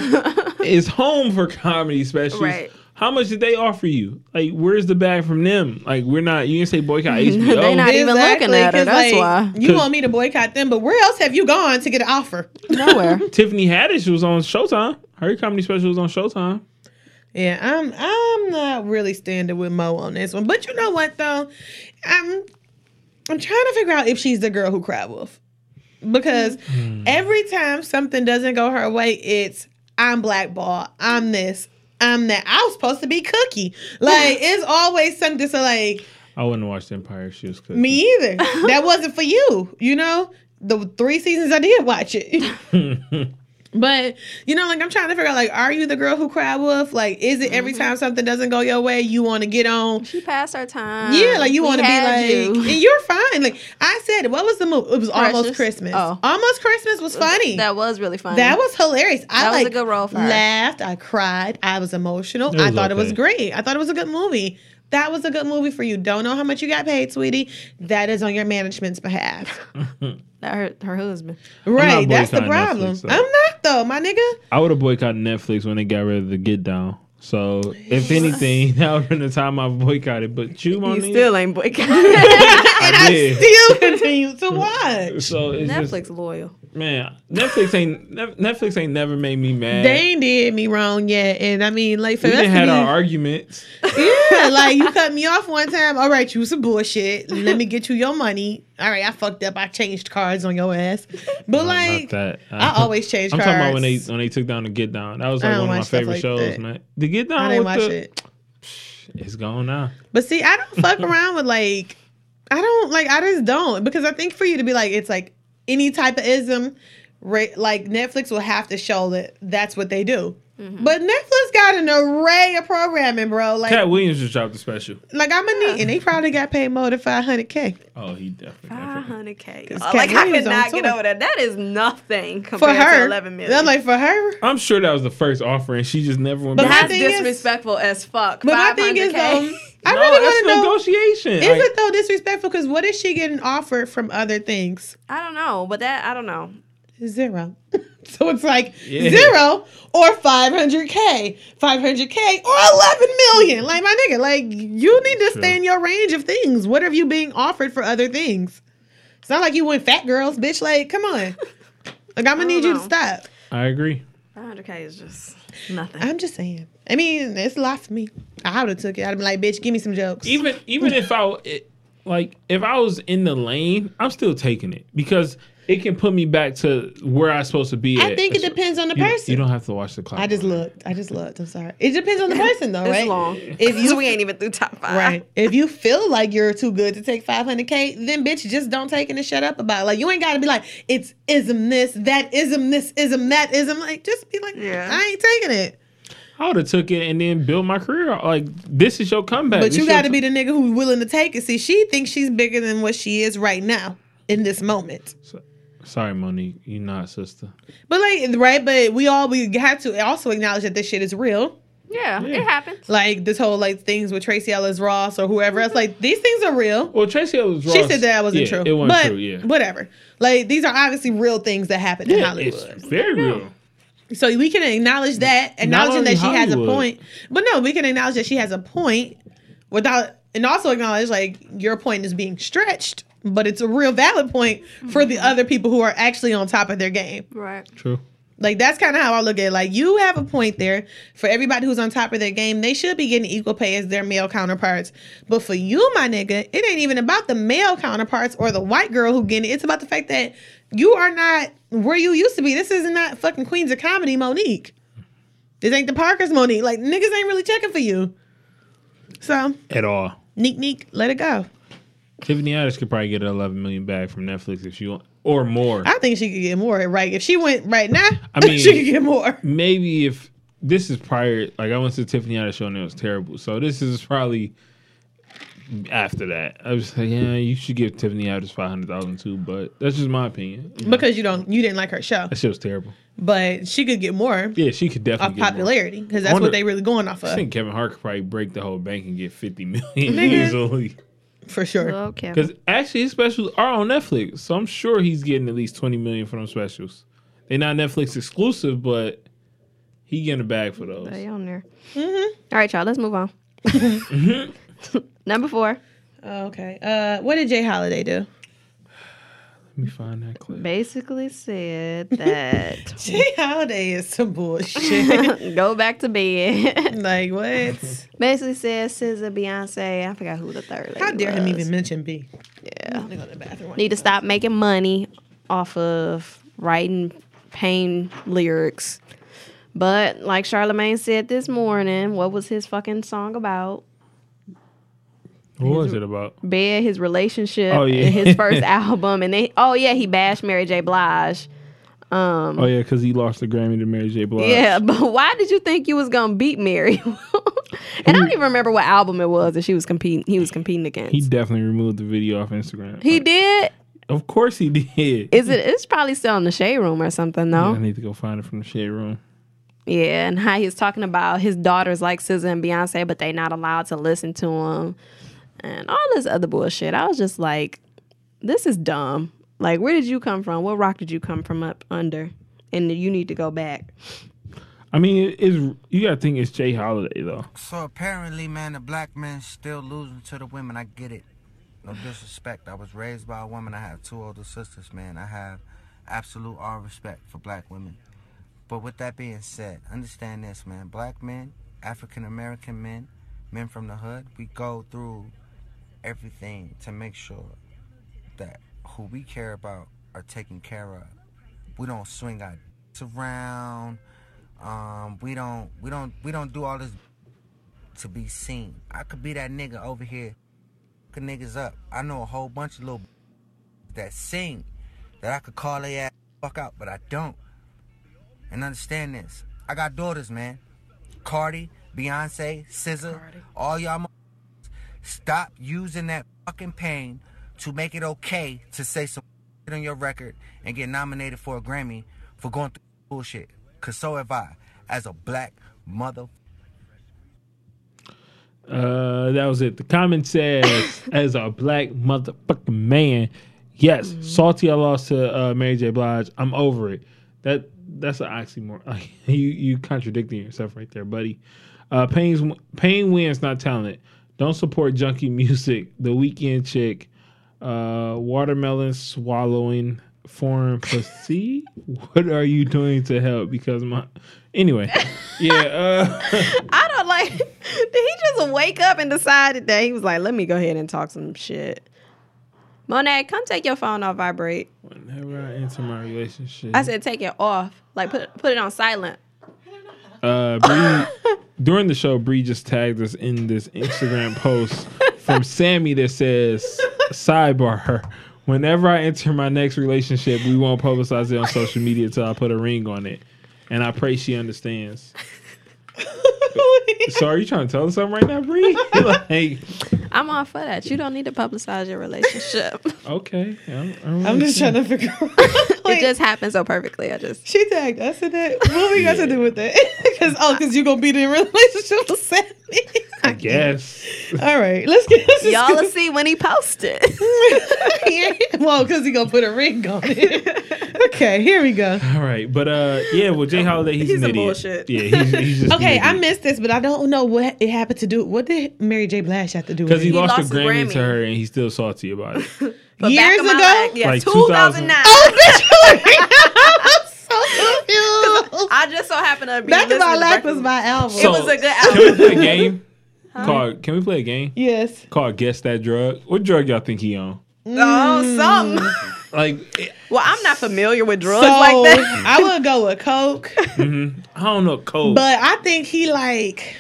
[SPEAKER 5] is home for comedy specials.
[SPEAKER 3] Right.
[SPEAKER 5] How much did they offer you? Like, where's the bag from them? Like, we're not. You didn't say boycott HBO.
[SPEAKER 3] They not- even looking at
[SPEAKER 4] 'cause,
[SPEAKER 3] her, that's why.
[SPEAKER 4] You want me to boycott them, but where else have you gone to get an offer?
[SPEAKER 3] Nowhere.
[SPEAKER 5] Tiffany Haddish was on Showtime. Her comedy special was on Showtime.
[SPEAKER 4] Yeah, I'm I'm not really standing with Mo on this one. But you know what though? I'm I'm trying to figure out if she's the girl who cried wolf. Because every time something doesn't go her way, it's I'm blackball, I'm this, I'm that. I was supposed to be cookie. Like it's always something so like
[SPEAKER 5] I wouldn't watch The Empire if she was cooking.
[SPEAKER 4] me either. That wasn't for you, you know? The three seasons I did watch it. But you know, like I'm trying to figure out, like, are you the girl who cried wolf? Like, is it every time something doesn't go your way, you want to get on?
[SPEAKER 3] Mm-hmm. she passed her time.
[SPEAKER 4] Yeah, like you
[SPEAKER 3] We
[SPEAKER 4] want to be
[SPEAKER 3] had
[SPEAKER 4] like,
[SPEAKER 3] you.
[SPEAKER 4] and you're fine. Like I said, what was the movie? It was almost
[SPEAKER 3] Precious?
[SPEAKER 4] Christmas.
[SPEAKER 3] Oh.
[SPEAKER 4] Almost Christmas was funny.
[SPEAKER 3] That was really funny.
[SPEAKER 4] That was hilarious. I
[SPEAKER 3] Mm. That was a
[SPEAKER 4] like
[SPEAKER 3] good role for her.
[SPEAKER 4] laughed. I cried. I was emotional.
[SPEAKER 5] It was
[SPEAKER 4] I thought it was
[SPEAKER 5] okay.
[SPEAKER 4] great. I thought it was a good movie. That was a good movie for you. Don't know how much you got paid, sweetie. That is on your management's behalf.
[SPEAKER 3] That her her husband.
[SPEAKER 4] Right. That's the
[SPEAKER 5] boycotting
[SPEAKER 4] problem.
[SPEAKER 5] Netflix, though.
[SPEAKER 4] I'm not though, my nigga.
[SPEAKER 5] I would have boycotted Netflix when they got rid of the Get Down. So if anything, that would have been the time I boycotted. But you,
[SPEAKER 3] You
[SPEAKER 5] Monique,
[SPEAKER 3] still ain't boycotting.
[SPEAKER 5] I did.
[SPEAKER 4] Still continue to watch.
[SPEAKER 5] so it's just-
[SPEAKER 3] Netflix loyal.
[SPEAKER 5] man, Netflix ain't Nef- Netflix ain't never made me mad.
[SPEAKER 4] They ain't did me wrong yet, and I mean, like for
[SPEAKER 5] we
[SPEAKER 4] us to
[SPEAKER 5] done had
[SPEAKER 4] be-
[SPEAKER 5] our arguments.
[SPEAKER 4] Yeah, like you cut me off one time. All right, you some bullshit. Let me get you your money. All right, I fucked up. I changed cards on your ass. But
[SPEAKER 5] Not
[SPEAKER 4] like,
[SPEAKER 5] that.
[SPEAKER 4] I always change
[SPEAKER 5] I'm
[SPEAKER 4] cards.
[SPEAKER 5] talking about when they when they took down the Get Down. That was
[SPEAKER 4] I
[SPEAKER 5] like
[SPEAKER 4] don't
[SPEAKER 5] one of my
[SPEAKER 4] watch stuff
[SPEAKER 5] favorite
[SPEAKER 4] like
[SPEAKER 5] shows,
[SPEAKER 4] that.
[SPEAKER 5] man. The Get Down.
[SPEAKER 4] I didn't
[SPEAKER 5] with
[SPEAKER 4] watch
[SPEAKER 5] the,
[SPEAKER 4] it.
[SPEAKER 5] It's gone now.
[SPEAKER 4] But see, I don't fuck around with like, I don't like. I just don't because I think for you to be like, it's like any type of ism. Ra- like Netflix will have to show that that's what they do.
[SPEAKER 3] Mm-hmm.
[SPEAKER 4] But Netflix got an array of programming, bro. Like,
[SPEAKER 5] Cat Williams just dropped a special.
[SPEAKER 4] like I'm gonna need, and they probably got paid more than five hundred k.
[SPEAKER 5] Oh, he definitely. definitely.
[SPEAKER 3] 500k.
[SPEAKER 4] Cause
[SPEAKER 3] Oh, Like
[SPEAKER 4] Cat
[SPEAKER 3] I
[SPEAKER 4] Williams
[SPEAKER 3] could not
[SPEAKER 4] on
[SPEAKER 3] get
[SPEAKER 4] tour.
[SPEAKER 3] over that. That is nothing
[SPEAKER 4] for
[SPEAKER 3] compared
[SPEAKER 4] her.
[SPEAKER 3] to 11 million.
[SPEAKER 4] I'm like for her.
[SPEAKER 5] I'm sure that was the first offering. She just never went
[SPEAKER 4] But
[SPEAKER 5] back.
[SPEAKER 4] my
[SPEAKER 3] That's
[SPEAKER 4] thing is-
[SPEAKER 3] disrespectful as fuck.
[SPEAKER 4] But my thing is um, though,
[SPEAKER 3] 500K.
[SPEAKER 4] I
[SPEAKER 5] no,
[SPEAKER 4] really
[SPEAKER 5] that's
[SPEAKER 4] want to know.
[SPEAKER 5] negotiation.
[SPEAKER 4] is
[SPEAKER 5] Like,
[SPEAKER 4] it though disrespectful? Because what is she getting offered from other things?
[SPEAKER 3] I don't know, but that I don't know.
[SPEAKER 4] Zero. so it's like
[SPEAKER 5] Yeah.
[SPEAKER 4] zero or five hundred k, five hundred k or eleven million. Like my nigga, like you need to stay
[SPEAKER 5] True.
[SPEAKER 4] in your range of things. What are you being offered for other things? It's not like you went fat girls, bitch. Like come on. Like I'm gonna need you to
[SPEAKER 3] know.
[SPEAKER 4] stop.
[SPEAKER 5] I agree.
[SPEAKER 3] 500k is just nothing.
[SPEAKER 4] I'm just saying. I mean, it's a lot for me. I would have took it. I'd have been like, bitch, give me some jokes.
[SPEAKER 5] Even even if I it, like if I was in the lane, I'm still taking it because it can put me back to where I'm supposed to be.
[SPEAKER 4] I
[SPEAKER 5] at.
[SPEAKER 4] think it depends on the
[SPEAKER 5] You,
[SPEAKER 4] person.
[SPEAKER 5] you don't have to watch the clock.
[SPEAKER 4] I just looked. I just looked. I'm sorry. It depends on the person, though,
[SPEAKER 3] It's
[SPEAKER 4] right?
[SPEAKER 3] long.
[SPEAKER 4] If you
[SPEAKER 3] we ain't even through top five.
[SPEAKER 4] right, if you feel like you're too good to take 500k, then bitch, just don't take it and shut up about it. Like you ain't got to be like it's ism this, that ism this, ism that ism. Like just be like,
[SPEAKER 3] Yeah.
[SPEAKER 4] I ain't taking it.
[SPEAKER 5] I would have took it and then built my career. Like this is your comeback.
[SPEAKER 4] But
[SPEAKER 5] This
[SPEAKER 4] you
[SPEAKER 5] your
[SPEAKER 4] got to be
[SPEAKER 5] t-
[SPEAKER 4] the nigga who's willing to take it. See, she thinks she's bigger than what she is right now in this moment.
[SPEAKER 5] Sorry, Monique, you not sister.
[SPEAKER 4] But like, right? But we all we have to also acknowledge that this shit is real.
[SPEAKER 3] Yeah,
[SPEAKER 5] Yeah.
[SPEAKER 3] it happens.
[SPEAKER 4] Like this whole like things with Tracy Ellis Ross or whoever else. Like these things are real.
[SPEAKER 5] Well, Tracy Ellis Ross.
[SPEAKER 4] She said that wasn't
[SPEAKER 5] yeah,
[SPEAKER 4] true.
[SPEAKER 5] It wasn't
[SPEAKER 4] but
[SPEAKER 5] true. Yeah,
[SPEAKER 4] whatever. Like these are obviously real things that happen in
[SPEAKER 5] yeah it's
[SPEAKER 4] Hollywood.
[SPEAKER 5] very real.
[SPEAKER 4] So we can acknowledge that, acknowledging
[SPEAKER 5] only
[SPEAKER 4] that she has a
[SPEAKER 5] Hollywood.
[SPEAKER 4] point. But no, we can acknowledge that she has a point without and also acknowledge like your point is being stretched, but it's a real valid point for the other people who are actually on top of their game.
[SPEAKER 3] Right.
[SPEAKER 5] True.
[SPEAKER 4] Like that's kind of how I look at it. Like you have a point there. For everybody who's on top of their game, they should be getting equal pay as their male counterparts. But for you, my nigga, it ain't even about the male counterparts or the white girl who getting it. It's about the fact that you are not where you used to be. This is not fucking Queens of Comedy, Monique. This ain't the Parkers, Monique. Like niggas ain't really checking for you. So,
[SPEAKER 5] At all.
[SPEAKER 4] neek neek, let it go.
[SPEAKER 5] Tiffany Haddish could probably get an 11 million back from Netflix if she want, or more.
[SPEAKER 4] I think she could get more. Right? If she went right now,
[SPEAKER 5] I mean-
[SPEAKER 4] she could get more.
[SPEAKER 5] maybe if this is prior, like I went to Tiffany Haddish show and it was terrible. So this is probably after that. I was like, yeah, you should give Tiffany Haddish five hundred thousand too, but that's just my opinion.
[SPEAKER 4] Because you don't, you didn't like her show.
[SPEAKER 5] That shit was terrible.
[SPEAKER 4] but she could get more
[SPEAKER 5] Yeah, she could
[SPEAKER 4] off
[SPEAKER 5] definitely get more.
[SPEAKER 4] popularity because
[SPEAKER 5] I
[SPEAKER 4] that's
[SPEAKER 5] wonder-
[SPEAKER 4] what they really going off
[SPEAKER 5] I
[SPEAKER 4] of
[SPEAKER 5] think Kevin Hart could probably break the whole bank and get fifty million easily.
[SPEAKER 4] for sure.
[SPEAKER 3] Okay.
[SPEAKER 5] Because actually, his specials are on Netflix, so I'm sure he's getting at least twenty million for them specials. They're not Netflix exclusive, but he getting a bag for those.
[SPEAKER 3] They on there.
[SPEAKER 4] Mm-hmm.
[SPEAKER 3] All right, y'all. Let's move on. Number four,
[SPEAKER 4] Okay, uh, what did Jay Holiday do?
[SPEAKER 5] Let me find that clip.
[SPEAKER 3] basically said that
[SPEAKER 4] Jay Holiday is some bullshit.
[SPEAKER 3] go back to bed.
[SPEAKER 4] like what?
[SPEAKER 3] basically said SZA, Beyonce. I forgot who the third.
[SPEAKER 4] How
[SPEAKER 3] lady
[SPEAKER 4] dare him
[SPEAKER 3] was.
[SPEAKER 4] even mention B?
[SPEAKER 3] Yeah.
[SPEAKER 4] Let me go to the bathroom.
[SPEAKER 3] Need to stop making money off of writing pain lyrics. But like Charlemagne said this morning, what was his fucking song about?
[SPEAKER 5] What was it about?
[SPEAKER 3] Bed, his relationship,
[SPEAKER 5] Oh, yeah.
[SPEAKER 3] and his first album, and they oh yeah, he bashed Mary J. Blige.
[SPEAKER 5] Oh yeah, because he lost the Grammy to Mary J. Blige.
[SPEAKER 3] Yeah, but why did you think you was gonna beat Mary? and I don't even remember what album it was that she was competing. He was competing against.
[SPEAKER 5] He
[SPEAKER 3] He,
[SPEAKER 5] definitely removed the video off Instagram.
[SPEAKER 3] did.
[SPEAKER 5] of course he did.
[SPEAKER 3] Is it? It's probably still in the shade room or something
[SPEAKER 5] Yeah,
[SPEAKER 3] though.
[SPEAKER 5] I need to go find it from the shade room.
[SPEAKER 3] Yeah, and how he was talking about his daughters like SZA and Beyonce, but they not allowed to listen to him, and all this other bullshit. I was just like, this is dumb. Like, where did you come from? What rock did you come from up under? And you need to go back.
[SPEAKER 5] I mean, it is you gotta think it's Jay Holiday though.
[SPEAKER 8] So apparently, man, the black man's still losing to the women. I get it. No disrespect. I was raised by a woman. I have two older sisters, man. I have absolute all respect for black women. But with that being said, understand this, man. Black men, African American men, men from the hood, we go through everything to make sure that who we care about are taken care of. We don't swing our dicks around. Um, we don't we don't we don't do all this to be seen. I could be that nigga over here, fucking niggas up. I know a whole bunch of little that sing that I could call their ass the fuck out, but I don't. And understand this. I got daughters, man. Cardi, Beyonce, SZA, all y'all. mo- Stop using that fucking pain to make it okay to say some shit on your record and get nominated for a Grammy for going through bullshit. Cause so have I, as a black mother
[SPEAKER 5] Uh, that was it. The comment says, as a black motherfucking man, yes, salty. I lost to uh, Mary J. Blige. I'm over it. That that's an oxymoron. you you contradicting yourself right there, buddy. Uh, pain's pain wins, not talent. Don't support junkie music. The weekend chick, uh, watermelon swallowing foreign pussy. what are you doing to help? Because my anyway, yeah. Uh,
[SPEAKER 3] I don't like. Did he just wake up and decided that he was like, let me go ahead and talk some shit? Monet, come take your phone off vibrate.
[SPEAKER 5] Whenever I enter my relationship,
[SPEAKER 3] I said take it off, like put put it on silent.
[SPEAKER 5] uh, Bree, during the show, Bree just tagged us in this Instagram post from Sammy that says, "Sidebar: Whenever I enter my next relationship, we won't publicize it on social media until I put a ring on it, and I pray she understands." so, are you trying to tell us something right now, Bree? like,
[SPEAKER 3] I'm all for that. You don't need to publicize your relationship.
[SPEAKER 5] okay, I'm,
[SPEAKER 4] I'm just trying to figure out.
[SPEAKER 3] it just happened so perfectly. I just
[SPEAKER 4] She tagged us in it. What we got to do with that? Because oh, because you gonna be in a relationship with Sammy.
[SPEAKER 5] I guess.
[SPEAKER 4] All right, let's get this. is
[SPEAKER 3] y'all will
[SPEAKER 4] good.
[SPEAKER 3] see when he posted.
[SPEAKER 4] Yeah. Well, because he gonna put a ring on it. okay, here we go.
[SPEAKER 5] All right, but uh, yeah. Well, Jay Holiday, he's,
[SPEAKER 3] He's
[SPEAKER 5] an
[SPEAKER 3] a
[SPEAKER 5] idiot.
[SPEAKER 3] bullshit.
[SPEAKER 5] Yeah, he's, he's just an
[SPEAKER 4] Okay, I
[SPEAKER 5] idiot.
[SPEAKER 4] missed this, but I don't know what it happened to do. What did Mary J. Blige have to do? with
[SPEAKER 5] Because he,
[SPEAKER 4] it?
[SPEAKER 5] lost,
[SPEAKER 3] lost
[SPEAKER 5] a
[SPEAKER 3] his
[SPEAKER 5] Grammy,
[SPEAKER 3] Grammy.
[SPEAKER 5] to her and he's still salty about it.
[SPEAKER 3] But
[SPEAKER 4] Years
[SPEAKER 3] in my
[SPEAKER 4] ago? Oh!
[SPEAKER 3] life- yeah,
[SPEAKER 5] Like 2000.
[SPEAKER 3] 2009.
[SPEAKER 4] I'm so confused.
[SPEAKER 3] I just so happened to be
[SPEAKER 4] Back in my
[SPEAKER 3] listening to
[SPEAKER 4] life was
[SPEAKER 3] Breakfast-
[SPEAKER 4] my album.
[SPEAKER 3] It was a good album.
[SPEAKER 5] Can we play a game? Called, can we play a game
[SPEAKER 4] yes.
[SPEAKER 5] called Guess That Drug? What drug y'all think he on?
[SPEAKER 4] Mm.
[SPEAKER 3] Oh, something.
[SPEAKER 5] Like,
[SPEAKER 3] Well, I'm not familiar with drugs
[SPEAKER 4] So
[SPEAKER 3] like that.
[SPEAKER 4] I would go with Coke.
[SPEAKER 5] I don't know, cold.
[SPEAKER 4] But I think he like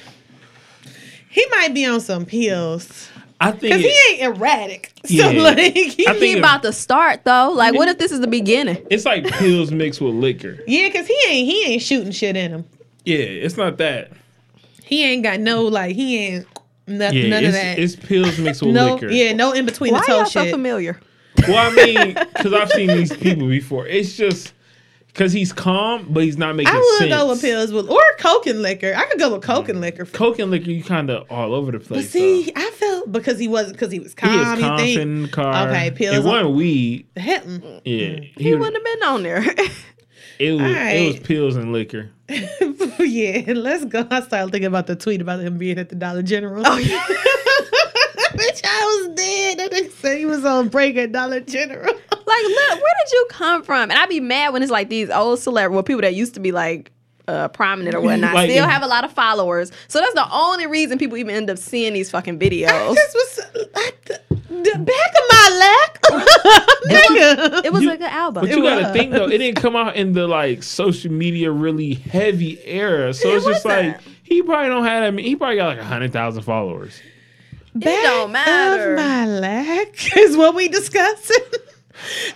[SPEAKER 4] he might be on some pills
[SPEAKER 5] I think
[SPEAKER 4] because
[SPEAKER 5] it-
[SPEAKER 4] he ain't erratic.
[SPEAKER 5] Yeah.
[SPEAKER 4] So like he,
[SPEAKER 5] I think
[SPEAKER 3] He
[SPEAKER 5] it-
[SPEAKER 3] about to start though. Like, what if this is the beginning?
[SPEAKER 5] it's like pills mixed with liquor.
[SPEAKER 4] yeah, because he ain't he ain't shooting shit in him.
[SPEAKER 5] Yeah, it's not that.
[SPEAKER 4] He ain't got no like he ain't no,
[SPEAKER 5] Yeah,
[SPEAKER 4] none of
[SPEAKER 5] it's,
[SPEAKER 4] that.
[SPEAKER 5] it's pills mixed with
[SPEAKER 4] no,
[SPEAKER 5] liquor.
[SPEAKER 4] yeah, no in between
[SPEAKER 3] Why
[SPEAKER 4] the
[SPEAKER 3] y'all
[SPEAKER 4] toe
[SPEAKER 3] so
[SPEAKER 4] shit.
[SPEAKER 3] familiar?
[SPEAKER 5] Well, I mean, because I've seen these people before. It's just Because he's calm, but he's not making
[SPEAKER 4] I would
[SPEAKER 5] sense.
[SPEAKER 4] go with pills with or Coke and liquor. I could go with Coke and liquor.
[SPEAKER 5] Coke and liquor, you kind of all over the
[SPEAKER 4] But
[SPEAKER 5] place.
[SPEAKER 4] see,
[SPEAKER 5] though.
[SPEAKER 4] I felt because he wasn't because he was calm.
[SPEAKER 5] he is
[SPEAKER 4] you
[SPEAKER 5] confident
[SPEAKER 4] think-
[SPEAKER 5] in the car.
[SPEAKER 4] Okay, pills
[SPEAKER 5] It
[SPEAKER 4] on-
[SPEAKER 5] wasn't weed.
[SPEAKER 4] Heck,
[SPEAKER 5] Yeah,
[SPEAKER 3] He, wouldn't have been on there.
[SPEAKER 5] It was, it was
[SPEAKER 4] Alright.
[SPEAKER 5] pills and liquor.
[SPEAKER 4] mm. yeah, let's go. I started thinking about the tweet about him being at the Dollar General.
[SPEAKER 3] Oh, yeah.
[SPEAKER 4] Bitch, I was dead. That nigga said he was on break at Dollar General.
[SPEAKER 3] like, look, where did you come from? And I'd be mad when it's like these old celebrities, well, people that used to be like uh, prominent or whatnot,
[SPEAKER 5] Like,
[SPEAKER 3] still
[SPEAKER 5] if-
[SPEAKER 3] have a lot of followers. So that's the only reason people even end up seeing these fucking videos.
[SPEAKER 4] This was I, the, the back of my leg. Nigga.
[SPEAKER 3] It was
[SPEAKER 5] You-
[SPEAKER 3] a good album.
[SPEAKER 5] But you got to
[SPEAKER 4] was.
[SPEAKER 5] think though, it didn't come out in the like social media really heavy era. So
[SPEAKER 3] It
[SPEAKER 5] it's just
[SPEAKER 3] wasn't.
[SPEAKER 5] like he probably don't have that. many- He probably got like hundred thousand followers.
[SPEAKER 4] back
[SPEAKER 3] don't matter.
[SPEAKER 4] Of my lack is what we discussing.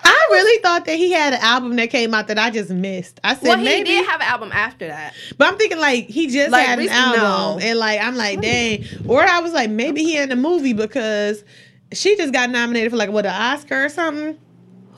[SPEAKER 4] I really thought that he had an album that came out that I just missed. I said
[SPEAKER 3] well, he
[SPEAKER 4] maybe,
[SPEAKER 3] did have an album after that.
[SPEAKER 4] but I'm thinking like he just
[SPEAKER 3] Like,
[SPEAKER 4] had an
[SPEAKER 3] recent-
[SPEAKER 4] album,
[SPEAKER 3] no.
[SPEAKER 4] and like I'm like, dang. Or I was like, maybe he in a movie because she just got nominated for like what an Oscar or something.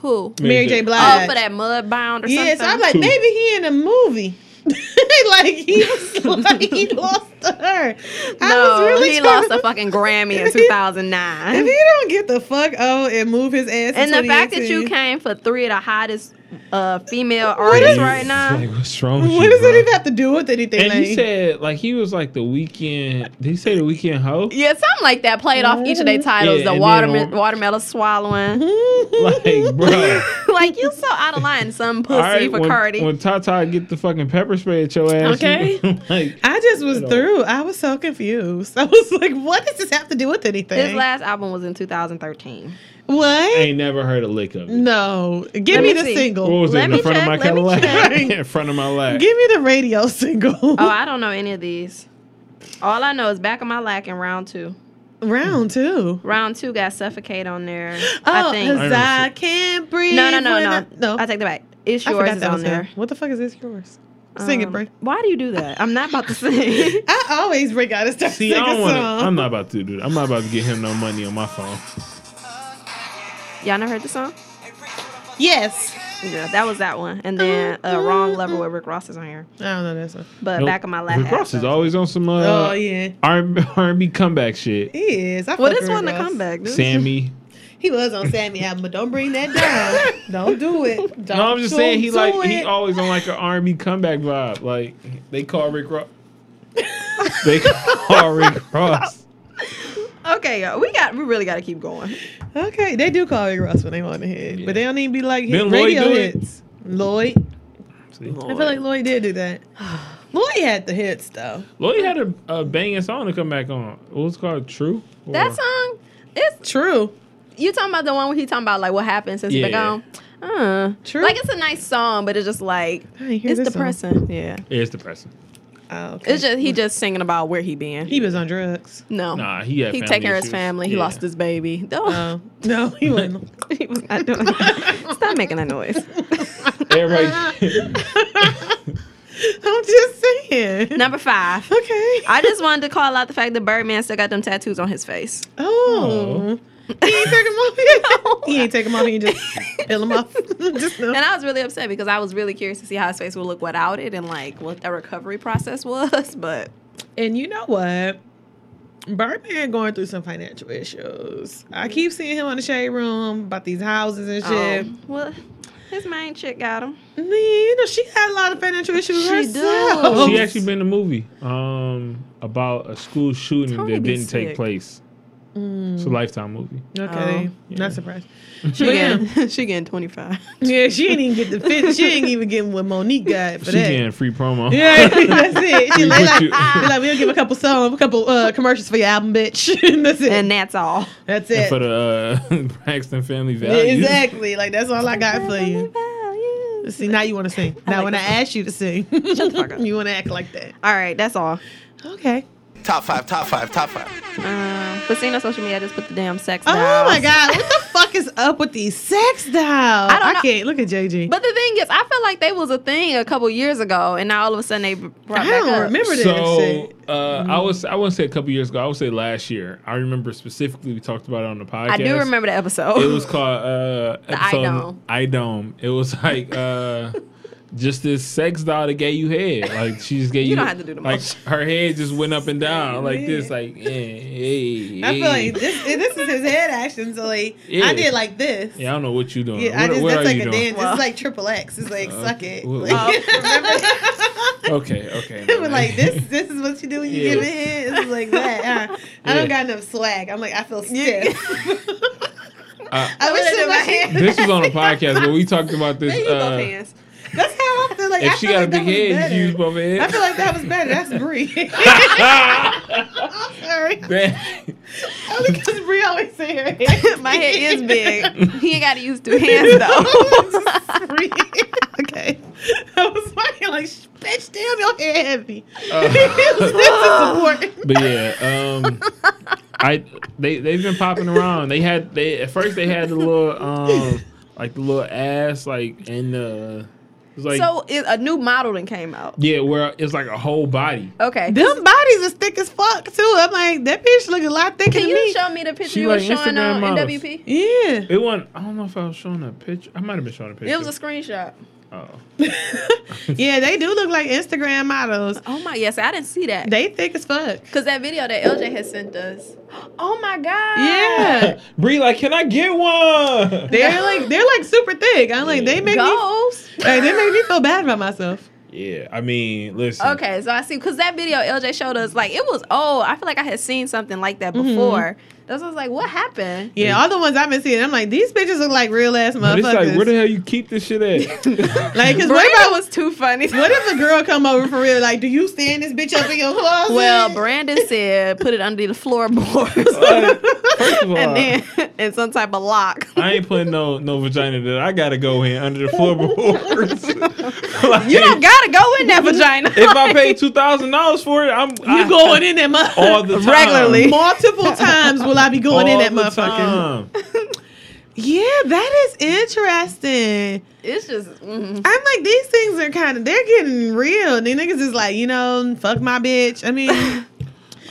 [SPEAKER 3] Who?
[SPEAKER 4] Mary J.
[SPEAKER 5] J.
[SPEAKER 4] Blige.
[SPEAKER 3] Oh, for that Mudbound or
[SPEAKER 4] Yeah,
[SPEAKER 3] something.
[SPEAKER 4] so I'm like,
[SPEAKER 5] Who?
[SPEAKER 4] maybe he in a movie. like he was like he lost to her. I
[SPEAKER 3] no,
[SPEAKER 4] was really
[SPEAKER 3] he
[SPEAKER 4] trying
[SPEAKER 3] lost a
[SPEAKER 4] to-
[SPEAKER 3] fucking Grammy in
[SPEAKER 4] If
[SPEAKER 3] 2009.
[SPEAKER 4] he don't get the fuck out and move his ass,
[SPEAKER 3] And the fact that you
[SPEAKER 4] can't.
[SPEAKER 3] came for three of the hottest uh, female artists right now.
[SPEAKER 5] Like, what's wrong? With
[SPEAKER 4] What
[SPEAKER 5] you,
[SPEAKER 4] does
[SPEAKER 5] bro?
[SPEAKER 4] it even have to do with anything?
[SPEAKER 5] And he
[SPEAKER 4] like-
[SPEAKER 5] said like he was like the weekend. Did he say the weekend hoe?
[SPEAKER 3] Yeah, something like that played off each of their titles.
[SPEAKER 5] Yeah,
[SPEAKER 3] the
[SPEAKER 5] and
[SPEAKER 3] water,
[SPEAKER 5] then on-
[SPEAKER 3] watermelon swallowing.
[SPEAKER 5] Like, bro.
[SPEAKER 3] like you so out of line, some pussy
[SPEAKER 5] All right,
[SPEAKER 3] for
[SPEAKER 5] when,
[SPEAKER 3] Cardi.
[SPEAKER 5] when Tata get the fucking pepper spray at your ass,
[SPEAKER 4] Okay.
[SPEAKER 5] you- like
[SPEAKER 4] I just was through. I was so confused. I was like, what does this have to do with
[SPEAKER 3] His
[SPEAKER 4] anything?
[SPEAKER 3] last album was in 2013.
[SPEAKER 4] what?
[SPEAKER 5] ain't never heard a lick of it.
[SPEAKER 4] No. Give
[SPEAKER 3] Let
[SPEAKER 4] me,
[SPEAKER 3] me
[SPEAKER 4] the
[SPEAKER 3] see.
[SPEAKER 5] What
[SPEAKER 4] single.
[SPEAKER 5] was
[SPEAKER 3] Let
[SPEAKER 5] it
[SPEAKER 3] me
[SPEAKER 5] in front
[SPEAKER 3] check,
[SPEAKER 5] of my
[SPEAKER 3] let me
[SPEAKER 5] Cadillac?
[SPEAKER 4] check.
[SPEAKER 5] in front of my lap.
[SPEAKER 4] Give me the radio single.
[SPEAKER 3] Oh, I don't know any of these. All I know is back of my lack in round two.
[SPEAKER 4] Round two.
[SPEAKER 3] Round two got suffocate on there.
[SPEAKER 4] Oh,
[SPEAKER 3] I
[SPEAKER 4] because
[SPEAKER 3] think.
[SPEAKER 5] I
[SPEAKER 4] I,
[SPEAKER 5] know
[SPEAKER 4] can't breathe.
[SPEAKER 3] No, no, no,
[SPEAKER 4] when
[SPEAKER 3] no,
[SPEAKER 4] I- no.
[SPEAKER 3] I take that back. It's
[SPEAKER 4] I
[SPEAKER 3] yours
[SPEAKER 4] forgot
[SPEAKER 3] is
[SPEAKER 4] that
[SPEAKER 3] on
[SPEAKER 4] was
[SPEAKER 3] there.
[SPEAKER 4] there. What the fuck is this yours? Sing it,
[SPEAKER 3] Um,
[SPEAKER 4] Brie.
[SPEAKER 3] Why do you do that? I'm not about to sing.
[SPEAKER 4] I always bring out a stuff.
[SPEAKER 5] See, I
[SPEAKER 4] sing
[SPEAKER 5] don't
[SPEAKER 4] a
[SPEAKER 5] want to.
[SPEAKER 4] song.
[SPEAKER 5] I'm not about to do that. I'm not about to get him no money on my phone.
[SPEAKER 3] Y'all never heard the song?
[SPEAKER 4] Yes.
[SPEAKER 3] Yeah, that was that one. And then uh, Wrong Lover with Rick Ross is on here.
[SPEAKER 4] I don't know this one.
[SPEAKER 3] But
[SPEAKER 5] Nope.
[SPEAKER 3] back of my lap.
[SPEAKER 5] Rick Ross is always on some
[SPEAKER 4] Oh,
[SPEAKER 5] uh,
[SPEAKER 4] yeah.
[SPEAKER 5] R&B R&B comeback shit.
[SPEAKER 4] He is. I
[SPEAKER 3] Well,
[SPEAKER 4] fuck
[SPEAKER 3] this
[SPEAKER 4] with
[SPEAKER 3] one the
[SPEAKER 4] Ross.
[SPEAKER 3] comeback. Dude.
[SPEAKER 5] Sammy.
[SPEAKER 4] He was on Sammy album, but don't bring that down. don't do it. Don't
[SPEAKER 5] No, I'm just
[SPEAKER 4] do-
[SPEAKER 5] saying he
[SPEAKER 4] do
[SPEAKER 5] like he
[SPEAKER 4] it.
[SPEAKER 5] always on like an R&B comeback vibe. Like they call Rick Ross. they call Rick Ross.
[SPEAKER 3] Okay, y'all, we got we really got to keep going.
[SPEAKER 4] Okay, they do call Rick Ross when they want to hit, but they don't even be like hit
[SPEAKER 5] Then Lloyd
[SPEAKER 4] radio
[SPEAKER 5] do it.
[SPEAKER 4] hits. Lloyd,
[SPEAKER 5] See?
[SPEAKER 4] I feel like Lloyd did do that. Lloyd had the hits though.
[SPEAKER 5] Lloyd had a, a banging song to come back on. What was it called True. Or-
[SPEAKER 3] That song, it's
[SPEAKER 4] True.
[SPEAKER 3] you talking about the one where he talking about like what happened since
[SPEAKER 5] Yeah.
[SPEAKER 3] they gone. Uh,
[SPEAKER 4] True.
[SPEAKER 3] Like it's a nice song, but it's just like
[SPEAKER 4] I didn't hear
[SPEAKER 3] it's
[SPEAKER 4] this song.
[SPEAKER 3] depressing. Yeah,
[SPEAKER 5] It's depressing.
[SPEAKER 4] Oh, okay.
[SPEAKER 3] it's just he just singing about where he been.
[SPEAKER 4] he was on drugs.
[SPEAKER 3] no,
[SPEAKER 5] Nah, he had
[SPEAKER 3] he
[SPEAKER 5] family
[SPEAKER 3] take care of his
[SPEAKER 5] issues.
[SPEAKER 3] family. He
[SPEAKER 5] Yeah.
[SPEAKER 3] lost his baby.
[SPEAKER 4] Oh
[SPEAKER 3] Oh,
[SPEAKER 4] no, he wasn't.
[SPEAKER 3] he was not doing. That. Stop making that noise.
[SPEAKER 5] Everybody.
[SPEAKER 4] I'm just saying.
[SPEAKER 3] Number five.
[SPEAKER 4] Okay.
[SPEAKER 3] I just wanted to call out the fact that Birdman still got them tattoos on his face.
[SPEAKER 4] oh. He ain't take him off. he ain't take him off. He just peel him off. just no.
[SPEAKER 3] And I was really upset because I was really curious to see how his face would look without it and like what the recovery process was. But
[SPEAKER 4] And you know what? Birdman going through some financial issues. I keep seeing him on the shade room about these houses and shit.
[SPEAKER 3] um, well, his main chick got him.
[SPEAKER 4] Man, you know, she had a lot of financial issues
[SPEAKER 3] She
[SPEAKER 4] herself.
[SPEAKER 3] do.
[SPEAKER 5] she actually been in a movie um, about a school shooting
[SPEAKER 3] Tony
[SPEAKER 5] that
[SPEAKER 3] be
[SPEAKER 5] didn't
[SPEAKER 3] sick. Mm.
[SPEAKER 5] take place. It's a lifetime movie.
[SPEAKER 4] Okay,
[SPEAKER 3] Oh.
[SPEAKER 5] Yeah.
[SPEAKER 4] not surprised.
[SPEAKER 3] She
[SPEAKER 4] But
[SPEAKER 3] getting she getting twenty five.
[SPEAKER 4] Yeah, she ain't even get the fit. She ain't even getting what Monique got for
[SPEAKER 5] She
[SPEAKER 4] that.
[SPEAKER 5] getting free promo.
[SPEAKER 4] Yeah, that's it. She like, like,
[SPEAKER 5] you-
[SPEAKER 4] be like, we'll give a couple songs, a couple uh, commercials for your album, bitch. And that's it.
[SPEAKER 3] And that's all.
[SPEAKER 4] that's
[SPEAKER 5] And
[SPEAKER 4] it.
[SPEAKER 5] for the uh, Braxton family
[SPEAKER 4] Yeah,
[SPEAKER 5] value.
[SPEAKER 4] exactly. Like that's all I got for you. See, now you want to sing. Now
[SPEAKER 3] like
[SPEAKER 4] when I
[SPEAKER 3] that
[SPEAKER 4] ask you to sing,
[SPEAKER 3] Shut the fuck up.
[SPEAKER 4] you want to act like that.
[SPEAKER 3] All right, that's all.
[SPEAKER 4] Okay.
[SPEAKER 6] Top five, top five, top five.
[SPEAKER 3] Um, but seeing on social media, I just put the damn sex.
[SPEAKER 4] Oh
[SPEAKER 3] dolls.
[SPEAKER 4] my god, what the fuck is up with these sex dolls? I,
[SPEAKER 3] don't know.
[SPEAKER 4] can't look at JG.
[SPEAKER 3] But the thing is, I feel like they was a thing a couple years ago, and now all of a sudden they brought
[SPEAKER 4] I
[SPEAKER 3] back
[SPEAKER 4] don't
[SPEAKER 3] up.
[SPEAKER 4] remember this
[SPEAKER 5] So
[SPEAKER 4] shit.
[SPEAKER 5] uh,
[SPEAKER 3] Mm.
[SPEAKER 5] I was I wouldn't say a couple years ago. I would say last year. I remember specifically we talked about it on the podcast.
[SPEAKER 3] I do remember the episode.
[SPEAKER 5] It was called uh,
[SPEAKER 3] The I
[SPEAKER 5] episode-
[SPEAKER 3] Dome.
[SPEAKER 5] I Dome. It was like uh, just this sex doll that gave you head. Like she just gave you.
[SPEAKER 3] don't have to do the
[SPEAKER 5] Like
[SPEAKER 3] motion.
[SPEAKER 5] her head just went up and down like this. Like eh, hey,
[SPEAKER 4] I feel
[SPEAKER 5] hey.
[SPEAKER 4] like this this is his head action. So like
[SPEAKER 5] Yeah.
[SPEAKER 4] I did like this.
[SPEAKER 5] Yeah, I don't know what you doing.
[SPEAKER 4] Yeah, I
[SPEAKER 5] what,
[SPEAKER 4] just
[SPEAKER 5] what
[SPEAKER 4] that's
[SPEAKER 5] are
[SPEAKER 4] like
[SPEAKER 5] you
[SPEAKER 4] a
[SPEAKER 5] doing? Uh,
[SPEAKER 4] dance. It's like triple X. It's like suck it.
[SPEAKER 5] Well,
[SPEAKER 4] Like,
[SPEAKER 5] Okay, okay.
[SPEAKER 4] It was
[SPEAKER 5] man.
[SPEAKER 4] like this. This is what you do when you
[SPEAKER 5] Yeah.
[SPEAKER 4] give it head. It's like that. huh? I
[SPEAKER 5] Yeah.
[SPEAKER 4] don't got enough swag. I'm like I feel stiff.
[SPEAKER 5] Uh,
[SPEAKER 4] I wish it was my hand.
[SPEAKER 5] This was on a podcast where we talked about this.
[SPEAKER 3] There you go,
[SPEAKER 5] uh,
[SPEAKER 3] pants.
[SPEAKER 4] That's how I feel like. I
[SPEAKER 5] if she
[SPEAKER 4] feel
[SPEAKER 5] got a
[SPEAKER 4] like that
[SPEAKER 5] big
[SPEAKER 4] was
[SPEAKER 5] head,
[SPEAKER 4] better.
[SPEAKER 5] you use both hands.
[SPEAKER 4] I feel like that was better. That's Brie. Sorry,
[SPEAKER 5] Damn.
[SPEAKER 4] because Brie always say her head.
[SPEAKER 3] My head is big. He ain't got to use two hands though.
[SPEAKER 4] Brie. okay, I was fucking like, bitch, damn, your head heavy.
[SPEAKER 5] Uh.
[SPEAKER 4] this is important.
[SPEAKER 5] But yeah, um, I they they've been popping around. They had they at first they had the little um like the little ass like and the it's like
[SPEAKER 3] so it, a new model then came out.
[SPEAKER 5] yeah where it's like a whole body.
[SPEAKER 3] Okay.
[SPEAKER 4] Them bodies is thick as fuck too. I'm like, that bitch look a lot thicker
[SPEAKER 3] Can
[SPEAKER 4] than
[SPEAKER 3] you
[SPEAKER 4] me.
[SPEAKER 3] show me the picture
[SPEAKER 5] She
[SPEAKER 3] you were
[SPEAKER 5] like
[SPEAKER 3] showing
[SPEAKER 5] Instagram
[SPEAKER 3] on
[SPEAKER 5] models.
[SPEAKER 3] NWP?
[SPEAKER 4] yeah.
[SPEAKER 5] It wasn't. I don't know if I was showing a picture. I might have been showing a picture.
[SPEAKER 3] It was a screenshot.
[SPEAKER 5] oh.
[SPEAKER 4] Yeah, they do look like Instagram models.
[SPEAKER 3] Oh my yes, I didn't see that.
[SPEAKER 4] They thick as fuck.
[SPEAKER 3] Cause that video that LJ had sent us. Oh my god.
[SPEAKER 5] Oh.
[SPEAKER 4] Yeah,
[SPEAKER 5] Bree like, can I get one?
[SPEAKER 4] they're like they're like super thick. I'm like they make me
[SPEAKER 3] Goals.
[SPEAKER 4] like, they make me feel bad about myself.
[SPEAKER 5] Yeah, I mean, listen.
[SPEAKER 3] Okay, so I see because that video LJ showed us, like it was old. I feel like I had seen something like that before. That's why I was like, what happened?
[SPEAKER 4] Yeah, all the ones I've been seeing, I'm like these bitches look like real ass
[SPEAKER 5] But
[SPEAKER 4] motherfuckers.
[SPEAKER 5] it's like, where the hell you keep this shit at?
[SPEAKER 4] Like, 'cause what
[SPEAKER 3] Brandon
[SPEAKER 4] if I was
[SPEAKER 3] was too funny.
[SPEAKER 4] what if a girl come over for real? Like, do you stand this bitch up in your closet?
[SPEAKER 3] well, Brandon said put it under the floorboards
[SPEAKER 5] Like, first of all,
[SPEAKER 3] and then in some type of lock.
[SPEAKER 5] I ain't putting no no vagina that I gotta go in under the floorboards. Like,
[SPEAKER 3] You don't gotta go in that vagina.
[SPEAKER 5] if I pay two thousand dollars for it, I'm
[SPEAKER 4] you
[SPEAKER 5] I,
[SPEAKER 4] going in that motherfucker
[SPEAKER 5] all the time.
[SPEAKER 3] Regularly.
[SPEAKER 4] Multiple times will I be
[SPEAKER 5] all
[SPEAKER 4] going in that
[SPEAKER 5] the
[SPEAKER 4] motherfucker.
[SPEAKER 5] time.
[SPEAKER 4] Yeah, that is interesting.
[SPEAKER 3] it's just mm,
[SPEAKER 4] I'm like, these things are kind of they're getting real. These niggas is like, you know, fuck my bitch. I mean, as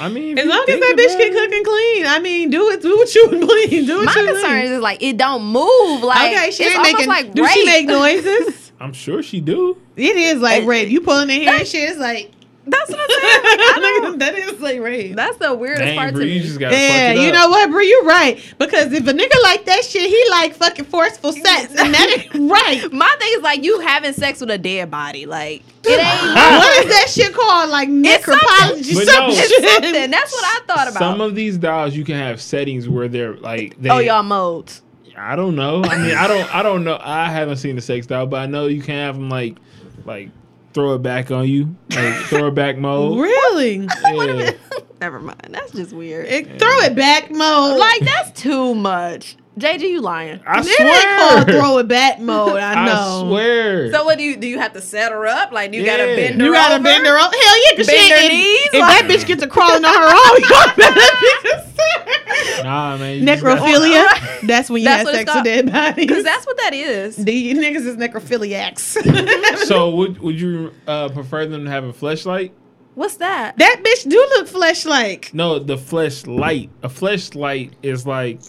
[SPEAKER 5] I mean,
[SPEAKER 4] long as that bitch can cook and clean, I mean, do it, do what you clean, do what
[SPEAKER 3] my
[SPEAKER 4] you
[SPEAKER 3] concern
[SPEAKER 4] please.
[SPEAKER 3] is like it don't move. Like
[SPEAKER 4] okay, she
[SPEAKER 3] it's
[SPEAKER 4] ain't
[SPEAKER 3] almost
[SPEAKER 4] making.
[SPEAKER 3] like
[SPEAKER 4] do she make
[SPEAKER 3] rape.
[SPEAKER 4] noises?
[SPEAKER 5] I'm sure she do.
[SPEAKER 4] it is like
[SPEAKER 3] It-
[SPEAKER 4] rape. You pulling in here and shit. It's like
[SPEAKER 3] That's what I'm saying.
[SPEAKER 4] Nigga, that is like rape.
[SPEAKER 3] That's the weirdest
[SPEAKER 5] Dang,
[SPEAKER 3] part to
[SPEAKER 5] Bree, you
[SPEAKER 3] me.
[SPEAKER 5] just gotta
[SPEAKER 4] Yeah,
[SPEAKER 5] fuck it
[SPEAKER 4] you
[SPEAKER 5] up.
[SPEAKER 4] know what, bro? You're right. Because if a nigga like that shit, he like fucking forceful sex, and that ain't right.
[SPEAKER 3] My thing is like you having sex with a dead body. Like it ain't.
[SPEAKER 4] what is that shit called? Like necropology?
[SPEAKER 5] But
[SPEAKER 4] Some
[SPEAKER 5] no.
[SPEAKER 4] shit.
[SPEAKER 3] It's something. That's what I thought about.
[SPEAKER 5] Some of these dolls you can have settings where they're like they
[SPEAKER 3] oh, y'all modes.
[SPEAKER 5] I don't know. I mean, I don't. I don't know. I haven't seen the sex doll, but I know you can have them like, like throw it back on you, like throw it back mode.
[SPEAKER 4] Really?
[SPEAKER 5] Yeah.
[SPEAKER 3] Never mind. That's just weird.
[SPEAKER 4] It, throw it back mode.
[SPEAKER 3] like that's too much. JJ, you lying.
[SPEAKER 5] I
[SPEAKER 4] it ain't called
[SPEAKER 5] swear.
[SPEAKER 4] throw it back mode. I
[SPEAKER 5] I,
[SPEAKER 4] know.
[SPEAKER 5] swear.
[SPEAKER 3] So what do you do? You have to set her up. Like do you gotta
[SPEAKER 5] Yeah.
[SPEAKER 3] bend her.
[SPEAKER 4] You gotta
[SPEAKER 3] over?
[SPEAKER 4] bend her up. Hell yeah, cause
[SPEAKER 3] Bend
[SPEAKER 4] she
[SPEAKER 3] her
[SPEAKER 4] ain't.
[SPEAKER 3] knees,
[SPEAKER 4] If, if that bitch gets to crawling on her own, you better be
[SPEAKER 5] nah, man. you just gotta-
[SPEAKER 4] Necrophilia. That's when you
[SPEAKER 3] That's
[SPEAKER 4] have
[SPEAKER 3] what it's
[SPEAKER 4] sex with dead bodies.
[SPEAKER 3] Cause that's what that is.
[SPEAKER 4] These niggas is necrophiliacs. Mm-hmm.
[SPEAKER 5] So would would you uh, prefer them to have a fleshlight?
[SPEAKER 3] What's that?
[SPEAKER 4] that bitch do look flesh like.
[SPEAKER 5] No, the fleshlight. A fleshlight is like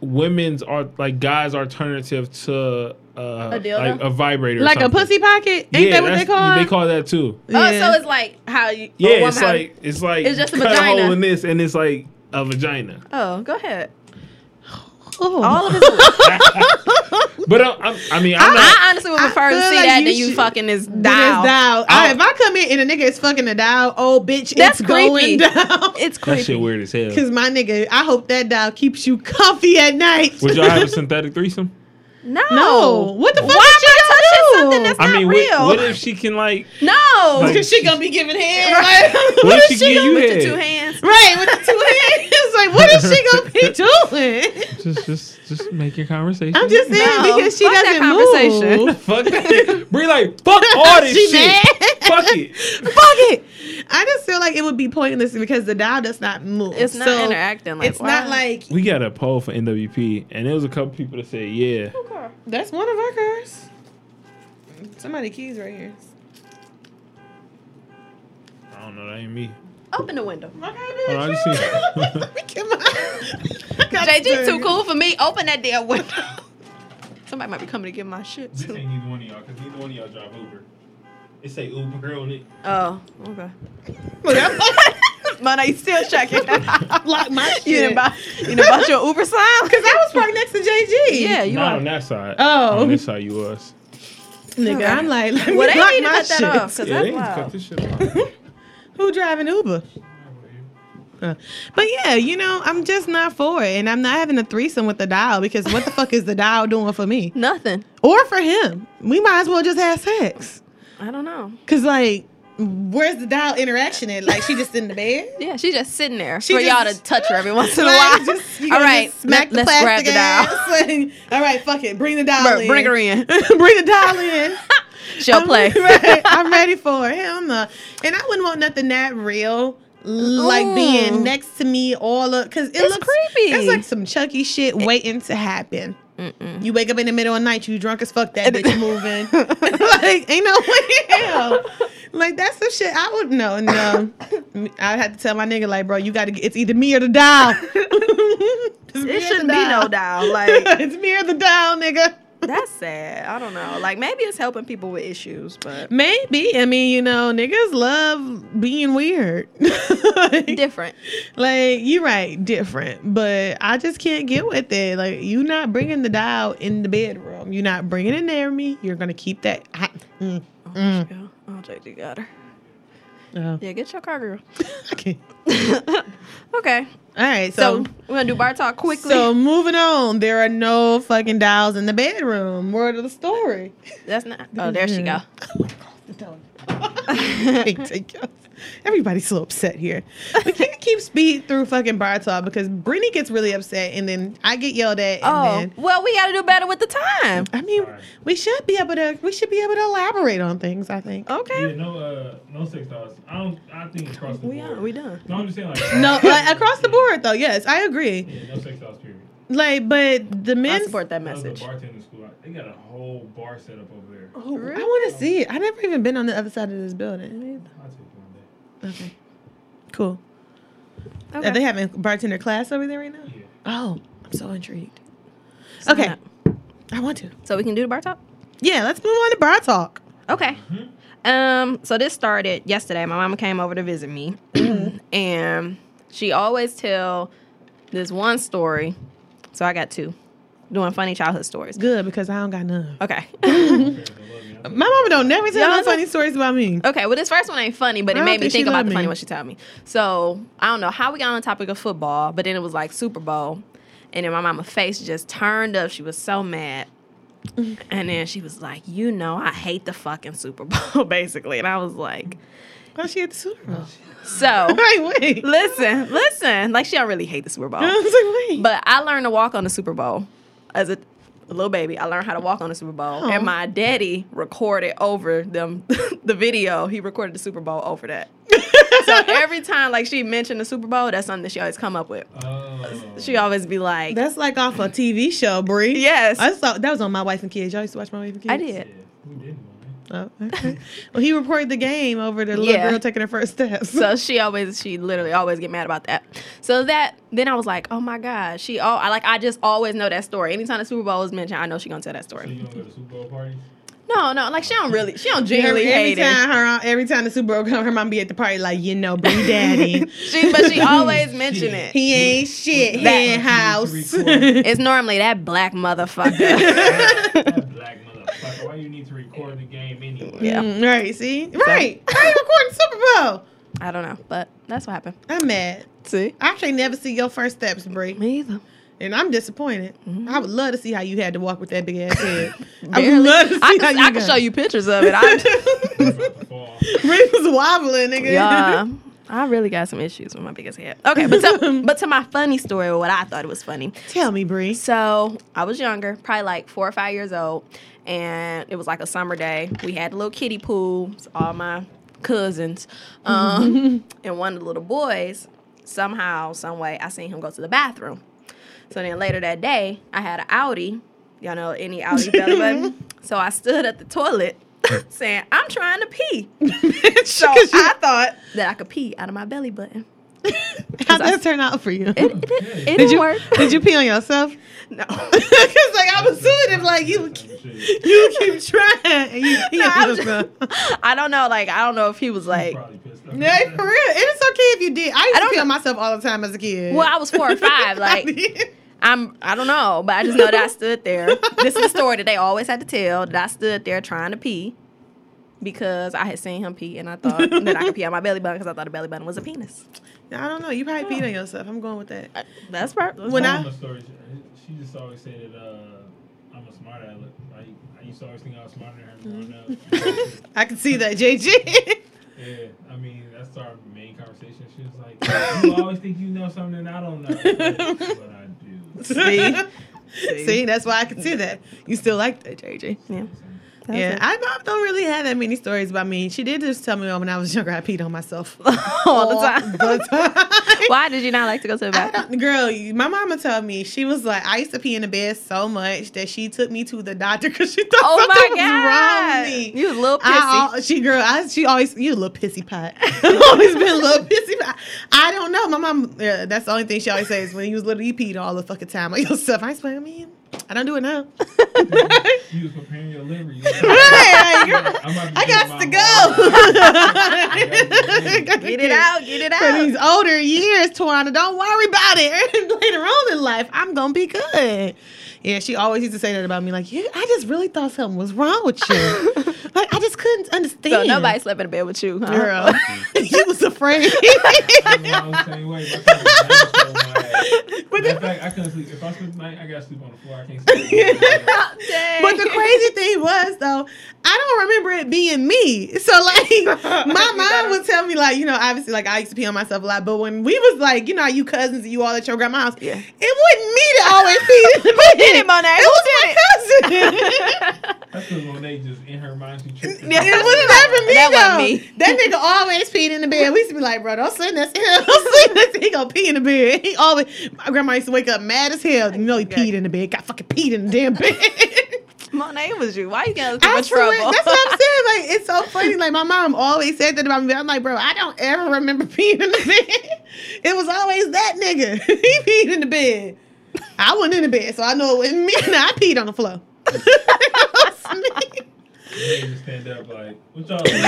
[SPEAKER 5] women's are like guys' alternative to uh,
[SPEAKER 3] A dildo?
[SPEAKER 5] like a vibrator, or
[SPEAKER 4] Like a
[SPEAKER 5] something.
[SPEAKER 4] pussy pocket? Ain't that what
[SPEAKER 5] that's-
[SPEAKER 4] they call it?
[SPEAKER 5] They call that too.
[SPEAKER 3] Oh, so it's like how you. a
[SPEAKER 5] Yeah,
[SPEAKER 3] woman
[SPEAKER 5] it's
[SPEAKER 3] how-
[SPEAKER 5] like it's like
[SPEAKER 3] It's just a
[SPEAKER 5] cut
[SPEAKER 3] vagina.
[SPEAKER 5] hole in this, and it's like a vagina.
[SPEAKER 3] Oh, go ahead.
[SPEAKER 4] Oh.
[SPEAKER 3] All of it.
[SPEAKER 5] But I'm, I'm, I mean,
[SPEAKER 3] Ah,
[SPEAKER 5] I'm not.
[SPEAKER 3] I honestly would
[SPEAKER 4] I
[SPEAKER 3] prefer to
[SPEAKER 4] feel
[SPEAKER 3] see
[SPEAKER 4] like
[SPEAKER 3] that
[SPEAKER 4] you
[SPEAKER 3] than you
[SPEAKER 4] should-
[SPEAKER 3] fucking this
[SPEAKER 4] Then
[SPEAKER 3] down.
[SPEAKER 4] It's down. I,
[SPEAKER 5] Ow.
[SPEAKER 4] if I come in and a nigga is fucking a dial, oh bitch,
[SPEAKER 3] That's
[SPEAKER 4] it's going
[SPEAKER 3] creepy.
[SPEAKER 4] down.
[SPEAKER 3] It's
[SPEAKER 5] That
[SPEAKER 3] creepy.
[SPEAKER 5] shit weird as hell.
[SPEAKER 4] Cause my nigga, I hope that dial keeps you comfy at night.
[SPEAKER 5] Would y'all have a synthetic threesome?
[SPEAKER 3] No.
[SPEAKER 4] no, what the fuck?
[SPEAKER 3] Why
[SPEAKER 4] Why
[SPEAKER 3] am I touching
[SPEAKER 4] y'all do?
[SPEAKER 3] something that's
[SPEAKER 5] I
[SPEAKER 3] not
[SPEAKER 5] mean,
[SPEAKER 3] real?
[SPEAKER 5] what, what if she can like?
[SPEAKER 3] no.
[SPEAKER 5] Like,
[SPEAKER 4] Cause she gonna be giving head, right?
[SPEAKER 5] What if she
[SPEAKER 4] she
[SPEAKER 5] give you
[SPEAKER 3] with your two
[SPEAKER 5] head?
[SPEAKER 3] hands.
[SPEAKER 4] right with the two hands. Like, what is she gonna be doing?
[SPEAKER 5] Just, just, just make your conversation.
[SPEAKER 4] I'm just saying
[SPEAKER 3] No,
[SPEAKER 4] because she
[SPEAKER 3] fuck that
[SPEAKER 4] doesn't
[SPEAKER 3] conversation.
[SPEAKER 4] move.
[SPEAKER 5] fuck that. Bree like fuck all this
[SPEAKER 4] She
[SPEAKER 5] shit.
[SPEAKER 4] mad.
[SPEAKER 5] Fuck it.
[SPEAKER 4] Fuck it. I just feel like it would be pointless because the dial does not move.
[SPEAKER 3] It's not
[SPEAKER 4] So,
[SPEAKER 3] interacting. Like,
[SPEAKER 4] it's not
[SPEAKER 3] why?
[SPEAKER 4] like
[SPEAKER 5] We got a poll for NWP, and there was a couple people that said yeah.
[SPEAKER 4] That's one of our cars. Somebody keys right here.
[SPEAKER 5] I don't know. That ain't me.
[SPEAKER 3] open the window.
[SPEAKER 4] Okay,
[SPEAKER 5] Oh, I just seen-
[SPEAKER 4] Let me get my- I got
[SPEAKER 3] JJ
[SPEAKER 4] to-
[SPEAKER 3] too cool for me. Open that damn window. Somebody might be coming to get my shit.
[SPEAKER 5] This
[SPEAKER 3] Too.
[SPEAKER 5] ain't neither one of y'all because neither one of y'all drive Uber. It say Uber girl on it.
[SPEAKER 3] Oh, okay. Man, are you still checking?
[SPEAKER 4] Lock my shit.
[SPEAKER 3] you didn't buy, you didn't buy your Uber sign?
[SPEAKER 4] Cause I was parked next to JG.
[SPEAKER 3] yeah, you
[SPEAKER 5] Not
[SPEAKER 3] are.
[SPEAKER 5] on that side.
[SPEAKER 4] Oh.
[SPEAKER 5] on this side you was.
[SPEAKER 4] nigga. I'm like, let me
[SPEAKER 3] Well, they
[SPEAKER 4] lock
[SPEAKER 3] need to
[SPEAKER 4] my
[SPEAKER 3] cut
[SPEAKER 4] shit.
[SPEAKER 3] that off because
[SPEAKER 5] Yeah, they
[SPEAKER 3] that's
[SPEAKER 5] need to cut
[SPEAKER 3] loud.
[SPEAKER 5] this shit off.
[SPEAKER 4] Who driving Uber? Uh, but yeah, you know, I'm just not for it, and I'm not having a threesome with the dial because what the fuck is the dial doing for me
[SPEAKER 3] Nothing.
[SPEAKER 4] or for him? We might as well just have sex.
[SPEAKER 3] I don't know.
[SPEAKER 4] Cause like, where's the dial interaction at? Like, she just in the bed.
[SPEAKER 3] Yeah, she's just sitting there
[SPEAKER 4] She
[SPEAKER 3] for
[SPEAKER 4] just-
[SPEAKER 3] y'all to touch her every once in a
[SPEAKER 4] Like,
[SPEAKER 3] while.
[SPEAKER 4] just- you
[SPEAKER 3] All
[SPEAKER 4] gonna
[SPEAKER 3] right,
[SPEAKER 4] just smack
[SPEAKER 3] let,
[SPEAKER 4] the
[SPEAKER 3] us grab
[SPEAKER 4] plastic
[SPEAKER 3] the dial.
[SPEAKER 4] ass and- all right, fuck it, bring the dial
[SPEAKER 3] Br-
[SPEAKER 4] in.
[SPEAKER 3] Bring her in.
[SPEAKER 4] bring the dial in.
[SPEAKER 3] She'll play.
[SPEAKER 4] I'm, right, I'm ready for it. Hell no. And I wouldn't want nothing that real. Like
[SPEAKER 3] Ooh.
[SPEAKER 4] being next to me all of because it
[SPEAKER 3] It's
[SPEAKER 4] looks
[SPEAKER 3] creepy.
[SPEAKER 4] It's like some Chucky shit waiting to happen. You wake up in the middle of the night, you drunk as fuck. That bitch moving like ain't no way in hell. Like that's some shit I would know. No, I had to tell my nigga like, bro, you got to. It's either me or the dial. it
[SPEAKER 3] It shouldn't be no dial. Like
[SPEAKER 4] it's me or the dial, nigga.
[SPEAKER 3] that's sad. I don't know. Like maybe it's helping people with issues, but
[SPEAKER 4] Maybe. I mean, you know, niggas love being weird. like,
[SPEAKER 3] different.
[SPEAKER 4] like, you're right, different. But I just can't get with it. Like, you not bringing the dial in the bedroom. You're not bringing it near me. You're going to keep that. I, mm,
[SPEAKER 3] Oh,
[SPEAKER 4] Mm.
[SPEAKER 3] JG oh, JG got her.
[SPEAKER 4] oh,
[SPEAKER 3] Yeah, get your car, girl.
[SPEAKER 4] okay.
[SPEAKER 3] Okay,
[SPEAKER 4] All right.
[SPEAKER 3] so,
[SPEAKER 4] So,
[SPEAKER 3] we're gonna do bar talk
[SPEAKER 4] so,
[SPEAKER 3] quickly.
[SPEAKER 4] moving on. There are no fucking dials in the bedroom. Word of the story.
[SPEAKER 3] that's not. Oh, there she go.
[SPEAKER 4] Ridiculous. Everybody's so upset here. We can't keep speed through fucking bar talk because Brittany gets really upset and then I get yelled at and
[SPEAKER 3] Oh,
[SPEAKER 4] then
[SPEAKER 3] well, we gotta do better with the time.
[SPEAKER 4] I mean we should be able to we should be able to elaborate on things, I think.
[SPEAKER 5] Yeah,
[SPEAKER 3] Okay.
[SPEAKER 5] no, uh, no six dollars. I don't. I think across the
[SPEAKER 3] We
[SPEAKER 5] board.
[SPEAKER 3] are. We done.
[SPEAKER 5] No, I'm just saying like
[SPEAKER 4] No, like, across the board though, yes, I agree.
[SPEAKER 5] Yeah, no sex dollars. Period.
[SPEAKER 4] Like, but the
[SPEAKER 3] I
[SPEAKER 4] men
[SPEAKER 3] support that
[SPEAKER 5] I was a
[SPEAKER 3] message.
[SPEAKER 5] bartender school. I- They got a whole bar set up over there.
[SPEAKER 4] Oh, I want to see it. I've never even been on the other side of this building.
[SPEAKER 5] I'll take you one day.
[SPEAKER 4] Okay, cool. Are they
[SPEAKER 3] Okay.
[SPEAKER 4] having bartender class over there right now?
[SPEAKER 5] Yeah.
[SPEAKER 4] Oh, I'm so intrigued.
[SPEAKER 3] Sign
[SPEAKER 4] okay.
[SPEAKER 3] up.
[SPEAKER 4] I want to.
[SPEAKER 3] So we can do the bar talk.
[SPEAKER 4] Yeah, let's move on to bar talk.
[SPEAKER 3] Okay. Um, so this started yesterday. My mama came over to visit me, and she always tell this one story. So I got two, doing funny childhood stories.
[SPEAKER 4] Good because I don't got none.
[SPEAKER 3] Okay.
[SPEAKER 4] My mama don't never tell
[SPEAKER 3] Y'all
[SPEAKER 4] no
[SPEAKER 3] know-
[SPEAKER 4] funny stories about me.
[SPEAKER 3] okay. Well, this first one ain't funny, but
[SPEAKER 4] I
[SPEAKER 3] it
[SPEAKER 4] don't
[SPEAKER 3] made me
[SPEAKER 4] think she
[SPEAKER 3] think about
[SPEAKER 4] love
[SPEAKER 3] the funny
[SPEAKER 4] me.
[SPEAKER 3] one she told me. So I don't know how we got on the topic of football, but then it was like Super Bowl, and then my mama face just turned up. She was so mad. And then she was like, "You know, I hate the fucking Super Bowl, basically." And I was like,
[SPEAKER 4] Why she at the Super Bowl?
[SPEAKER 3] "So,
[SPEAKER 4] Right, wait.
[SPEAKER 3] listen, listen. Like she don't really hate the Super Bowl,
[SPEAKER 4] I was like, wait.
[SPEAKER 3] but I learned to walk on the Super Bowl as a, a little baby. I learned how to walk on the Super Bowl,
[SPEAKER 4] Oh.
[SPEAKER 3] and my daddy recorded over them the video. He recorded the Super Bowl over that. so every time like she mentioned the Super Bowl, that's something that she always come up with.
[SPEAKER 5] Oh.
[SPEAKER 3] She always be like,
[SPEAKER 4] That's like off a TV show, Bree.
[SPEAKER 3] Yes.
[SPEAKER 4] I saw that was on My Wife and Kids. Y'all used to watch My Wife and Kids.
[SPEAKER 3] "I
[SPEAKER 5] Yeah.
[SPEAKER 3] did."
[SPEAKER 5] Who didn't? man?
[SPEAKER 4] Oh, okay. well, he reported the game over the little
[SPEAKER 3] Yeah.
[SPEAKER 4] girl taking her first steps.
[SPEAKER 3] So she always, she literally always get mad about that. So that, then I was like, oh my god, she all, I like, I just always know that story. Anytime the Super Bowl is mentioned, I know she gonna tell that
[SPEAKER 5] So you
[SPEAKER 3] story.
[SPEAKER 5] don't go to Super Bowl parties?
[SPEAKER 3] No, no, like she don't really, she don't
[SPEAKER 4] every,
[SPEAKER 3] genuinely
[SPEAKER 4] every
[SPEAKER 3] hate it.
[SPEAKER 4] time her every time the Super Bowl come, her mom be at the party like, you know, Bree Daddy.
[SPEAKER 3] She, but she always mention it.
[SPEAKER 4] he ain't shit. He
[SPEAKER 3] That-
[SPEAKER 4] in house.
[SPEAKER 5] You need to record.
[SPEAKER 3] It's normally that black motherfucker.
[SPEAKER 5] that black motherfucker. Why you need to record the game anyway?
[SPEAKER 3] Yeah.
[SPEAKER 4] Mm, right, see? Right. I ain't recording Super Bowl.
[SPEAKER 3] I don't know, but that's what happened.
[SPEAKER 4] I'm mad.
[SPEAKER 3] See?
[SPEAKER 4] I can't never see your first steps, Bree.
[SPEAKER 3] Me either.
[SPEAKER 4] And I'm disappointed. I would love to see how you had to walk with that big ass head. I would
[SPEAKER 3] Mm-hmm. Barely.
[SPEAKER 4] love to see
[SPEAKER 3] I
[SPEAKER 4] how
[SPEAKER 3] can,
[SPEAKER 4] you
[SPEAKER 3] I can show you pictures of it. I,
[SPEAKER 5] It's about to fall.
[SPEAKER 4] Ring was wobbling, nigga.
[SPEAKER 3] yeah. I really got some issues with my biggest head. Okay, but to, but to my funny story, what I thought was funny.
[SPEAKER 4] Tell me, Bree.
[SPEAKER 3] So I was younger, probably like four or five years old, and it was like a summer day. We had a little kiddie pool, it's all my cousins, um, and one of the little boys. Somehow, some way, I seen him go to the bathroom. So then later that day, I had an Audi. Y'all know any Audi belly button. So I stood at the toilet saying, "I'm trying to pee." so I thought that I could pee out of my belly button.
[SPEAKER 4] How'd that turn out for you?
[SPEAKER 3] It
[SPEAKER 4] did
[SPEAKER 3] didn't
[SPEAKER 4] you
[SPEAKER 3] work.
[SPEAKER 4] did you pee on yourself? No, because like I'm assuming if like you keep- you keep trying and you pee
[SPEAKER 3] No,
[SPEAKER 4] on
[SPEAKER 3] I'm just-
[SPEAKER 4] yourself.
[SPEAKER 3] I don't know. Like I don't know if he was like.
[SPEAKER 4] Yeah, for real, it's okay if you did. I used
[SPEAKER 3] I
[SPEAKER 4] to
[SPEAKER 3] don't
[SPEAKER 4] pee on
[SPEAKER 3] know.
[SPEAKER 4] myself all the time as a kid.
[SPEAKER 3] Well, I was four or five. Like I'm. I don't know, but I just know that I stood there. This is the story that they always had to tell. That I stood there trying to pee because I had seen him pee, and I thought that I could pee on my belly button because I thought a belly button was a penis.
[SPEAKER 4] I don't know. You probably peed on yourself. I'm going with that.
[SPEAKER 3] That's right.
[SPEAKER 4] When I
[SPEAKER 5] she just always said that uh, I'm a smart aleck. Like, I used to always think I was smarter than her growing up.
[SPEAKER 4] I can see that JG.
[SPEAKER 5] Yeah, I mean that's our main conversation. She was like, "You always think you know something that I don't know, but I do."
[SPEAKER 4] see, see, that's why I can see that. You still like that JG.
[SPEAKER 3] Yeah.
[SPEAKER 4] Yeah, I, I don't really have that many stories about me. She did just tell me when I was younger I peed on myself
[SPEAKER 3] all the time.
[SPEAKER 4] All the time.
[SPEAKER 3] Why did you not like to go to the
[SPEAKER 4] I
[SPEAKER 3] bathroom?
[SPEAKER 4] don't, girl, you- my mama told me she was like, I used to pee in the bed so much that she took me to the doctor because she thought
[SPEAKER 3] Oh my
[SPEAKER 4] something was wrong
[SPEAKER 3] god!
[SPEAKER 4] with me.
[SPEAKER 3] You was a little pissy.
[SPEAKER 4] I, al- she girl, I, she always you a little pissy pot. I've always been a little pissy pot. I don't know. My mom, yeah, that's the only thing she always says when you was little, you peed all the fucking time on yourself. I explain, man, I don't do it now.
[SPEAKER 5] She was preparing your liver. You
[SPEAKER 4] Right, like, girl,
[SPEAKER 5] I
[SPEAKER 4] I got to go.
[SPEAKER 3] get it out. Get it
[SPEAKER 4] For
[SPEAKER 3] out.
[SPEAKER 4] these older years, Tawana, don't worry about it. Later on in life, I'm gonna be good. Yeah, she always used to say that about me. Like, you, I just really thought something was wrong with you. like, I just couldn't understand.
[SPEAKER 3] So nobody slept in the bed with you, huh?
[SPEAKER 4] girl, you was afraid.
[SPEAKER 5] I was the same way. My cousin was so mad.
[SPEAKER 4] But
[SPEAKER 5] Matter of
[SPEAKER 4] the-
[SPEAKER 5] fact, I couldn't sleep. If I sleep at night, I gotta sleep on the floor. I can't sleep.
[SPEAKER 3] Dang.
[SPEAKER 4] But the crazy thing was though, I don't remember it being me. So like my mom would tell me like, you know, obviously like I used to pee on myself a lot, but when we was like, you know, how you cousins, you all at your grandma's, it
[SPEAKER 3] Yeah.
[SPEAKER 4] wasn't me that always pee in the
[SPEAKER 3] Come
[SPEAKER 4] bed.
[SPEAKER 3] on now.
[SPEAKER 4] It was my cousin.
[SPEAKER 5] That's because Monet just in her mind she tricked.
[SPEAKER 4] Yeah, it was never me.
[SPEAKER 3] That
[SPEAKER 4] That
[SPEAKER 3] wasn't me.
[SPEAKER 4] That nigga always peed in the bed. We used to be like, bro, don't send us. Don't send us. He gonna pee in the bed. He always. My grandma used to wake up mad as hell. You know he peed in the bed. Got fucking peed in the damn bed.
[SPEAKER 3] Monet was you. Why you getting into
[SPEAKER 4] I
[SPEAKER 3] much
[SPEAKER 4] swear,
[SPEAKER 3] trouble?
[SPEAKER 4] That's what I'm saying. Like it's so funny. Like my mom always said that about me. I'm like, bro, I don't ever remember peeing in the bed. It was always that nigga. he peed in the bed. I wasn't in the bed, so I know it wasn't me. Nah, I peed on the floor. It was me.
[SPEAKER 5] Monet just stand up like, "What y'all?" doing?"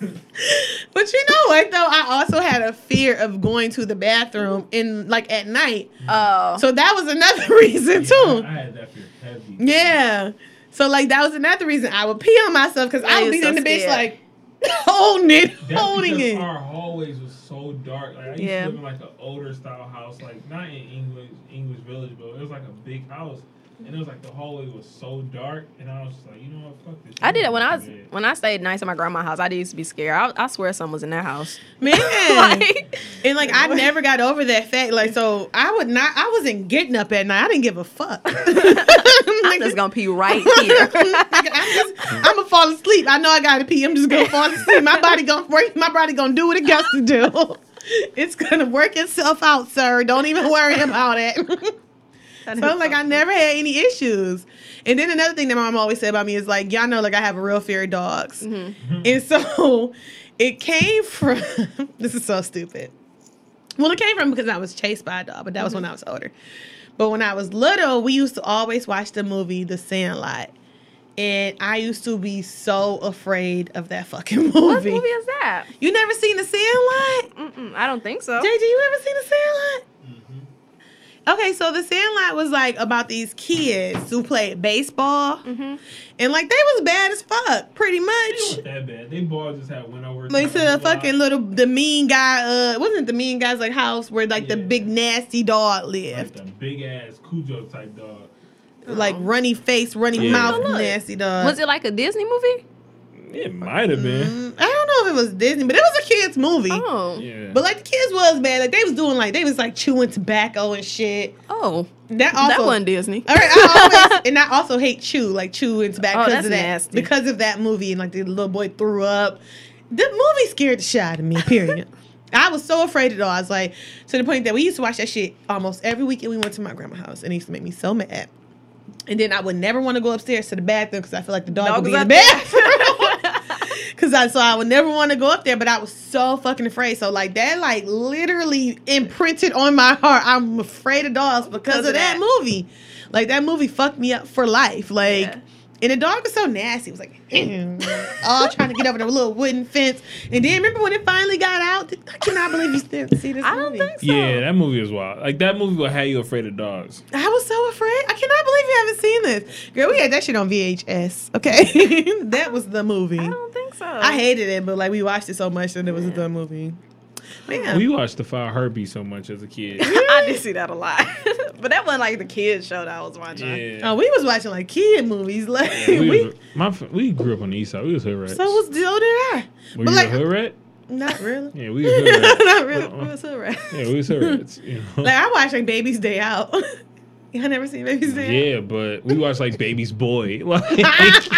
[SPEAKER 4] But you know what though? I also had a fear of going to the bathroom in like at night.
[SPEAKER 3] oh.
[SPEAKER 4] So that was another reason too.
[SPEAKER 5] I had that fear heavy.
[SPEAKER 4] Yeah. So like that was another reason I would pee on myself because
[SPEAKER 3] I
[SPEAKER 4] I would
[SPEAKER 3] was
[SPEAKER 4] be
[SPEAKER 3] so
[SPEAKER 4] in the bitch
[SPEAKER 3] scared.
[SPEAKER 4] like holding it,
[SPEAKER 5] That's
[SPEAKER 4] holding
[SPEAKER 5] because
[SPEAKER 4] it.
[SPEAKER 5] Our hallways was so dark. Like I used
[SPEAKER 3] Yeah.
[SPEAKER 5] to live in like an older style house, like not in English English village, but it was like a big house, and it was like the hallway was so dark, and I was just like, you know what, fuck this.
[SPEAKER 3] I did it when I was
[SPEAKER 5] Yeah.
[SPEAKER 3] when I stayed nights at my grandma's house. I used to be scared. I, I swear someone was in that house.
[SPEAKER 4] Man.
[SPEAKER 3] Like,
[SPEAKER 4] and like I never got over that fact. Like so I would not I wasn't getting up at night. I didn't give a fuck.
[SPEAKER 3] I'm just gonna pee right here.
[SPEAKER 4] Nigga, I'm, just, I'm gonna fall asleep. I know I gotta pee. I'm just gonna fall asleep. My body gonna work. My body gonna do what it got to do. It's gonna work itself out, sir. Don't even worry about it. so I'm like, I never had any issues. And then another thing that my mom always said about me is like, y'all know, like I have a real fear of dogs,
[SPEAKER 3] Mm-hmm.
[SPEAKER 4] and so it came from. this is so stupid. Well, it came from because I was chased by a dog, but that was when I
[SPEAKER 3] Mm-hmm.
[SPEAKER 4] was older. But when I was little, we used to always watch the movie The Sandlot. And I used to be so afraid of that fucking movie.
[SPEAKER 3] what movie is that?
[SPEAKER 4] You never seen The Sandlot?
[SPEAKER 3] Mm-mm, I don't think so.
[SPEAKER 4] JJ, you ever seen The Sandlot?
[SPEAKER 3] Mm-hmm.
[SPEAKER 4] Okay, so The Sandlot was like about these kids who played baseball.
[SPEAKER 3] Mm-hmm.
[SPEAKER 4] And like they was bad as fuck, pretty
[SPEAKER 5] It
[SPEAKER 4] much.
[SPEAKER 5] wasn't that bad. They ball just had went over.
[SPEAKER 4] Like to the
[SPEAKER 5] block.
[SPEAKER 4] fucking little, the mean guy, uh, wasn't it the mean guy's like house where like the
[SPEAKER 5] Yeah.
[SPEAKER 4] big nasty dog lived?
[SPEAKER 5] like the big ass Cujo type dog.
[SPEAKER 4] like runny face, runny
[SPEAKER 5] Yeah.
[SPEAKER 4] mouth,
[SPEAKER 3] Oh, look.
[SPEAKER 4] nasty dog.
[SPEAKER 3] Was it like a Disney movie?
[SPEAKER 5] It might have been.
[SPEAKER 4] I don't know if it was Disney, but it was a kids movie.
[SPEAKER 3] Oh,
[SPEAKER 5] Yeah.
[SPEAKER 4] But like the kids was bad. Like they was doing like they was like chewing tobacco and shit.
[SPEAKER 3] oh,
[SPEAKER 4] That also
[SPEAKER 3] that wasn't Disney.
[SPEAKER 4] All right, I always and I also hate chew like chew and tobacco
[SPEAKER 3] Oh,
[SPEAKER 4] because
[SPEAKER 3] that's
[SPEAKER 4] of that
[SPEAKER 3] nasty.
[SPEAKER 4] because of that movie and like the little boy threw up. The movie scared the shit out of me. Period. I was so afraid of dogs, like to the point that we used to watch that shit almost every weekend. We went to my grandma's house, and it used to make me so mad. And then I would never want to go upstairs to the bathroom because I feel like the dog,
[SPEAKER 3] Dog
[SPEAKER 4] would be
[SPEAKER 3] was
[SPEAKER 4] in the
[SPEAKER 3] out
[SPEAKER 4] bathroom. Cause I so I would never want to go up there, but I was so fucking afraid. So like that, like literally imprinted on my heart. I'm afraid of dogs because, of,
[SPEAKER 3] of
[SPEAKER 4] that,
[SPEAKER 3] that.
[SPEAKER 4] movie. Like that movie fucked me up for life. Like,
[SPEAKER 3] Yeah.
[SPEAKER 4] and the dog was so nasty. It was like all trying to get over the little wooden fence. And then remember when it finally got out? I cannot believe you still see this
[SPEAKER 3] I don't
[SPEAKER 4] movie.
[SPEAKER 3] think so.
[SPEAKER 5] Yeah, that movie was wild. Like that movie will have you afraid of dogs.
[SPEAKER 4] I was so afraid. I cannot believe you haven't seen this. Girl, we had that shit on VHS. Okay. that was the movie.
[SPEAKER 3] I
[SPEAKER 4] I,
[SPEAKER 3] don't think so.
[SPEAKER 5] Oh.
[SPEAKER 4] hated it, but like we watched it so much that it was a dumb movie. Man.
[SPEAKER 5] We watched the file Herbie so much as a kid.
[SPEAKER 3] I did see that a lot, but that wasn't like the kids show that I was watching.
[SPEAKER 5] Yeah.
[SPEAKER 4] Oh, we was watching like kid movies. Like
[SPEAKER 5] we,
[SPEAKER 4] we,
[SPEAKER 5] was- my f- we grew up on the east side. We was hood rats.
[SPEAKER 4] so was so did I.
[SPEAKER 5] Were
[SPEAKER 4] but
[SPEAKER 5] you
[SPEAKER 4] like-
[SPEAKER 5] a hood rat?
[SPEAKER 4] Not really.
[SPEAKER 5] Yeah, we was hood rats.
[SPEAKER 4] Not really. We was so right.
[SPEAKER 5] Yeah, we was hood rats. You know?
[SPEAKER 4] Like I watched like Baby's Day Out. Y'all never seen Baby's Day
[SPEAKER 5] yeah, but we watched like Baby's Boy. Like,
[SPEAKER 4] Out?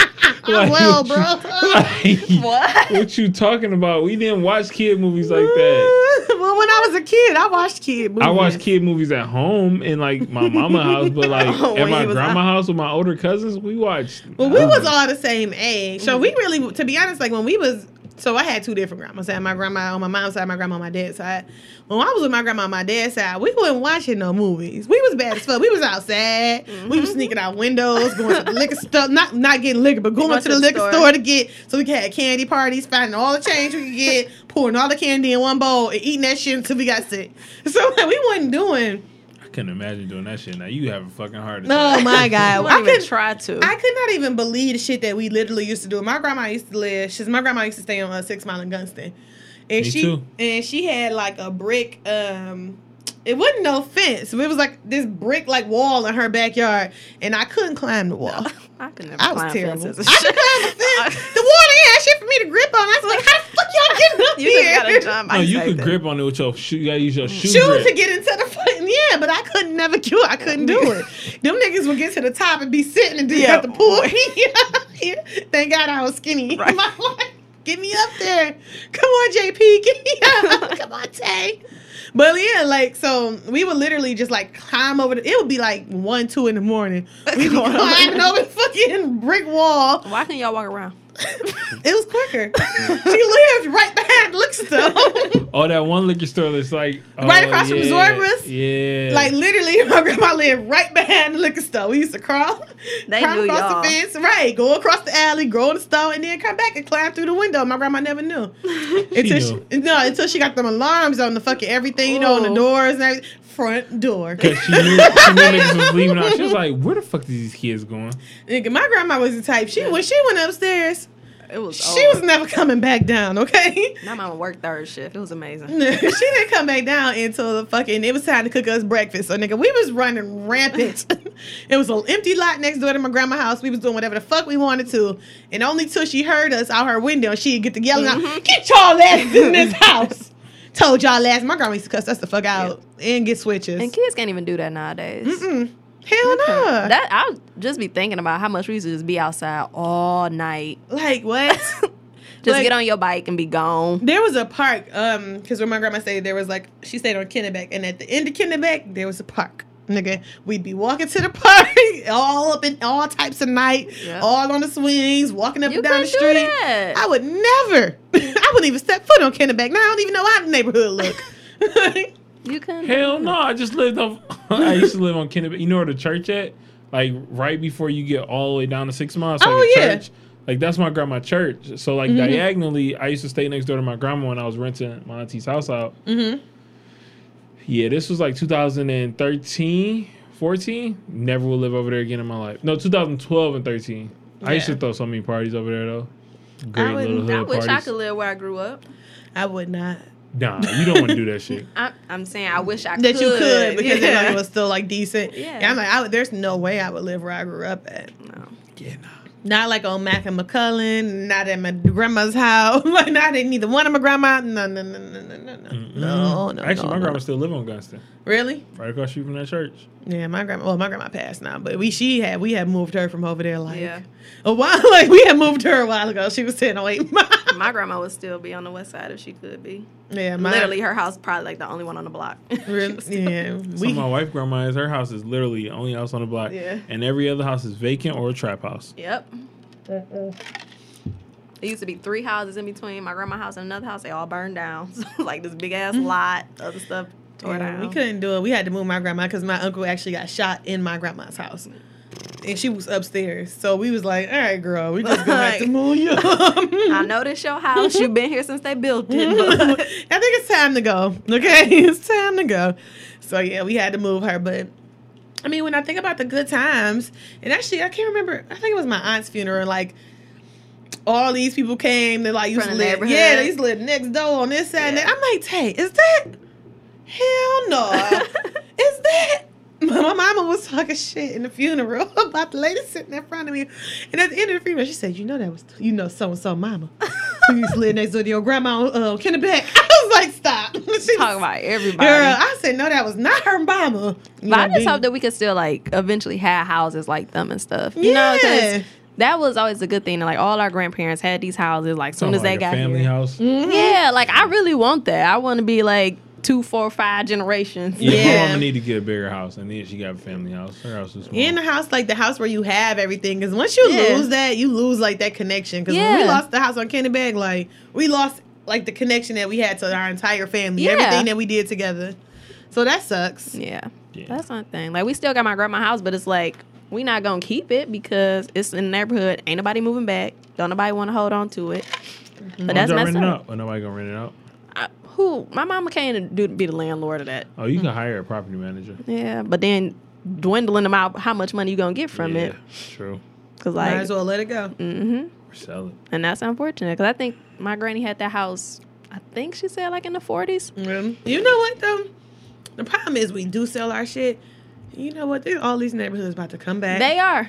[SPEAKER 4] I
[SPEAKER 5] like,
[SPEAKER 4] will,
[SPEAKER 5] what you-
[SPEAKER 4] bro.
[SPEAKER 3] What?
[SPEAKER 5] what you talking about? We didn't watch kid movies like that.
[SPEAKER 4] well, when I was a kid, I watched kid movies.
[SPEAKER 5] I watched kid movies at home in like my mama house, but like
[SPEAKER 3] Oh,
[SPEAKER 5] at
[SPEAKER 3] when
[SPEAKER 5] my
[SPEAKER 3] you was
[SPEAKER 5] grandma
[SPEAKER 3] out.
[SPEAKER 5] house with my older cousins, we watched.
[SPEAKER 4] Well, we was all the same age, so we really, to be honest, like when we was, so I had two different grandmas. I had my grandma on my mom's side, my grandma on my dad's side. When I was with my grandma on my dad's side, we wasn't watching no movies. We was bad as fuck. We was outside. We was sneaking out windows, going to the liquor store, not not getting liquor, but going to the liquor store. to get so we could have candy parties, finding all the change we could get, pouring all the candy in one bowl, and eating that shit until we got sick. So like, we wasn't doing.
[SPEAKER 5] I couldn't imagine doing that shit. Now you have a fucking heart attack.
[SPEAKER 4] Oh my god,
[SPEAKER 3] I
[SPEAKER 4] I
[SPEAKER 3] even
[SPEAKER 4] could
[SPEAKER 3] try to.
[SPEAKER 4] I could not even believe the shit that we literally used to do. My grandma used to live. She's my grandma used to stay on uh, Six Mile and Gunston, and
[SPEAKER 5] Me
[SPEAKER 4] she
[SPEAKER 5] too.
[SPEAKER 4] and she had like a brick. um It wasn't no fence. It was like this brick like wall in her backyard, and I couldn't climb the wall.
[SPEAKER 3] I could never
[SPEAKER 4] I
[SPEAKER 3] climb
[SPEAKER 4] was terrible. I
[SPEAKER 3] fences
[SPEAKER 4] could
[SPEAKER 3] and shit.
[SPEAKER 4] climb the fence. The wall they had shit for me to grip on. I was like, how the fuck y'all getting up
[SPEAKER 3] You
[SPEAKER 4] here?
[SPEAKER 3] just gotta jump.
[SPEAKER 5] No,
[SPEAKER 3] I
[SPEAKER 5] you
[SPEAKER 3] say
[SPEAKER 5] could
[SPEAKER 3] that.
[SPEAKER 5] grip on it with your shoe. You gotta use your shoe.
[SPEAKER 4] Mm. shoe
[SPEAKER 5] grip.
[SPEAKER 4] to get into the fucking yeah, but I couldn't never do it. I couldn't do it. Them niggas would get to the top and be sitting and just
[SPEAKER 3] Yeah.
[SPEAKER 4] have to pull me up here. Thank God I was skinny.
[SPEAKER 3] Right.
[SPEAKER 4] My life. Get me up there. Come on, JP. Get me up. Come on, Tay. But yeah, like so, we would literally just like climb over. The, it would be like one, two in the morning. We'd be climbing over the fucking brick wall.
[SPEAKER 3] Why can y'all walk around?
[SPEAKER 4] It was quicker. she lived right behind Lickstone.
[SPEAKER 5] Oh, that one liquor store that's like
[SPEAKER 4] Right
[SPEAKER 5] oh,
[SPEAKER 4] across from
[SPEAKER 5] yeah,
[SPEAKER 4] Zorba's?
[SPEAKER 5] Yeah,
[SPEAKER 4] Like literally, my grandma lived right behind the liquor store. We used to crawl,
[SPEAKER 3] They
[SPEAKER 4] crawl
[SPEAKER 3] knew
[SPEAKER 4] across
[SPEAKER 3] y'all.
[SPEAKER 4] the fence, right? Go across the alley, go in the store, and then come back and climb through the window. My grandma never knew until she, no until she got them alarms on the fucking everything, you know, on the
[SPEAKER 3] Ooh.
[SPEAKER 4] doors and everything. Front door.
[SPEAKER 5] Cause she knew, she knew niggas was leaving out. She was like, "Where the fuck is these kids going?"
[SPEAKER 4] Nigga, my grandma was the type. She when she went upstairs,
[SPEAKER 3] It was.
[SPEAKER 4] she was never coming back down. Okay.
[SPEAKER 3] My mama worked third shift. It was amazing.
[SPEAKER 4] she didn't come back down until the fucking it was time to cook us breakfast. So nigga, we was running rampant. it was an empty lot next door to my grandma's house. We was doing whatever the fuck we wanted to, and only till she heard us out her window, she'd get to yelling
[SPEAKER 3] Mm-hmm.
[SPEAKER 4] out, "Get y'all asses in this house!" Told y'all last. My grandma used to cuss us the fuck out and get switches.
[SPEAKER 3] And kids can't even do that nowadays.
[SPEAKER 4] Hell no.
[SPEAKER 3] That I'll just be thinking about how much we used to just be outside all night.
[SPEAKER 4] like what?
[SPEAKER 3] Just
[SPEAKER 4] Like-
[SPEAKER 3] get on your bike and be gone.
[SPEAKER 4] There was a park, um, because where my grandma stayed, there was like she stayed on Kennebec, and at the end of Kennebec, there was a park. Nigga, we'd be walking to the park all up in all types of night,
[SPEAKER 3] Yeah.
[SPEAKER 4] all on the swings, walking up
[SPEAKER 3] You
[SPEAKER 4] and down the
[SPEAKER 3] couldn't do
[SPEAKER 4] street.
[SPEAKER 3] that.
[SPEAKER 4] I would never. I wouldn't even step foot on Kennebec. Now I don't even know how the neighborhood look.
[SPEAKER 3] You couldn't.
[SPEAKER 5] Hell no! I just lived on. I used to live on Kennebunk. You know where the church at? Like right before you get all the way down to Six Mile. it's like
[SPEAKER 4] Oh,
[SPEAKER 5] a
[SPEAKER 4] yeah. Mm-hmm.
[SPEAKER 5] Church. Like that's my grandma church. So like diagonally, I used to stay next door to my grandma when I was renting my auntie's house out.
[SPEAKER 4] mm-hmm.
[SPEAKER 5] Yeah, this was like 2013, 14. Never will live over there again in my life. No, 2012 and 13. I used to
[SPEAKER 4] Yeah.
[SPEAKER 5] throw so many parties over there though. Great
[SPEAKER 3] I,
[SPEAKER 5] little
[SPEAKER 3] wouldn't,
[SPEAKER 5] hood
[SPEAKER 3] I wish I
[SPEAKER 5] parties.
[SPEAKER 3] could live where I grew up.
[SPEAKER 4] I would not.
[SPEAKER 5] Nah, you don't want to do that shit.
[SPEAKER 3] I, I'm saying I wish I
[SPEAKER 4] That
[SPEAKER 3] could.
[SPEAKER 4] you could because
[SPEAKER 3] yeah.
[SPEAKER 4] it was still like decent.
[SPEAKER 3] Yeah.
[SPEAKER 4] And I'm like, I would, there's no way I would live where I grew up at.
[SPEAKER 3] No.
[SPEAKER 5] Yeah, nah.
[SPEAKER 4] Not like on Mac and McCullen, not at my grandma's house, like not at neither one of my grandma. No, no, no, no, no, no, no, no, no.
[SPEAKER 5] Actually,
[SPEAKER 4] no,
[SPEAKER 5] my
[SPEAKER 4] no.
[SPEAKER 5] grandma still live on Gunston,
[SPEAKER 4] Really?
[SPEAKER 5] right across the street from that church.
[SPEAKER 4] Yeah, my grandma. Well, my grandma passed now, but we she had we had moved her from over there like
[SPEAKER 3] Yeah.
[SPEAKER 4] a while. Like we had moved her a while ago. She was ten oh eight.
[SPEAKER 3] My grandma would still be on the west side if she could be.
[SPEAKER 4] Yeah, my,
[SPEAKER 3] Literally, her house probably like the only one on the block.
[SPEAKER 4] Really? Yeah,
[SPEAKER 5] So
[SPEAKER 4] we.
[SPEAKER 5] my wife grandma is her house is literally the only house on the block.
[SPEAKER 3] Yeah.
[SPEAKER 5] And every other house is vacant or a trap house.
[SPEAKER 3] Yep. There used to be three houses in between my grandma's house and another house. They all burned down. So like this big ass lot, other stuff tore
[SPEAKER 4] Mm-hmm. Yeah,
[SPEAKER 3] down.
[SPEAKER 4] we couldn't do it. We had to move my grandma because my uncle actually got shot in my grandma's house, and she was upstairs. So we was like, "All right, girl, we just gonna have to
[SPEAKER 3] Like-
[SPEAKER 4] move you." I
[SPEAKER 3] I know this your house. You've been here since they built it. but-
[SPEAKER 4] think it's time to go. Okay, it's time to go. So yeah, we had to move her, but. I mean, when I think about the good times, and actually, I can't remember. I think it was my aunt's funeral. Like, all these people came. They like used to
[SPEAKER 3] From the
[SPEAKER 4] live,
[SPEAKER 3] neighborhood.
[SPEAKER 4] yeah, they used to live next door on this side. And
[SPEAKER 3] Yeah.
[SPEAKER 4] that. I'm like, hey, is that? Hell no. is that? My, my mama was talking shit in the funeral about the lady sitting in front of me, and at the end of the funeral, she said, "You know that was you know so and so mama who used to live next door to your grandma on uh, Kennebec." I was like, "Stop!" She
[SPEAKER 3] Talking
[SPEAKER 4] was-
[SPEAKER 3] about everybody.
[SPEAKER 4] Girl, I said no, that was not her mama. You
[SPEAKER 3] But I
[SPEAKER 4] know,
[SPEAKER 3] just
[SPEAKER 4] being-
[SPEAKER 3] hope that we could still like eventually have houses like them and stuff. You know, 'cause
[SPEAKER 4] Yeah.
[SPEAKER 3] that was always a good thing. Like all our grandparents had these houses. Like soon
[SPEAKER 5] Talking
[SPEAKER 3] as they
[SPEAKER 5] about your
[SPEAKER 3] got
[SPEAKER 5] family
[SPEAKER 3] here. Mm-hmm.
[SPEAKER 5] house.
[SPEAKER 4] Mm-hmm.
[SPEAKER 3] yeah. Like I really want that. I want to be like two, four, five generations.
[SPEAKER 5] Yeah,
[SPEAKER 4] Yeah.
[SPEAKER 5] my mama need to get a bigger house, and then she got a family house. Her house is small.
[SPEAKER 4] in the house, like the house where you have everything, because once you
[SPEAKER 3] Yeah.
[SPEAKER 4] lose that, you lose like that connection. Because when we
[SPEAKER 3] Yeah.
[SPEAKER 4] lost the house on Kennebec, like we lost like the connection that we had to our entire family,
[SPEAKER 3] Yeah.
[SPEAKER 4] everything that we did together. So that sucks.
[SPEAKER 3] Yeah.
[SPEAKER 5] Yeah.
[SPEAKER 3] That's one thing. Like we still got my grandma's house, but it's like we not gonna keep it because it's in the neighborhood. Ain't nobody moving back. Don't nobody want to hold on to it. But that's
[SPEAKER 5] y'all
[SPEAKER 3] messed
[SPEAKER 5] renting
[SPEAKER 3] up.
[SPEAKER 5] up. Oh, nobody gonna rent it out.
[SPEAKER 3] I, who? My mama can't do be the landlord of that.
[SPEAKER 5] Oh, you can hire a property manager.
[SPEAKER 3] Yeah, but then dwindling them out, how much money you gonna get from
[SPEAKER 5] yeah,
[SPEAKER 3] it?
[SPEAKER 5] True.
[SPEAKER 3] Because
[SPEAKER 4] Might
[SPEAKER 3] like, Mm.
[SPEAKER 4] as well let it go.
[SPEAKER 5] Or sell it.
[SPEAKER 3] and that's unfortunate. Because I think my granny had that house. I think she said like in the forties.
[SPEAKER 4] Mhm. You know what though? The problem is we do sell our shit. You know what? They, all these neighborhoods about to come back.
[SPEAKER 3] They are,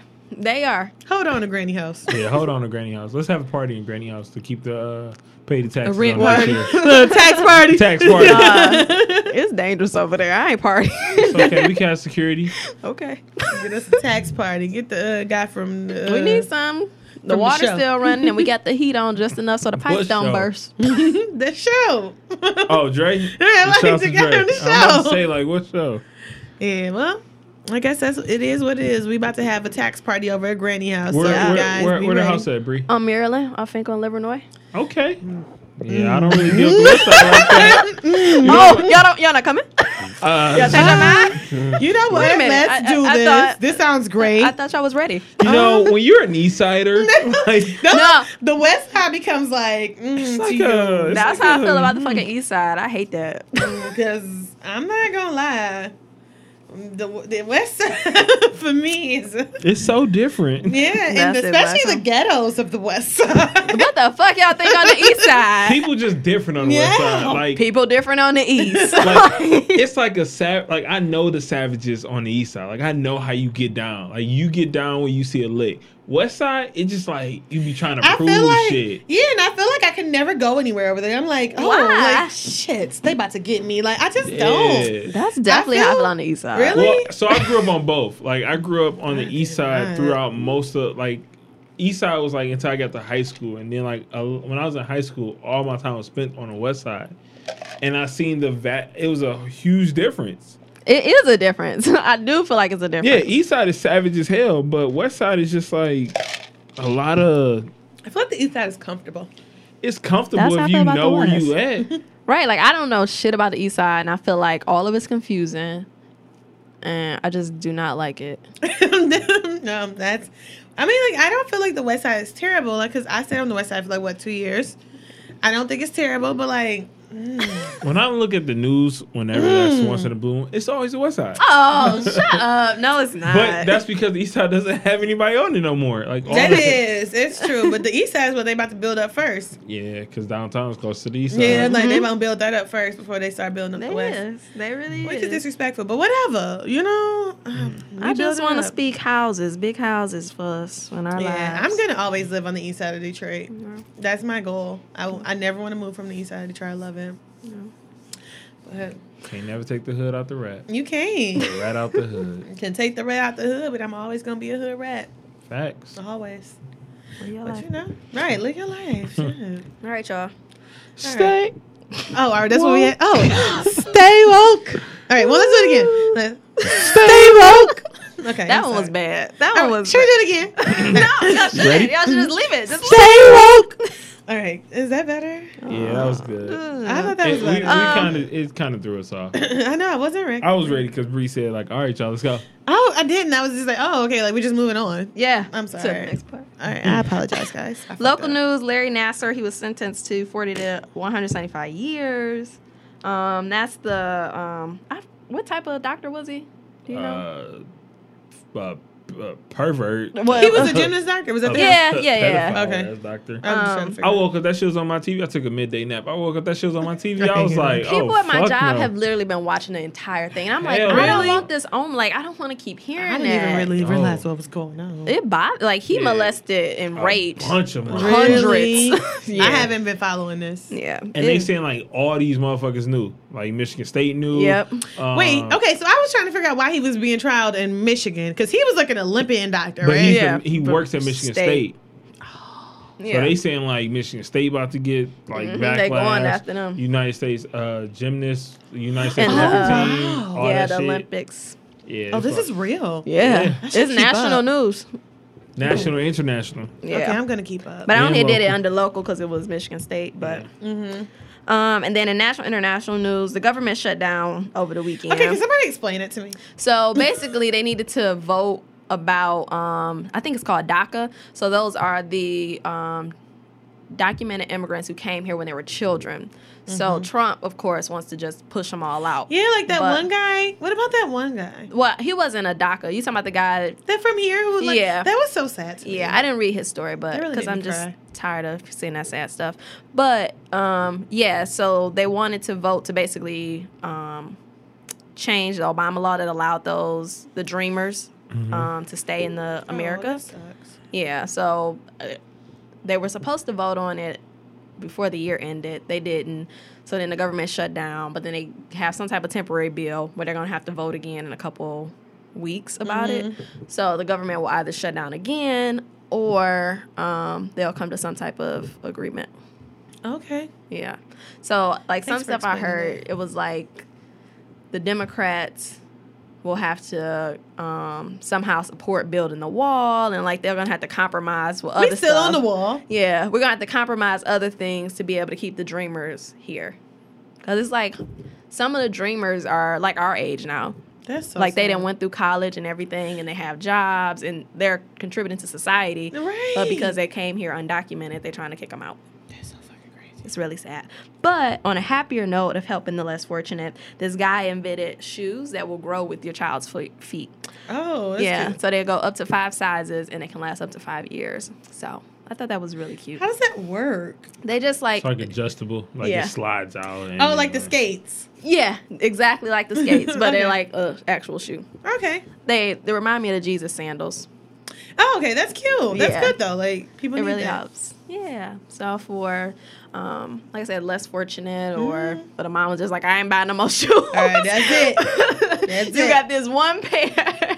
[SPEAKER 3] they are.
[SPEAKER 4] Hold on to Granny House.
[SPEAKER 5] Yeah, hold on to Granny House. Let's have a party in Granny House to keep the uh, pay the taxes.
[SPEAKER 4] rent
[SPEAKER 5] on next
[SPEAKER 4] party.
[SPEAKER 5] year.
[SPEAKER 4] Little tax party.
[SPEAKER 5] Tax party.
[SPEAKER 3] It's dangerous over there. I ain't partying.
[SPEAKER 5] It's okay, we can have security.
[SPEAKER 3] okay,
[SPEAKER 4] Get us a tax party. Get the uh, guy from. Uh,
[SPEAKER 3] we need some. The
[SPEAKER 4] the
[SPEAKER 3] water's
[SPEAKER 4] show.
[SPEAKER 3] still running, and we got the heat on just enough so the pipes
[SPEAKER 5] What
[SPEAKER 3] don't
[SPEAKER 5] show?
[SPEAKER 3] burst.
[SPEAKER 4] uh, the show.
[SPEAKER 5] Oh, Dre. Yeah,
[SPEAKER 4] like to get on the
[SPEAKER 5] I'm about to
[SPEAKER 4] show.
[SPEAKER 5] say like, what show?
[SPEAKER 4] Yeah, well, I guess that's it is what it is. We about to have a tax party over at Granny House.
[SPEAKER 5] Where,
[SPEAKER 4] so
[SPEAKER 5] where,
[SPEAKER 4] you guys
[SPEAKER 5] where,
[SPEAKER 4] be
[SPEAKER 5] where the
[SPEAKER 4] ready.
[SPEAKER 5] house at, Bree?
[SPEAKER 3] On Maryland, I think on Livernois.
[SPEAKER 5] Okay.
[SPEAKER 4] Mm.
[SPEAKER 5] Yeah, I don't really deal with stuff like that.
[SPEAKER 3] Oh, y'all don't, y'all not coming?
[SPEAKER 5] Uh,
[SPEAKER 3] Y'all change your mind?
[SPEAKER 4] You know what?
[SPEAKER 3] Ah! Wait a minute.
[SPEAKER 4] Let's
[SPEAKER 3] I-
[SPEAKER 4] do
[SPEAKER 3] I- I
[SPEAKER 4] this.
[SPEAKER 3] thought-
[SPEAKER 4] this sounds great.
[SPEAKER 3] I thought y'all was ready.
[SPEAKER 5] you know, when you're an East Sider, like,
[SPEAKER 4] the,
[SPEAKER 3] No.
[SPEAKER 4] the West Side becomes like, mm,
[SPEAKER 5] it's
[SPEAKER 4] to
[SPEAKER 5] like
[SPEAKER 4] you.
[SPEAKER 5] a, it's
[SPEAKER 3] That's
[SPEAKER 5] like
[SPEAKER 3] how I
[SPEAKER 5] a-
[SPEAKER 3] feel about the fucking East Side. I hate that.
[SPEAKER 4] Because I'm not gonna lie, the the West Side for me is
[SPEAKER 5] It's so different.
[SPEAKER 4] yeah, and
[SPEAKER 3] That's it,
[SPEAKER 4] especially the
[SPEAKER 3] West
[SPEAKER 4] ghettos of the West Side.
[SPEAKER 3] What the fuck y'all think on the east side?
[SPEAKER 5] People just different on the West
[SPEAKER 4] Yeah.
[SPEAKER 5] Side. Like,
[SPEAKER 3] People different on the east.
[SPEAKER 5] like it's like a sav- like I know the savages on the east side. Like I know how you get down. Like you get down when you see a lick. West side, it just like you be trying to
[SPEAKER 4] I
[SPEAKER 5] prove
[SPEAKER 4] feel like
[SPEAKER 5] shit.
[SPEAKER 4] yeah, and I feel like I can never go anywhere over there. I'm like, oh,
[SPEAKER 3] Why?
[SPEAKER 4] like shit, they about to get me. Like I just don't.
[SPEAKER 5] Yeah.
[SPEAKER 3] That's definitely how I
[SPEAKER 4] feel-
[SPEAKER 3] feel on the east side.
[SPEAKER 4] Really?
[SPEAKER 5] Well, so I grew up on both. Like I grew up on the east
[SPEAKER 4] not.
[SPEAKER 5] side throughout most of like east side was like until I got to high school, and then like a, when I was in high school, all my time was spent on the west side, and I seen the vat. It was a huge difference.
[SPEAKER 3] It is a difference. I do feel like it's a difference.
[SPEAKER 5] Yeah, east side is savage as hell, but west side is just like a lot of
[SPEAKER 4] I feel like the East Side is comfortable.
[SPEAKER 5] it's
[SPEAKER 3] That's
[SPEAKER 5] comfortable
[SPEAKER 3] how I
[SPEAKER 5] if
[SPEAKER 3] feel
[SPEAKER 5] you
[SPEAKER 3] about
[SPEAKER 5] know
[SPEAKER 3] the
[SPEAKER 5] where you
[SPEAKER 3] West.
[SPEAKER 5] at.
[SPEAKER 3] Right? Like I don't know shit about the east side and I feel like all of it's confusing. And I just do not like it.
[SPEAKER 4] no, that's. I mean, like I don't feel like the West Side is terrible. Like, cause I stayed on the West Side for like what two years. I don't think it's terrible, but like
[SPEAKER 5] when I look at the news, whenever that's once in a blue, moon, it's always the west side.
[SPEAKER 3] Mm. Oh, shut up. No, it's not.
[SPEAKER 5] But that's because the east side doesn't have anybody on it no more. Like all
[SPEAKER 4] that
[SPEAKER 5] the-
[SPEAKER 4] is, it's true. But the East Side is what they about to build up first.
[SPEAKER 5] Yeah, because downtown is close to the east side.
[SPEAKER 4] Yeah, like they gonna build that up first before they start building up
[SPEAKER 3] they
[SPEAKER 4] the West.
[SPEAKER 3] is. They really
[SPEAKER 4] Which is
[SPEAKER 3] is.
[SPEAKER 4] disrespectful, but whatever, you know. Um, we
[SPEAKER 3] Mm. I
[SPEAKER 4] build
[SPEAKER 3] just
[SPEAKER 4] it
[SPEAKER 3] want to
[SPEAKER 4] up.
[SPEAKER 3] speak houses, big houses for us in our
[SPEAKER 4] Yeah,
[SPEAKER 3] lives.
[SPEAKER 4] I'm gonna always live on the East Side of Detroit. That's my goal. I, I never want to move from the East Side of Detroit. I love it. But
[SPEAKER 5] Can't never take the hood out the rat.
[SPEAKER 4] you can.
[SPEAKER 5] Rat out the hood.
[SPEAKER 4] can take the rat out the hood, but I'm always gonna be a hood rat.
[SPEAKER 5] Facts.
[SPEAKER 4] Always.
[SPEAKER 3] Live your
[SPEAKER 4] But
[SPEAKER 3] life.
[SPEAKER 4] you know, right, live your life. Shit.
[SPEAKER 3] All right, y'all.
[SPEAKER 5] Stay.
[SPEAKER 4] oh, all right, that's what we had. Oh, stay woke. All right, well, let's do it again. Let's- Stay woke. Okay.
[SPEAKER 3] That
[SPEAKER 4] I'm
[SPEAKER 3] one was
[SPEAKER 4] sorry.
[SPEAKER 3] bad. That
[SPEAKER 4] All
[SPEAKER 3] one
[SPEAKER 4] right,
[SPEAKER 3] was
[SPEAKER 4] should we do it again?
[SPEAKER 3] no, y'all should, y'all should just leave it. Just
[SPEAKER 4] Stay woke. All right, is that better?
[SPEAKER 5] Yeah, that was good.
[SPEAKER 4] I thought that
[SPEAKER 5] It-
[SPEAKER 4] was um,
[SPEAKER 5] we we
[SPEAKER 4] better.
[SPEAKER 5] kind of it kind of threw us off.
[SPEAKER 4] I know I wasn't ready.
[SPEAKER 5] I was ready because Bree said like, "All right, y'all, let's go."
[SPEAKER 4] Oh, I didn't. I was just like, oh, okay, like we're just moving on.
[SPEAKER 3] Yeah.
[SPEAKER 4] I'm
[SPEAKER 3] to the
[SPEAKER 4] sorry.
[SPEAKER 3] next part.
[SPEAKER 4] All right,
[SPEAKER 5] Mm.
[SPEAKER 4] I apologize, guys. I fucked
[SPEAKER 3] Local
[SPEAKER 4] up.
[SPEAKER 3] news: Larry Nasser he was sentenced to 40 to 175 years. Um, that's the um, I, what type of doctor was he? Do you know?
[SPEAKER 5] Uh, uh, uh, pervert.
[SPEAKER 3] What?
[SPEAKER 4] He was a gymnast doctor. Was that the
[SPEAKER 3] Yeah, yeah, yeah. um,
[SPEAKER 5] Pedophile
[SPEAKER 4] Okay.
[SPEAKER 5] ass doctor.
[SPEAKER 4] I'm just trying to figure
[SPEAKER 5] I
[SPEAKER 4] out.
[SPEAKER 5] woke up. That shit was on my TV. I took a midday nap. I woke up. That shit was on my TV. I was like,
[SPEAKER 3] People
[SPEAKER 5] oh,
[SPEAKER 3] at my
[SPEAKER 5] fuck
[SPEAKER 3] job
[SPEAKER 5] no.
[SPEAKER 3] have literally been watching the entire thing, and I'm like,
[SPEAKER 5] Hell
[SPEAKER 3] I don't
[SPEAKER 5] really?
[SPEAKER 3] want this on. Like, I don't want to keep hearing
[SPEAKER 4] I didn't
[SPEAKER 3] that.
[SPEAKER 4] even really
[SPEAKER 5] Oh.
[SPEAKER 4] realize what was going on.
[SPEAKER 3] It bothered. Like he
[SPEAKER 5] Yeah. Oh,
[SPEAKER 3] molested and raped.
[SPEAKER 5] a bunch of them.
[SPEAKER 3] hundreds.
[SPEAKER 4] Really?
[SPEAKER 3] Yeah.
[SPEAKER 4] I haven't been following this.
[SPEAKER 3] Yeah.
[SPEAKER 5] And they
[SPEAKER 3] It-
[SPEAKER 5] saying like all these motherfuckers knew, like Michigan State knew.
[SPEAKER 3] Yep.
[SPEAKER 5] Um,
[SPEAKER 4] Wait,
[SPEAKER 3] Uh-huh.
[SPEAKER 4] okay, so I was trying to figure out why he was being trialed in Michigan because he was like an Olympian doctor,
[SPEAKER 5] But
[SPEAKER 4] right?
[SPEAKER 5] he's
[SPEAKER 3] Yeah.
[SPEAKER 5] from- he
[SPEAKER 3] From
[SPEAKER 5] works at Michigan
[SPEAKER 3] state.
[SPEAKER 5] State.
[SPEAKER 3] yeah.
[SPEAKER 5] So they saying like Michigan State about to get like
[SPEAKER 3] Mhm,
[SPEAKER 5] backlash.
[SPEAKER 3] they going after them.
[SPEAKER 5] United States uh, gymnasts, United States
[SPEAKER 3] And,
[SPEAKER 5] Olympic
[SPEAKER 3] uh,
[SPEAKER 5] team,
[SPEAKER 4] wow.
[SPEAKER 5] all
[SPEAKER 3] yeah,
[SPEAKER 5] that
[SPEAKER 3] the
[SPEAKER 5] shit.
[SPEAKER 3] Olympics.
[SPEAKER 5] Yeah.
[SPEAKER 4] oh,
[SPEAKER 5] it's
[SPEAKER 4] this
[SPEAKER 5] like
[SPEAKER 4] is real.
[SPEAKER 3] Yeah,
[SPEAKER 5] Yeah.
[SPEAKER 4] I should
[SPEAKER 3] it's
[SPEAKER 4] keep
[SPEAKER 3] national
[SPEAKER 4] up.
[SPEAKER 3] news.
[SPEAKER 5] national, international.
[SPEAKER 3] Yeah,
[SPEAKER 4] Okay, I'm gonna keep up.
[SPEAKER 3] but I
[SPEAKER 5] and
[SPEAKER 3] only did it
[SPEAKER 5] local.
[SPEAKER 3] under local because it was Michigan State. But
[SPEAKER 4] Mm-hmm.
[SPEAKER 3] um, and then in national international news, the government shut down over the weekend.
[SPEAKER 4] okay, can somebody explain it to me?
[SPEAKER 3] So basically, they needed to vote about, um, I think it's called DACA. So those are the um, documented immigrants who came here when they were children. So Trump, of course, wants to just push them all out.
[SPEAKER 4] Mm-hmm. Yeah, like that
[SPEAKER 3] But-
[SPEAKER 4] one guy. What about that one guy?
[SPEAKER 3] Well, he wasn't a DACA. You talking about the guy? That,
[SPEAKER 4] That from here who was like
[SPEAKER 3] Yeah.
[SPEAKER 4] that was so sad. To me.
[SPEAKER 3] yeah, I didn't read his story, but
[SPEAKER 4] That really
[SPEAKER 3] because
[SPEAKER 4] made
[SPEAKER 3] I'm
[SPEAKER 4] me
[SPEAKER 3] just
[SPEAKER 4] cry.
[SPEAKER 3] tired of seeing that sad stuff. But um, yeah, so they wanted to vote to basically um, change the Obama law that allowed those the Dreamers um, to stay in the
[SPEAKER 4] Oh,
[SPEAKER 3] America.
[SPEAKER 4] that sucks.
[SPEAKER 3] Yeah, so uh, they were supposed to vote on it before the year ended. They didn't. So then the government shut down, but then they have some type of temporary bill where they're going to have to vote again in a couple weeks about it. So the government will either shut down again or um, they'll come to some type of agreement.
[SPEAKER 4] Okay.
[SPEAKER 3] Yeah. So like some
[SPEAKER 4] Thanks for
[SPEAKER 3] stuff I
[SPEAKER 4] explaining
[SPEAKER 3] heard, it was like the Democrats will have to um, somehow support building the wall, and like they're gonna have to compromise with
[SPEAKER 4] We
[SPEAKER 3] other
[SPEAKER 4] still on
[SPEAKER 3] stuff.
[SPEAKER 4] the wall.
[SPEAKER 3] Yeah, we're gonna have to compromise other things to be able to keep the dreamers here, because it's like some of the dreamers are like our age now.
[SPEAKER 4] That's so
[SPEAKER 3] like they
[SPEAKER 4] sad.
[SPEAKER 3] didn't went through college and everything, and they have jobs and they're contributing to society.
[SPEAKER 4] Right.
[SPEAKER 3] But because they came here undocumented, they're trying to kick them out.
[SPEAKER 4] That's so fucking crazy.
[SPEAKER 3] It's really sad. But on a happier note of helping the less fortunate, this guy invented shoes that will grow with your child's fle- feet.
[SPEAKER 4] Oh, that's
[SPEAKER 3] yeah,
[SPEAKER 4] cute.
[SPEAKER 3] so they go up to five sizes and they can last up to five years. So I thought that was really cute.
[SPEAKER 4] How does that work?
[SPEAKER 3] They just like,
[SPEAKER 5] It's like adjustable. Like
[SPEAKER 3] Yeah.
[SPEAKER 5] it slides out. And,
[SPEAKER 4] Oh, like the
[SPEAKER 5] uh,
[SPEAKER 4] skates.
[SPEAKER 3] yeah, exactly like the skates, but
[SPEAKER 4] Okay.
[SPEAKER 3] they're like a actual shoe.
[SPEAKER 4] Okay.
[SPEAKER 3] They they remind me of the Jesus sandals.
[SPEAKER 4] Oh, okay. That's cute. That's
[SPEAKER 3] Yeah.
[SPEAKER 4] good though. Like people
[SPEAKER 3] It
[SPEAKER 4] need
[SPEAKER 3] really
[SPEAKER 4] that.
[SPEAKER 3] helps. Yeah. So for, um, like I said, less fortunate or, but the mom was just like, I ain't buying no more shoes. Mm-hmm. All
[SPEAKER 4] right, that's it. That's
[SPEAKER 3] you
[SPEAKER 4] it.
[SPEAKER 3] got this one pair.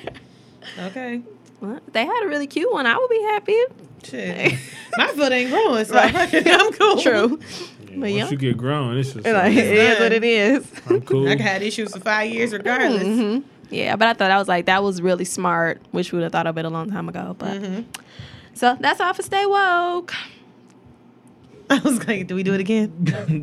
[SPEAKER 4] Okay.
[SPEAKER 3] Well, they had a really cute one. I would be happy.
[SPEAKER 4] Shit. My foot ain't growing, so I'm cool.
[SPEAKER 3] True.
[SPEAKER 5] yeah,
[SPEAKER 3] but
[SPEAKER 5] once
[SPEAKER 3] yeah.
[SPEAKER 5] you get grown, it's just
[SPEAKER 3] Like, it is what it is.
[SPEAKER 5] I'm cool.
[SPEAKER 4] I could have issues for five years regardless.
[SPEAKER 3] Mm-hmm. Yeah, but I thought I was like, that was really smart. Wish we would have thought of it a long time ago. But so that's all for Stay Woke.
[SPEAKER 4] I was like, do we do it again?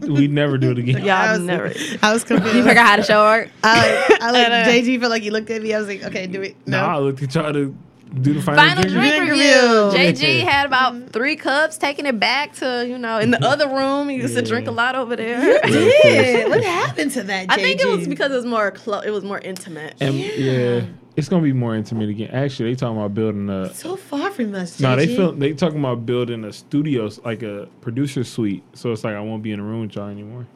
[SPEAKER 5] we never do it again.
[SPEAKER 3] Y'all
[SPEAKER 4] I was,
[SPEAKER 3] never.
[SPEAKER 4] I was confused.
[SPEAKER 3] You forgot how to show work.
[SPEAKER 4] I like, I like
[SPEAKER 3] I know.
[SPEAKER 4] JG felt like he looked at me. I was like, okay, do it.
[SPEAKER 5] No, I
[SPEAKER 4] No.
[SPEAKER 5] looked at y'all to do the final,
[SPEAKER 3] Final
[SPEAKER 5] drink.
[SPEAKER 3] drink
[SPEAKER 4] Drink
[SPEAKER 3] review.
[SPEAKER 4] review.
[SPEAKER 3] JG had about three cups, taking it back to, you know, in
[SPEAKER 4] Mm-hmm.
[SPEAKER 3] the other room. He used to drink a lot over there.
[SPEAKER 4] Shit, what happened to that? JG?
[SPEAKER 3] I think it was because it was more clo- it was more intimate.
[SPEAKER 5] And, yeah. it's gonna be more intimate again. Actually, they talking about building a.
[SPEAKER 4] so far from us. JG.
[SPEAKER 5] No, they feel they talking about building a studio, like a producer suite. So it's like I won't be in a room with y'all anymore.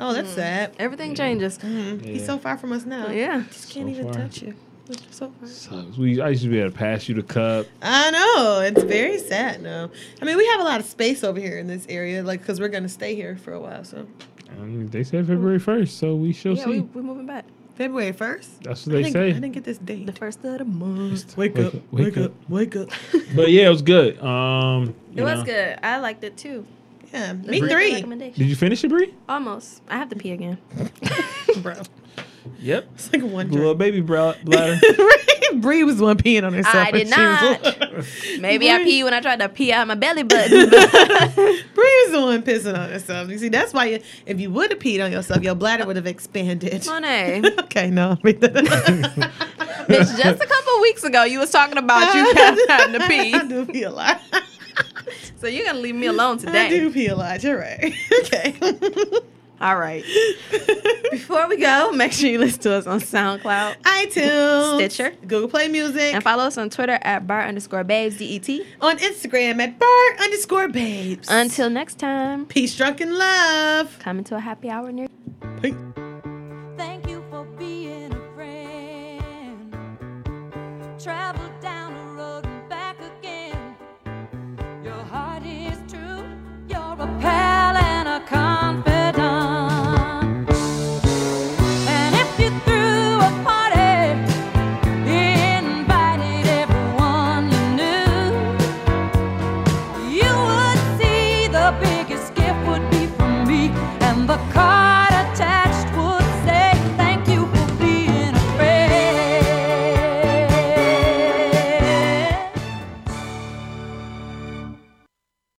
[SPEAKER 4] Oh, that's sad.
[SPEAKER 3] Everything changes.
[SPEAKER 4] He's so far from us now.
[SPEAKER 3] Yeah.
[SPEAKER 4] Mm-hmm. just can't
[SPEAKER 5] So
[SPEAKER 4] even
[SPEAKER 5] far.
[SPEAKER 4] touch you. It's So far.
[SPEAKER 5] Sucks. We I used to be able to pass you the cup.
[SPEAKER 4] I know it's very sad. now. I mean we have a lot of space over here in this area, like because we're gonna stay here for a while. So
[SPEAKER 5] Um, they said February first, so we shall
[SPEAKER 3] Yeah,
[SPEAKER 5] see.
[SPEAKER 3] we, we're moving back.
[SPEAKER 4] February first.
[SPEAKER 5] That's what they
[SPEAKER 4] I didn't,
[SPEAKER 5] say.
[SPEAKER 4] I didn't get this date.
[SPEAKER 3] The first of the month.
[SPEAKER 4] Wake,
[SPEAKER 5] Wake
[SPEAKER 4] up!
[SPEAKER 5] up,
[SPEAKER 4] Wake
[SPEAKER 5] wake
[SPEAKER 4] up! Wake up!
[SPEAKER 5] But yeah, it was good. Um,
[SPEAKER 3] It was good. I liked it too.
[SPEAKER 4] Yeah, me
[SPEAKER 3] Good
[SPEAKER 4] three,
[SPEAKER 3] recommendation.
[SPEAKER 5] Did you finish it, Bree?
[SPEAKER 3] Almost. I have to pee again.
[SPEAKER 4] bro.
[SPEAKER 5] Yep.
[SPEAKER 4] It's like one
[SPEAKER 5] Little
[SPEAKER 4] drink.
[SPEAKER 5] baby bra- bladder.
[SPEAKER 4] think Bree was the one peeing on herself.
[SPEAKER 3] I did
[SPEAKER 4] She was-
[SPEAKER 3] not. Maybe I pee when I tried to pee out my belly button.
[SPEAKER 4] Bree was the one pissing on herself. You see, that's why you, if you would have peed on yourself, your bladder would have expanded.
[SPEAKER 3] Monet,
[SPEAKER 4] okay, no. read that.
[SPEAKER 3] bitch, just a couple weeks ago you was talking about you having to
[SPEAKER 4] I
[SPEAKER 3] pee,
[SPEAKER 4] do pee a lot.
[SPEAKER 3] so you're gonna leave me alone
[SPEAKER 4] I do
[SPEAKER 3] today.
[SPEAKER 4] pee a lot. You're right. Okay.
[SPEAKER 3] All right. Before we go, make sure you listen to us on SoundCloud
[SPEAKER 4] iTunes,
[SPEAKER 3] Stitcher.
[SPEAKER 4] Google Play Music,
[SPEAKER 3] and follow us on Twitter at bar underscore babes d e t.
[SPEAKER 4] on Instagram at bar underscore babes.
[SPEAKER 3] Until next time,
[SPEAKER 4] Peace, drunk, and love.
[SPEAKER 3] come into a happy hour near.